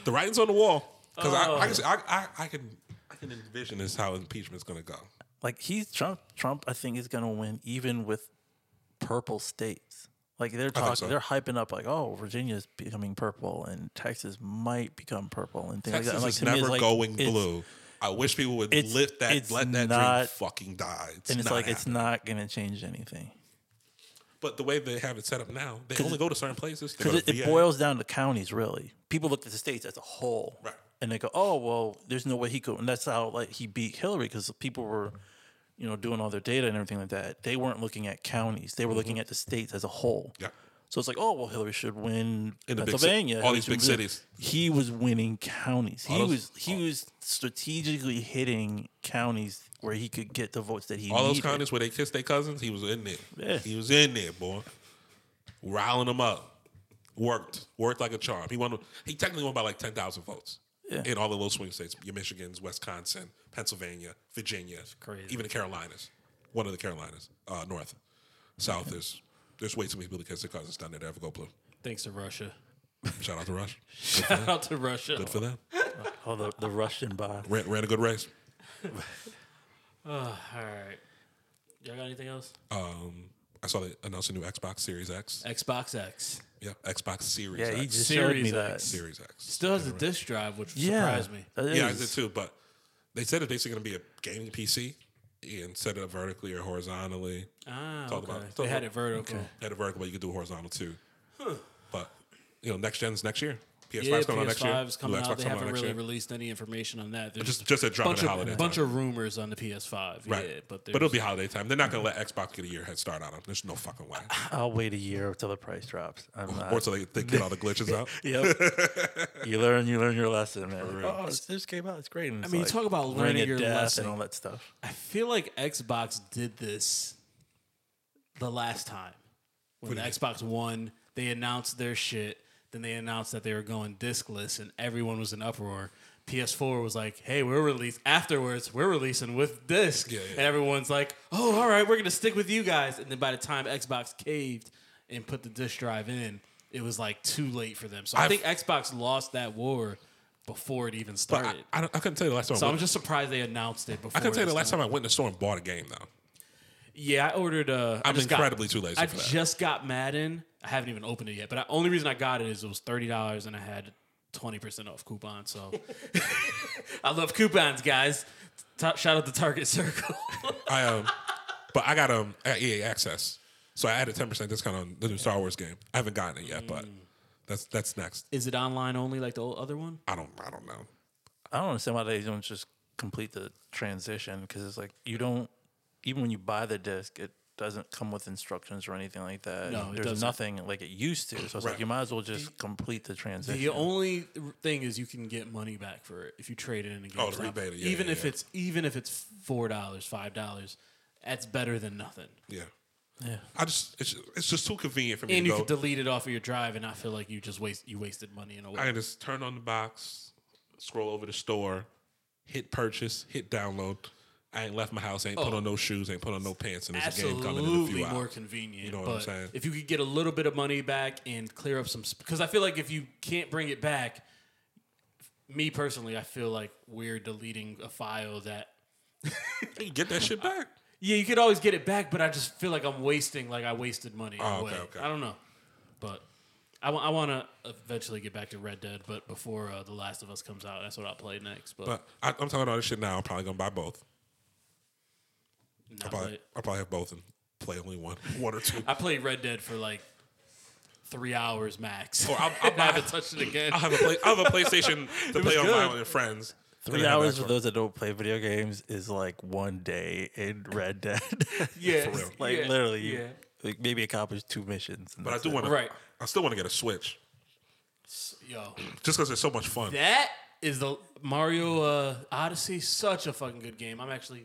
Speaker 2: The writing's on the wall because I, I, can see- I, I, I can I can envision this how impeachment's gonna go.
Speaker 3: Like he's Trump. Trump, I think, is going to win even with purple states. Like they're talking,
Speaker 2: so.
Speaker 3: they're hyping up like, oh, Virginia's becoming purple and Texas might become purple and things
Speaker 2: Texas
Speaker 3: like that. And, like,
Speaker 2: is
Speaker 3: to me, it's
Speaker 2: never
Speaker 3: like,
Speaker 2: going
Speaker 3: it's-
Speaker 2: blue. I wish people would
Speaker 3: it's-
Speaker 2: lift that,
Speaker 3: it's
Speaker 2: let that dream
Speaker 3: not-
Speaker 2: fucking die. It's
Speaker 3: and it's
Speaker 2: not
Speaker 3: like it's
Speaker 2: happening.
Speaker 3: not going to change anything
Speaker 2: But the way they have it set up now, they
Speaker 3: 'Cause
Speaker 2: only
Speaker 3: it-
Speaker 2: go to certain places. They go
Speaker 3: because
Speaker 2: to
Speaker 3: it, it
Speaker 2: VA.
Speaker 3: boils down to counties. Really, people look at the states as a whole,
Speaker 2: Right.
Speaker 3: And they go, oh well, there's no way he could. And that's how like he beat Hillary because people were, you know, doing all their data and everything like that. They weren't looking at counties; they were looking at the states as a whole.
Speaker 2: Mm-hmm. Yeah.
Speaker 3: So it's like, oh well, Hillary should win
Speaker 2: In the big ci-
Speaker 3: Pennsylvania.
Speaker 2: all
Speaker 3: Hillary
Speaker 2: these
Speaker 3: should
Speaker 2: big
Speaker 3: win-
Speaker 2: cities.
Speaker 3: He was winning counties. He
Speaker 2: those-
Speaker 3: was he was strategically hitting counties where he could get the votes that he
Speaker 2: All those
Speaker 3: needed.
Speaker 2: counties where they kiss their cousins, he was in there.
Speaker 3: Yeah.
Speaker 2: He was in there, boy. Riling them up. Worked. Worked like a charm. He won he technically won by like ten thousand votes.
Speaker 3: Yeah.
Speaker 2: In all the little swing states. Your Michigans, Wisconsin, Pennsylvania, Virginia.
Speaker 1: crazy.
Speaker 2: Even the Carolinas. One of the Carolinas. Uh, north. South there's there's way too many people that kiss their cousins down there to ever go blue.
Speaker 1: Thanks to Russia.
Speaker 2: Shout out to Rush.
Speaker 1: Shout out to Russia.
Speaker 2: Good for them.
Speaker 3: Oh, the, the Russian bot.
Speaker 2: Ran, ran a good race.
Speaker 1: All right. Y'all got anything else?
Speaker 2: Um, I saw they announced a new Xbox Series X.
Speaker 1: Xbox X.
Speaker 2: Yeah, Xbox Series
Speaker 3: Yeah,
Speaker 2: X.
Speaker 3: he just showed
Speaker 1: Series
Speaker 3: me that.
Speaker 1: X.
Speaker 2: Series X.
Speaker 1: Still has a disc drive, which surprised me.
Speaker 3: that
Speaker 2: Yeah, I
Speaker 3: is.
Speaker 2: did too. But they said it's basically going to be a gaming PC and set it up vertically or horizontally.
Speaker 1: Ah,
Speaker 2: Talk
Speaker 1: okay.
Speaker 2: about-
Speaker 1: they
Speaker 2: talk
Speaker 1: had
Speaker 2: about-
Speaker 1: it vertical.
Speaker 2: At a vertical, but you could do horizontal too. But you know, next gen's next year. PS5's
Speaker 1: Yeah,
Speaker 2: coming out next year.
Speaker 1: PS5's coming
Speaker 2: New
Speaker 1: out.
Speaker 2: Xbox
Speaker 1: They
Speaker 2: coming out
Speaker 1: haven't
Speaker 2: next
Speaker 1: really
Speaker 2: year.
Speaker 1: released any information on that. There's
Speaker 2: Just just a drop
Speaker 1: bunch
Speaker 2: in holiday
Speaker 1: of bunch
Speaker 2: time.
Speaker 1: of rumors on the PS5. Yeah, but
Speaker 2: but it'll
Speaker 1: there's-
Speaker 2: be holiday time. They're not going to let Xbox get a year head start on them. There's no fucking way.
Speaker 3: I'll wait a year until the price drops. I'm
Speaker 2: or
Speaker 3: not.
Speaker 2: so they, they get all the glitches out.
Speaker 3: yep. you learn. You learn your lesson, man. Oh, it's- this came out. It's great. And
Speaker 1: I
Speaker 3: it's
Speaker 1: mean, you talk about
Speaker 3: Ring
Speaker 1: learning
Speaker 3: of
Speaker 1: your
Speaker 3: Death
Speaker 1: lesson.
Speaker 3: and all that stuff.
Speaker 1: I feel like Xbox did this the last time when the Xbox One they announced their shit, then they announced that they were going discless, and everyone was in uproar. PS4 was like, "Hey, we're released afterwards. We're releasing with disc,"
Speaker 2: yeah.
Speaker 1: and everyone's like, "Oh, all right, we're gonna stick with you guys." And then by the time Xbox caved and put the disc drive in, it was like too late for them. So i
Speaker 2: I've-
Speaker 1: think Xbox lost that war before it even
Speaker 2: But I,
Speaker 1: started.
Speaker 2: I, don't- I couldn't tell you the last time.
Speaker 1: so
Speaker 2: I,
Speaker 1: I'm
Speaker 2: went,
Speaker 1: just surprised they announced it before.
Speaker 2: I couldn't tell you the
Speaker 1: this
Speaker 2: last
Speaker 1: time.
Speaker 2: time I went in the store and bought a game though.
Speaker 1: Yeah, I ordered. Uh, I
Speaker 2: I'm
Speaker 1: just
Speaker 2: incredibly
Speaker 1: got,
Speaker 2: too lazy
Speaker 1: I
Speaker 2: for that.
Speaker 1: just got Madden. I haven't even opened it yet, but the only reason I got it is it was thirty dollars and I had twenty percent off coupon. So I love coupons, guys. Ta- shout out to Target Circle.
Speaker 2: I um, but I got um, I got EA Access, so I added ten percent discount on the new Star Wars game. I haven't gotten it yet, but that's that's next.
Speaker 1: is it online only like the old other one?
Speaker 2: I don't I don't know.
Speaker 3: I don't understand why they don't just complete the transition because it's like you don't. Even when you buy the disc, it doesn't come with instructions or anything like that.
Speaker 1: No, it
Speaker 3: there's
Speaker 1: doesn't.
Speaker 3: nothing like it used to. So it's
Speaker 2: Right.
Speaker 3: like you might as well just complete the transition.
Speaker 1: The only thing is you can get money back for it if you trade it in a game.
Speaker 2: Oh, the rebate, yeah,
Speaker 1: even
Speaker 2: yeah,
Speaker 1: if
Speaker 2: yeah.
Speaker 1: it's even if it's four dollars, five dollars, that's better than nothing.
Speaker 2: Yeah, yeah. I just it's it's just too convenient for me
Speaker 1: And
Speaker 2: to
Speaker 1: you
Speaker 2: go.
Speaker 1: can delete it off of your drive, and I feel like you just waste you wasted money in a way.
Speaker 2: I can just turn on the box, scroll over the store, hit purchase, hit download. I ain't left my house. I ain't put on no shoes. I ain't put on no pants. And there's a game coming in
Speaker 1: Oh.
Speaker 2: a
Speaker 1: absolutely
Speaker 2: few
Speaker 1: more
Speaker 2: hours.
Speaker 1: convenient.
Speaker 2: You know what
Speaker 1: but
Speaker 2: I'm saying?
Speaker 1: If you could get a little bit of money back and clear up some, because I feel like if you can't bring it back, me personally, I feel like we're deleting a file that.
Speaker 2: You can get that shit back.
Speaker 1: Yeah, you could always get it back, but I just feel like I'm wasting, like I wasted money. in a
Speaker 2: Oh, okay,
Speaker 1: way.
Speaker 2: okay.
Speaker 1: I don't know, but I want to eventually get back to Red Dead, but before uh, The Last of Us comes out, that's what I'll play next. But,
Speaker 2: But I, I'm talking about this shit now. I'm probably gonna buy both.
Speaker 1: not
Speaker 2: I'll probably,
Speaker 1: play it.
Speaker 2: I'll probably have both and play only one, one or two.
Speaker 1: I played Red Dead for like three hours max.
Speaker 2: Or I'll- I'll
Speaker 1: And I
Speaker 2: buy-
Speaker 1: haven't touched it again.
Speaker 2: I'll have a play. I'll have a PlayStation to play
Speaker 1: good.
Speaker 2: online with your friends.
Speaker 3: Three hours for those that don't play video games is like one day in Red Dead.
Speaker 1: Yeah,
Speaker 2: For real.
Speaker 3: Like, literally, you-
Speaker 1: Yeah.
Speaker 3: Like maybe accomplish two missions. and
Speaker 2: But I
Speaker 3: that's
Speaker 2: do
Speaker 3: it.
Speaker 2: want to.
Speaker 1: Right.
Speaker 2: I still want to get a Switch
Speaker 1: Yo,
Speaker 2: just because it's so much fun.
Speaker 1: that is the Mario uh, Odyssey. Such a fucking good game. I'm actually.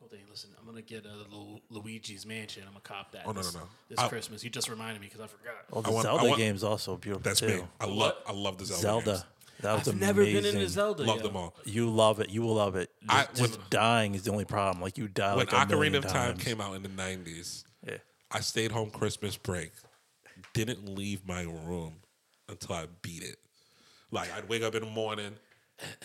Speaker 1: Hold on, listen. I'm gonna get a little Luigi's Mansion. I'm gonna cop that.
Speaker 2: Oh, no,
Speaker 1: this,
Speaker 2: no, no.
Speaker 1: This
Speaker 2: I-
Speaker 1: Christmas, you just reminded me because I forgot.
Speaker 3: Well, the
Speaker 2: I want- I
Speaker 3: Zelda
Speaker 2: want-
Speaker 3: game's also beautiful.
Speaker 2: That's
Speaker 3: too.
Speaker 2: me. I love. I love the Zelda.
Speaker 3: Zelda.
Speaker 2: games.
Speaker 3: That was
Speaker 1: I've never been into
Speaker 3: amazing.
Speaker 1: Zelda.
Speaker 2: Love
Speaker 1: yo.
Speaker 2: them all.
Speaker 3: You love it. You will love it.
Speaker 2: I-
Speaker 3: Just, just
Speaker 2: when-
Speaker 3: dying is the only problem. Like you die
Speaker 2: When
Speaker 3: like a
Speaker 2: Ocarina
Speaker 3: million
Speaker 2: of Time
Speaker 3: times.
Speaker 2: came out in the nineties,
Speaker 3: Yeah.
Speaker 2: I stayed home Christmas break, didn't leave my room until I beat it. Like I'd wake up in the morning,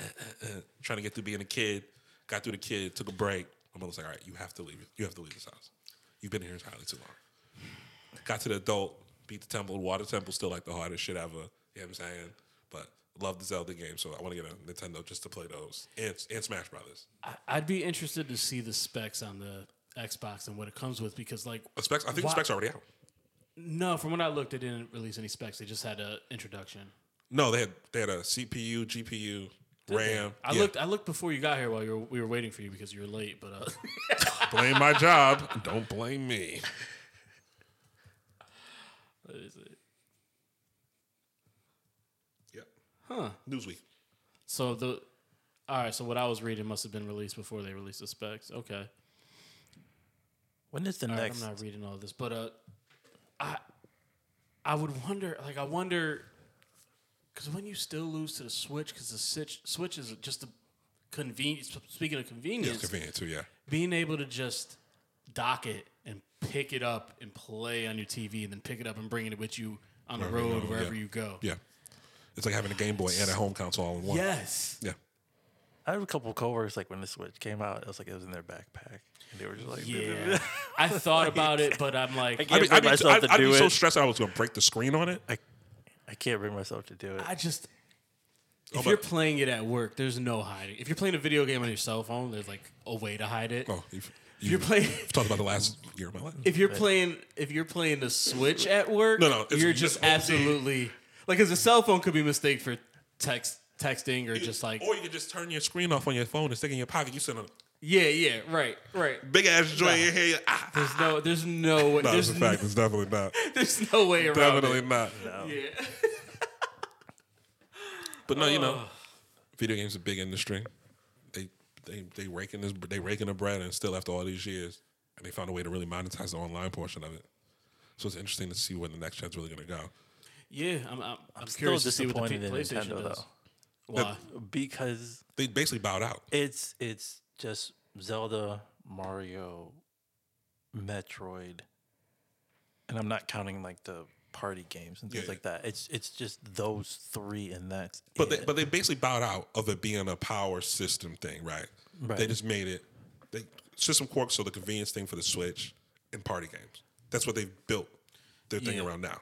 Speaker 2: trying to get through being a kid. Got through the kid, took a break. My mother's like, "All right, you have to leave. You have to leave this house. You've been here entirely too long." Got to the adult, beat the temple. Water temple still like the hardest shit ever. You know what I'm saying? But love the Zelda game, so I want to get a Nintendo just to play those and, and Smash Brothers.
Speaker 1: I- I'd be interested to see the specs on the Xbox and what it comes with because, like,
Speaker 2: The specs, I think
Speaker 1: Why-
Speaker 2: the specs are already out.
Speaker 1: no, from what I looked, they didn't release any specs. They just had an introduction.
Speaker 2: No, they had they had a CPU, GPU, RAM.
Speaker 1: I
Speaker 2: Yeah.
Speaker 1: looked. I looked before you got here while you were, we were waiting for you because you were late. But uh,
Speaker 2: blame my job. Don't blame me.
Speaker 1: what is it?
Speaker 2: Yep. Huh. Newsweek.
Speaker 1: So the all right. So what I was reading must have been released before they released the specs. Okay,
Speaker 3: When is the
Speaker 1: All right,
Speaker 3: next?
Speaker 1: I'm not reading all this, but uh, I I would wonder. Like I wonder because when you still lose to the Switch, because the Switch Switch is just a convenience. Speaking of
Speaker 2: It's
Speaker 1: convenience,
Speaker 2: convenient too. Yeah.
Speaker 1: being able to just dock it and pick it up and play on your TV, and then pick it up and bring it with you on the
Speaker 2: you
Speaker 1: road
Speaker 2: go,
Speaker 1: wherever
Speaker 2: yeah.
Speaker 1: you go.
Speaker 2: Yeah. It's like having a Game Boy and a home console all in one.
Speaker 1: Yes.
Speaker 2: Yeah.
Speaker 3: I had a couple of coworkers like when the Switch came out. It was like it was in their backpack, and they were just like,
Speaker 1: Yeah. I thought about it, but I'm like,
Speaker 3: I
Speaker 2: I'd be,
Speaker 3: bring
Speaker 2: I'd be,
Speaker 3: myself
Speaker 2: I'd,
Speaker 3: to
Speaker 2: I'd be
Speaker 3: do
Speaker 2: so
Speaker 3: it.
Speaker 2: stressed I was going to break the screen on it.
Speaker 3: I, I can't bring myself to do it.
Speaker 1: I just. If
Speaker 2: but-
Speaker 1: you're playing it at work, there's no hiding. If you're playing a video game on your cell phone, there's like a way to hide it.
Speaker 2: Oh, you've,
Speaker 1: If you're
Speaker 2: you've
Speaker 1: playing,
Speaker 2: talked about the last year of my life.
Speaker 1: if you're playing, if you're playing the Switch at work,
Speaker 2: No, no, it's-
Speaker 1: you're
Speaker 2: it's
Speaker 1: just
Speaker 2: OD.
Speaker 1: absolutely like because a cell phone could be mistaken for text texting or just like
Speaker 2: or you could just turn your screen off on your phone and stick it in your pocket. You sitting on a
Speaker 1: yeah, yeah, right, right.
Speaker 2: big ass joint in your hand. Ah, ah.
Speaker 1: There's no, there's no, way,
Speaker 2: No, it's
Speaker 1: there's,
Speaker 2: a
Speaker 1: no
Speaker 2: fact. It's definitely not.
Speaker 1: there's no way around
Speaker 2: definitely
Speaker 1: it.
Speaker 2: not.
Speaker 1: Yeah.
Speaker 2: But no, you know, video games a big industry. They they they raking this they raking the bread and still after all these years, and they found a way to really monetize the online portion of it. So it's interesting to see where the next trend's really going to go.
Speaker 1: Yeah, I'm. I'm, I'm
Speaker 3: Still
Speaker 1: curious to see what the
Speaker 3: disappointed
Speaker 1: P-
Speaker 3: in
Speaker 1: PlayStation
Speaker 3: Nintendo
Speaker 1: does.
Speaker 3: though,
Speaker 1: Why?
Speaker 3: because
Speaker 2: They basically bowed out.
Speaker 3: it's it's just Zelda, Mario, Metroid, and I'm not counting like the party games and things
Speaker 2: Yeah,
Speaker 3: like that. It's it's just those three, and that's
Speaker 2: But
Speaker 3: it.
Speaker 2: they, but they basically bowed out of it being a power system thing, right?
Speaker 3: Right.
Speaker 2: They just made it they system quirks, so the convenience thing for the Switch and party games. That's what they've built their thing
Speaker 1: Yeah.
Speaker 2: around now.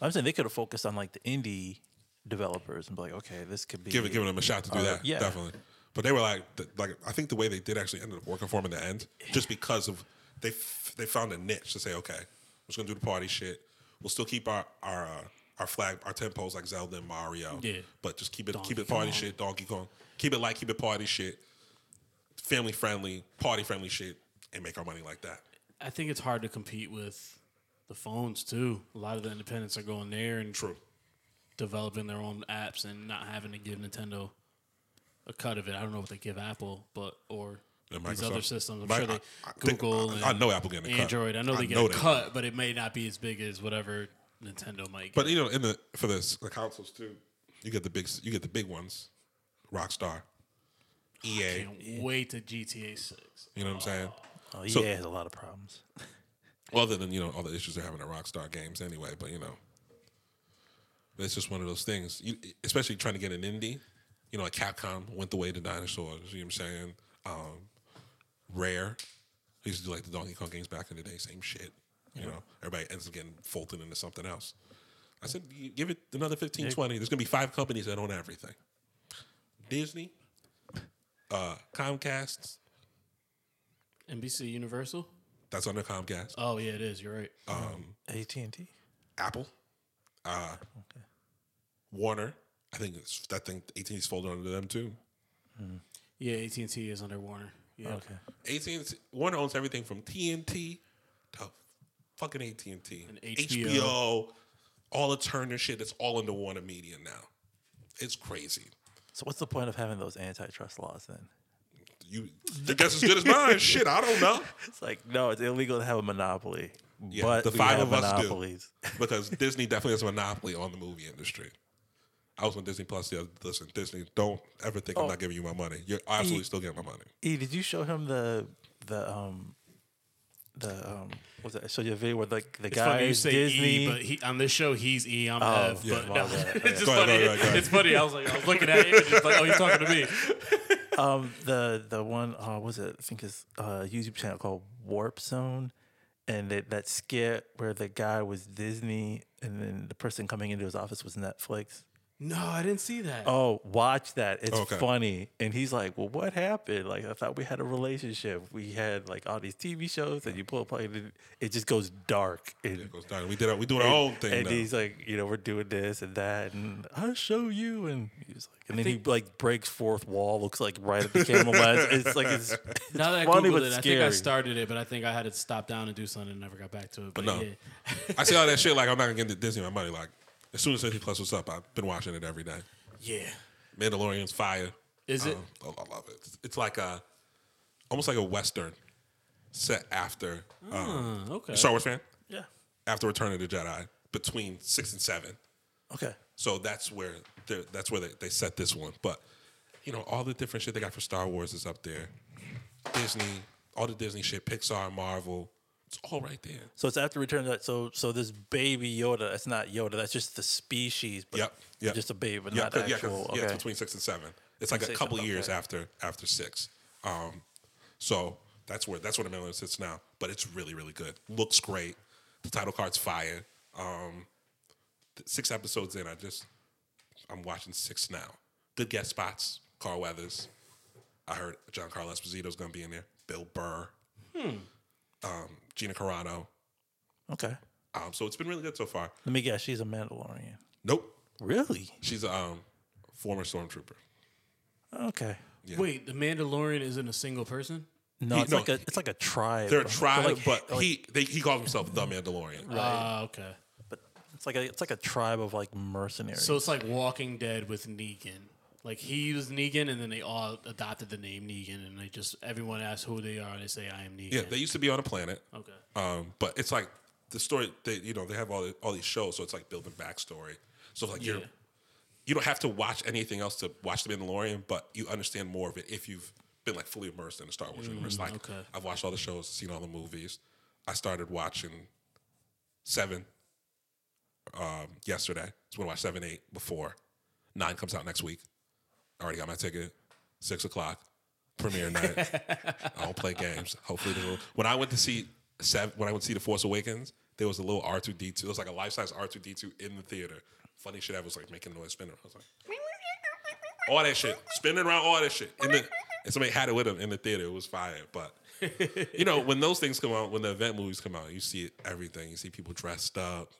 Speaker 3: I'm saying they could have focused on like the indie developers and be like, okay, this could be
Speaker 2: Give it, giving them a shot
Speaker 1: Oh,
Speaker 2: to do that,
Speaker 3: yeah.
Speaker 2: definitely. But they were like, th- like I think the way they did actually ended up working for them in the end, just because of they f- they found a niche to say, okay, we're just gonna do the party shit. We'll still keep our our uh, our flag, our tempos like Zelda and Mario,
Speaker 1: Yeah.
Speaker 2: But just keep it keep
Speaker 1: Donkey
Speaker 2: it party
Speaker 1: Kong.
Speaker 2: shit, Donkey Kong. Keep it light, keep it party shit, family friendly, party friendly shit, and make our money like that.
Speaker 1: I think it's hard to compete with the phones too. A lot of the independents are going there and
Speaker 2: True.
Speaker 1: developing their own apps and not having to give Nintendo a cut of it. I don't know what they give Apple, but or
Speaker 2: And
Speaker 1: these
Speaker 2: Microsoft.
Speaker 1: other systems. I'm
Speaker 2: Mi-
Speaker 1: sure they
Speaker 2: I- I think-
Speaker 1: Google.
Speaker 2: I-
Speaker 1: and
Speaker 2: I know Apple getting a cut.
Speaker 1: Android. I know
Speaker 2: I
Speaker 1: they get
Speaker 2: know
Speaker 1: a
Speaker 2: they-
Speaker 1: cut, but it may not be as big as whatever Nintendo might.
Speaker 2: But
Speaker 1: get.
Speaker 2: you know, in the for the the consoles too, you get the big you get the big ones, Rockstar, EA.
Speaker 1: can't wait to GTA Six.
Speaker 2: You know what I'm saying?
Speaker 3: Oh,
Speaker 2: So-
Speaker 3: yeah, has a lot of problems.
Speaker 2: Well, other than you know all the issues they're having at Rockstar games anyway, but you know, but it's just one of those things. You, especially trying to get an indie, you know, like Capcom went the way to dinosaurs. You know what I'm saying? Um, Rare, they used to do like the Donkey Kong games back in the day. Same shit. You know, everybody ends up getting folded into something else. I said, "You give it another 15, 20. There's gonna be five companies that own everything: Disney, uh, Comcast.
Speaker 1: NBC Universal.
Speaker 2: That's under Comcast.
Speaker 1: Oh yeah, it is. You're right.
Speaker 3: AT and T.
Speaker 2: Apple, uh, Warner. I think it's, that thing AT is folded under them too.
Speaker 1: Yeah, AT and T is under Warner. Yeah.
Speaker 3: Okay.
Speaker 2: AT Warner owns everything from TNT to fucking AT and T,
Speaker 1: And HBO.
Speaker 2: HBO, all the Turner shit. It's all into Warner Media now. It's crazy.
Speaker 3: So what's the point of having those antitrust laws then?
Speaker 2: You, your guess is good as mine. Shit, I don't know
Speaker 3: It's like no, it's illegal to have a monopoly.
Speaker 2: Yeah,
Speaker 3: but
Speaker 2: the
Speaker 3: we
Speaker 2: five
Speaker 3: have
Speaker 2: of us do.
Speaker 3: monopolies.
Speaker 2: because Disney definitely has a monopoly on the movie industry. I was on Disney Plus. The other, listen, Disney, don't ever think I'm not giving you my money. You're absolutely still getting my money.
Speaker 3: E, did you show him the the um the um what was that? I showed you a video where like the
Speaker 1: It's
Speaker 3: guy
Speaker 1: funny you
Speaker 3: is
Speaker 1: say
Speaker 3: Disney.
Speaker 1: E, but he, on this show he's E, I'm F.
Speaker 2: yeah,
Speaker 1: But
Speaker 3: my
Speaker 1: no,
Speaker 3: bad.
Speaker 1: it's just
Speaker 2: Go
Speaker 1: funny.
Speaker 2: ahead, go ahead, go ahead.
Speaker 1: It's funny. I was like, I was looking at images like, oh, he's talking to me.
Speaker 3: um the the one uh what was it I think it's uh YouTube channel called Warp Zone and they, that skit where the guy was Disney and then the person coming into his office was Netflix.
Speaker 1: No, I didn't see that.
Speaker 3: Oh, watch that. It's
Speaker 2: Okay.
Speaker 3: funny. And he's like, Well, what happened? Like I thought we had a relationship. We had like all these TV shows and you pull up like it just goes dark and
Speaker 2: It goes down. We did our, we do our own thing.
Speaker 3: and
Speaker 2: now.
Speaker 3: he's like, you know, we're doing this and that, and I'll show you. And he's like, and then he like breaks fourth wall, looks like right at the camera lens. It's like it's, it's
Speaker 1: now that I
Speaker 3: funny
Speaker 1: googled
Speaker 3: but
Speaker 1: it, I
Speaker 3: scary.
Speaker 1: think I started it, but I think I had to stop down and do something and never got back to it. But
Speaker 2: no.
Speaker 1: yeah.
Speaker 2: I see all that shit. Like I'm not gonna get the Disney my money. Like as soon as Disney Plus was up, I've been watching it every day.
Speaker 1: yeah.
Speaker 2: Mandalorian's fire.
Speaker 1: Is it?
Speaker 2: Um, oh, I love it. It's, it's like a almost like a western set after um,
Speaker 1: Huh, okay.
Speaker 2: Star Wars fan
Speaker 3: yeah.
Speaker 2: after Return of the Jedi between six and seven.
Speaker 3: Okay.
Speaker 2: So that's where they're- that's where they, they set this one. But you know, all the different shit they got for Star Wars is up there. Disney, all the Disney shit, Pixar, Marvel, it's all right there.
Speaker 3: So it's after Return of that. So so this baby Yoda. That's not Yoda. That's just the species. But
Speaker 2: Yep, yep.
Speaker 3: Just a baby, but
Speaker 2: Yeah,
Speaker 3: not
Speaker 2: 'cause- yeah, 'cause-
Speaker 3: actual.
Speaker 2: yeah, it's
Speaker 3: okay.
Speaker 2: between six and seven. It's like a
Speaker 3: six,
Speaker 2: couple
Speaker 3: okay.
Speaker 2: years after after six. Um, so that's where that's where the million sits now. But it's really really good. Looks great. The title card's fire. Um, th- six episodes in, I just I'm watching six now. Good guest spots. Carl Weathers. I heard John Carlos Esposito's gonna be in there. Bill Burr.
Speaker 3: Hmm.
Speaker 2: Um, Gina Carano.
Speaker 3: okay.
Speaker 2: Um, so it's been really good so far.
Speaker 3: Let me guess. She's a Mandalorian.
Speaker 2: Nope,
Speaker 3: Really?
Speaker 2: she's a um, former stormtrooper.
Speaker 3: Okay.
Speaker 1: Wait, the Mandalorian isn't a single person?
Speaker 3: No,
Speaker 2: He-
Speaker 3: it's
Speaker 2: no,
Speaker 3: like a it's like a tribe.
Speaker 2: They're a
Speaker 3: They're
Speaker 2: tribe,
Speaker 3: like-
Speaker 2: but he they, he calls himself the Mandalorian.
Speaker 1: Ah, okay.
Speaker 3: but it's like a it's like a tribe of like mercenaries.
Speaker 1: So it's like Walking Dead with Negan. Like he was Negan, and then they all adopted the name Negan, and they just everyone asks who they are, and they say, "I am Negan."
Speaker 2: Yeah, they used to be on a planet,
Speaker 1: okay.
Speaker 2: um, but it's like the story. They you know they have all the, all these shows, so it's like building backstory. So like you're
Speaker 1: Yeah.
Speaker 2: you don't have to watch anything else to watch The Mandalorian, but you understand more of it if you've been like fully immersed in the Star Wars universe. Like
Speaker 1: Mm, okay.
Speaker 2: I've watched all the shows, seen all the movies. I started watching Seven um, yesterday. So we watched Seven, Eight before Nine comes out next week. I already got my ticket. Six o'clock premiere night. I don't play games. Hopefully, they will. when I went to see seven, when I went to see The Force Awakens, there was a little R two D two. It was like a life size R two D two in the theater. Funny shit, I was like making noise, spinning. I was like, all that shit, spinning around, all that shit. And, then, and somebody had it with them in the theater. It was fire. But you know, when those things come out, when the event movies come out, you see it, everything. You see people dressed up.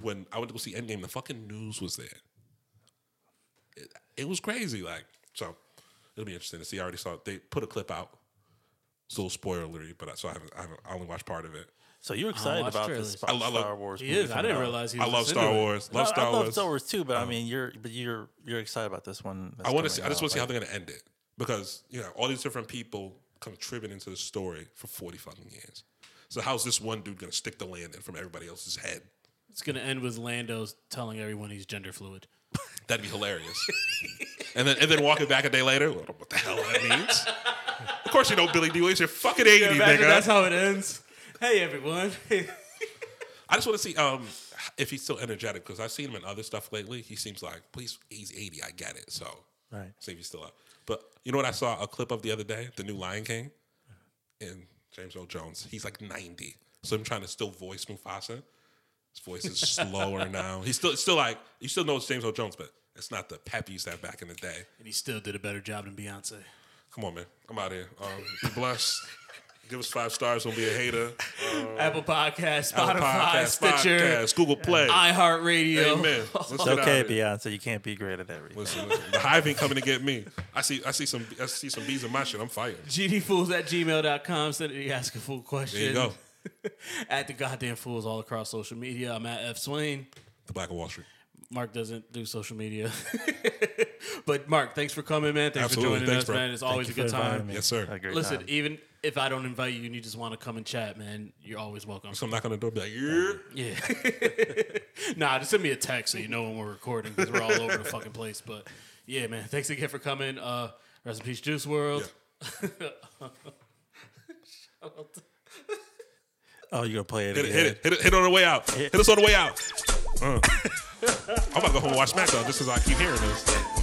Speaker 2: When I went to go see Endgame, the fucking news was there. It, it was crazy. Like so, it'll be interesting to see. I already saw it. they put a clip out. It's a little spoilery, but I, so I haven't, I haven't. I only watched part of it.
Speaker 3: so you're excited
Speaker 1: watch
Speaker 3: about
Speaker 1: trailers.
Speaker 3: this Star,
Speaker 2: I lo- I lo-
Speaker 3: Star Wars?
Speaker 1: He is.
Speaker 3: movie
Speaker 1: I didn't
Speaker 3: coming out.
Speaker 1: realize he was.
Speaker 2: I love
Speaker 1: this
Speaker 2: Star
Speaker 1: into it.
Speaker 2: Wars. Love
Speaker 3: I-
Speaker 2: Star
Speaker 3: I love
Speaker 2: Wars. Oh.
Speaker 3: Star Wars too, but I mean, you're but you're you're excited about this one.
Speaker 2: I want to see. I just want to see how they're going to end it because you know all these different people contributing to the story for forty fucking years. So how's this one dude going to stick the landing from everybody else's head?
Speaker 1: It's gonna end with Lando telling everyone he's gender fluid.
Speaker 2: That'd be hilarious. and then and then walking back a day later, well, I don't know what the hell that means? of course you know Billy D. Wade's you're fucking eighty, nigga.
Speaker 1: that's how it ends. Hey everyone.
Speaker 2: I just want to see um, if he's still energetic because I've seen him in other stuff lately. He seems like, please, he's 80. I get it. So,
Speaker 3: Right.
Speaker 2: see if he's still up. But you know what? I saw a clip of the other day, the new Lion King, and James Earl Jones. He's like 90. So, I'm trying to still voice Mufasa. His voice is slower now. He's still, it's still like, you still know it's James Earl Jones, but it's not the pep he used to have back in the day.
Speaker 1: and he still did a better job than Beyonce.
Speaker 2: Come on, man. I'm out here. Um, be blessed. Give us five stars. Don't be a hater.
Speaker 1: Apple Podcasts,
Speaker 2: Apple
Speaker 1: Spotify, Stitcher,
Speaker 2: podcast, Google Play.
Speaker 1: iHeartRadio.
Speaker 2: Amen. Let's get
Speaker 3: It's
Speaker 2: out of
Speaker 3: okay,
Speaker 2: here.
Speaker 3: Beyonce. You can't be great at everything.
Speaker 2: Listen, listen, the hive ain't coming to get me. I see, I see some, I see some bees in my shit. I'm fired.
Speaker 1: GDFools at gmail.com. Send any ask a fool question.
Speaker 2: There you go.
Speaker 1: at the goddamn fools all across social media. I'm at F Swain.
Speaker 2: The Black of Wall Street.
Speaker 1: Mark doesn't do social media. but Mark, thanks for coming, man. Thanks for
Speaker 2: Absolutely.
Speaker 1: joining
Speaker 2: Thanks,
Speaker 1: us,
Speaker 2: bro.
Speaker 1: man. It's always a
Speaker 3: you for
Speaker 1: good
Speaker 3: inviting
Speaker 1: time.
Speaker 3: me.
Speaker 2: Yes, sir.
Speaker 3: Had a great
Speaker 1: Listen,
Speaker 3: time.
Speaker 1: even if I don't invite you and you just want to come and chat, man, you're always welcome.
Speaker 2: So I'm knocking on the door, be like, yeah.
Speaker 1: Yeah. nah, just send me a text so you know when we're recording because we're all over the fucking place. But yeah, man, thanks again for coming. Uh, rest in peace, Juice World.
Speaker 3: oh, you're gonna play it.
Speaker 2: Hit it,
Speaker 3: again.
Speaker 2: hit it, hit it, hit it on the way out. Hit us on the way out. Uh. I'm about to go home and watch SmackDown just because I keep hearing this.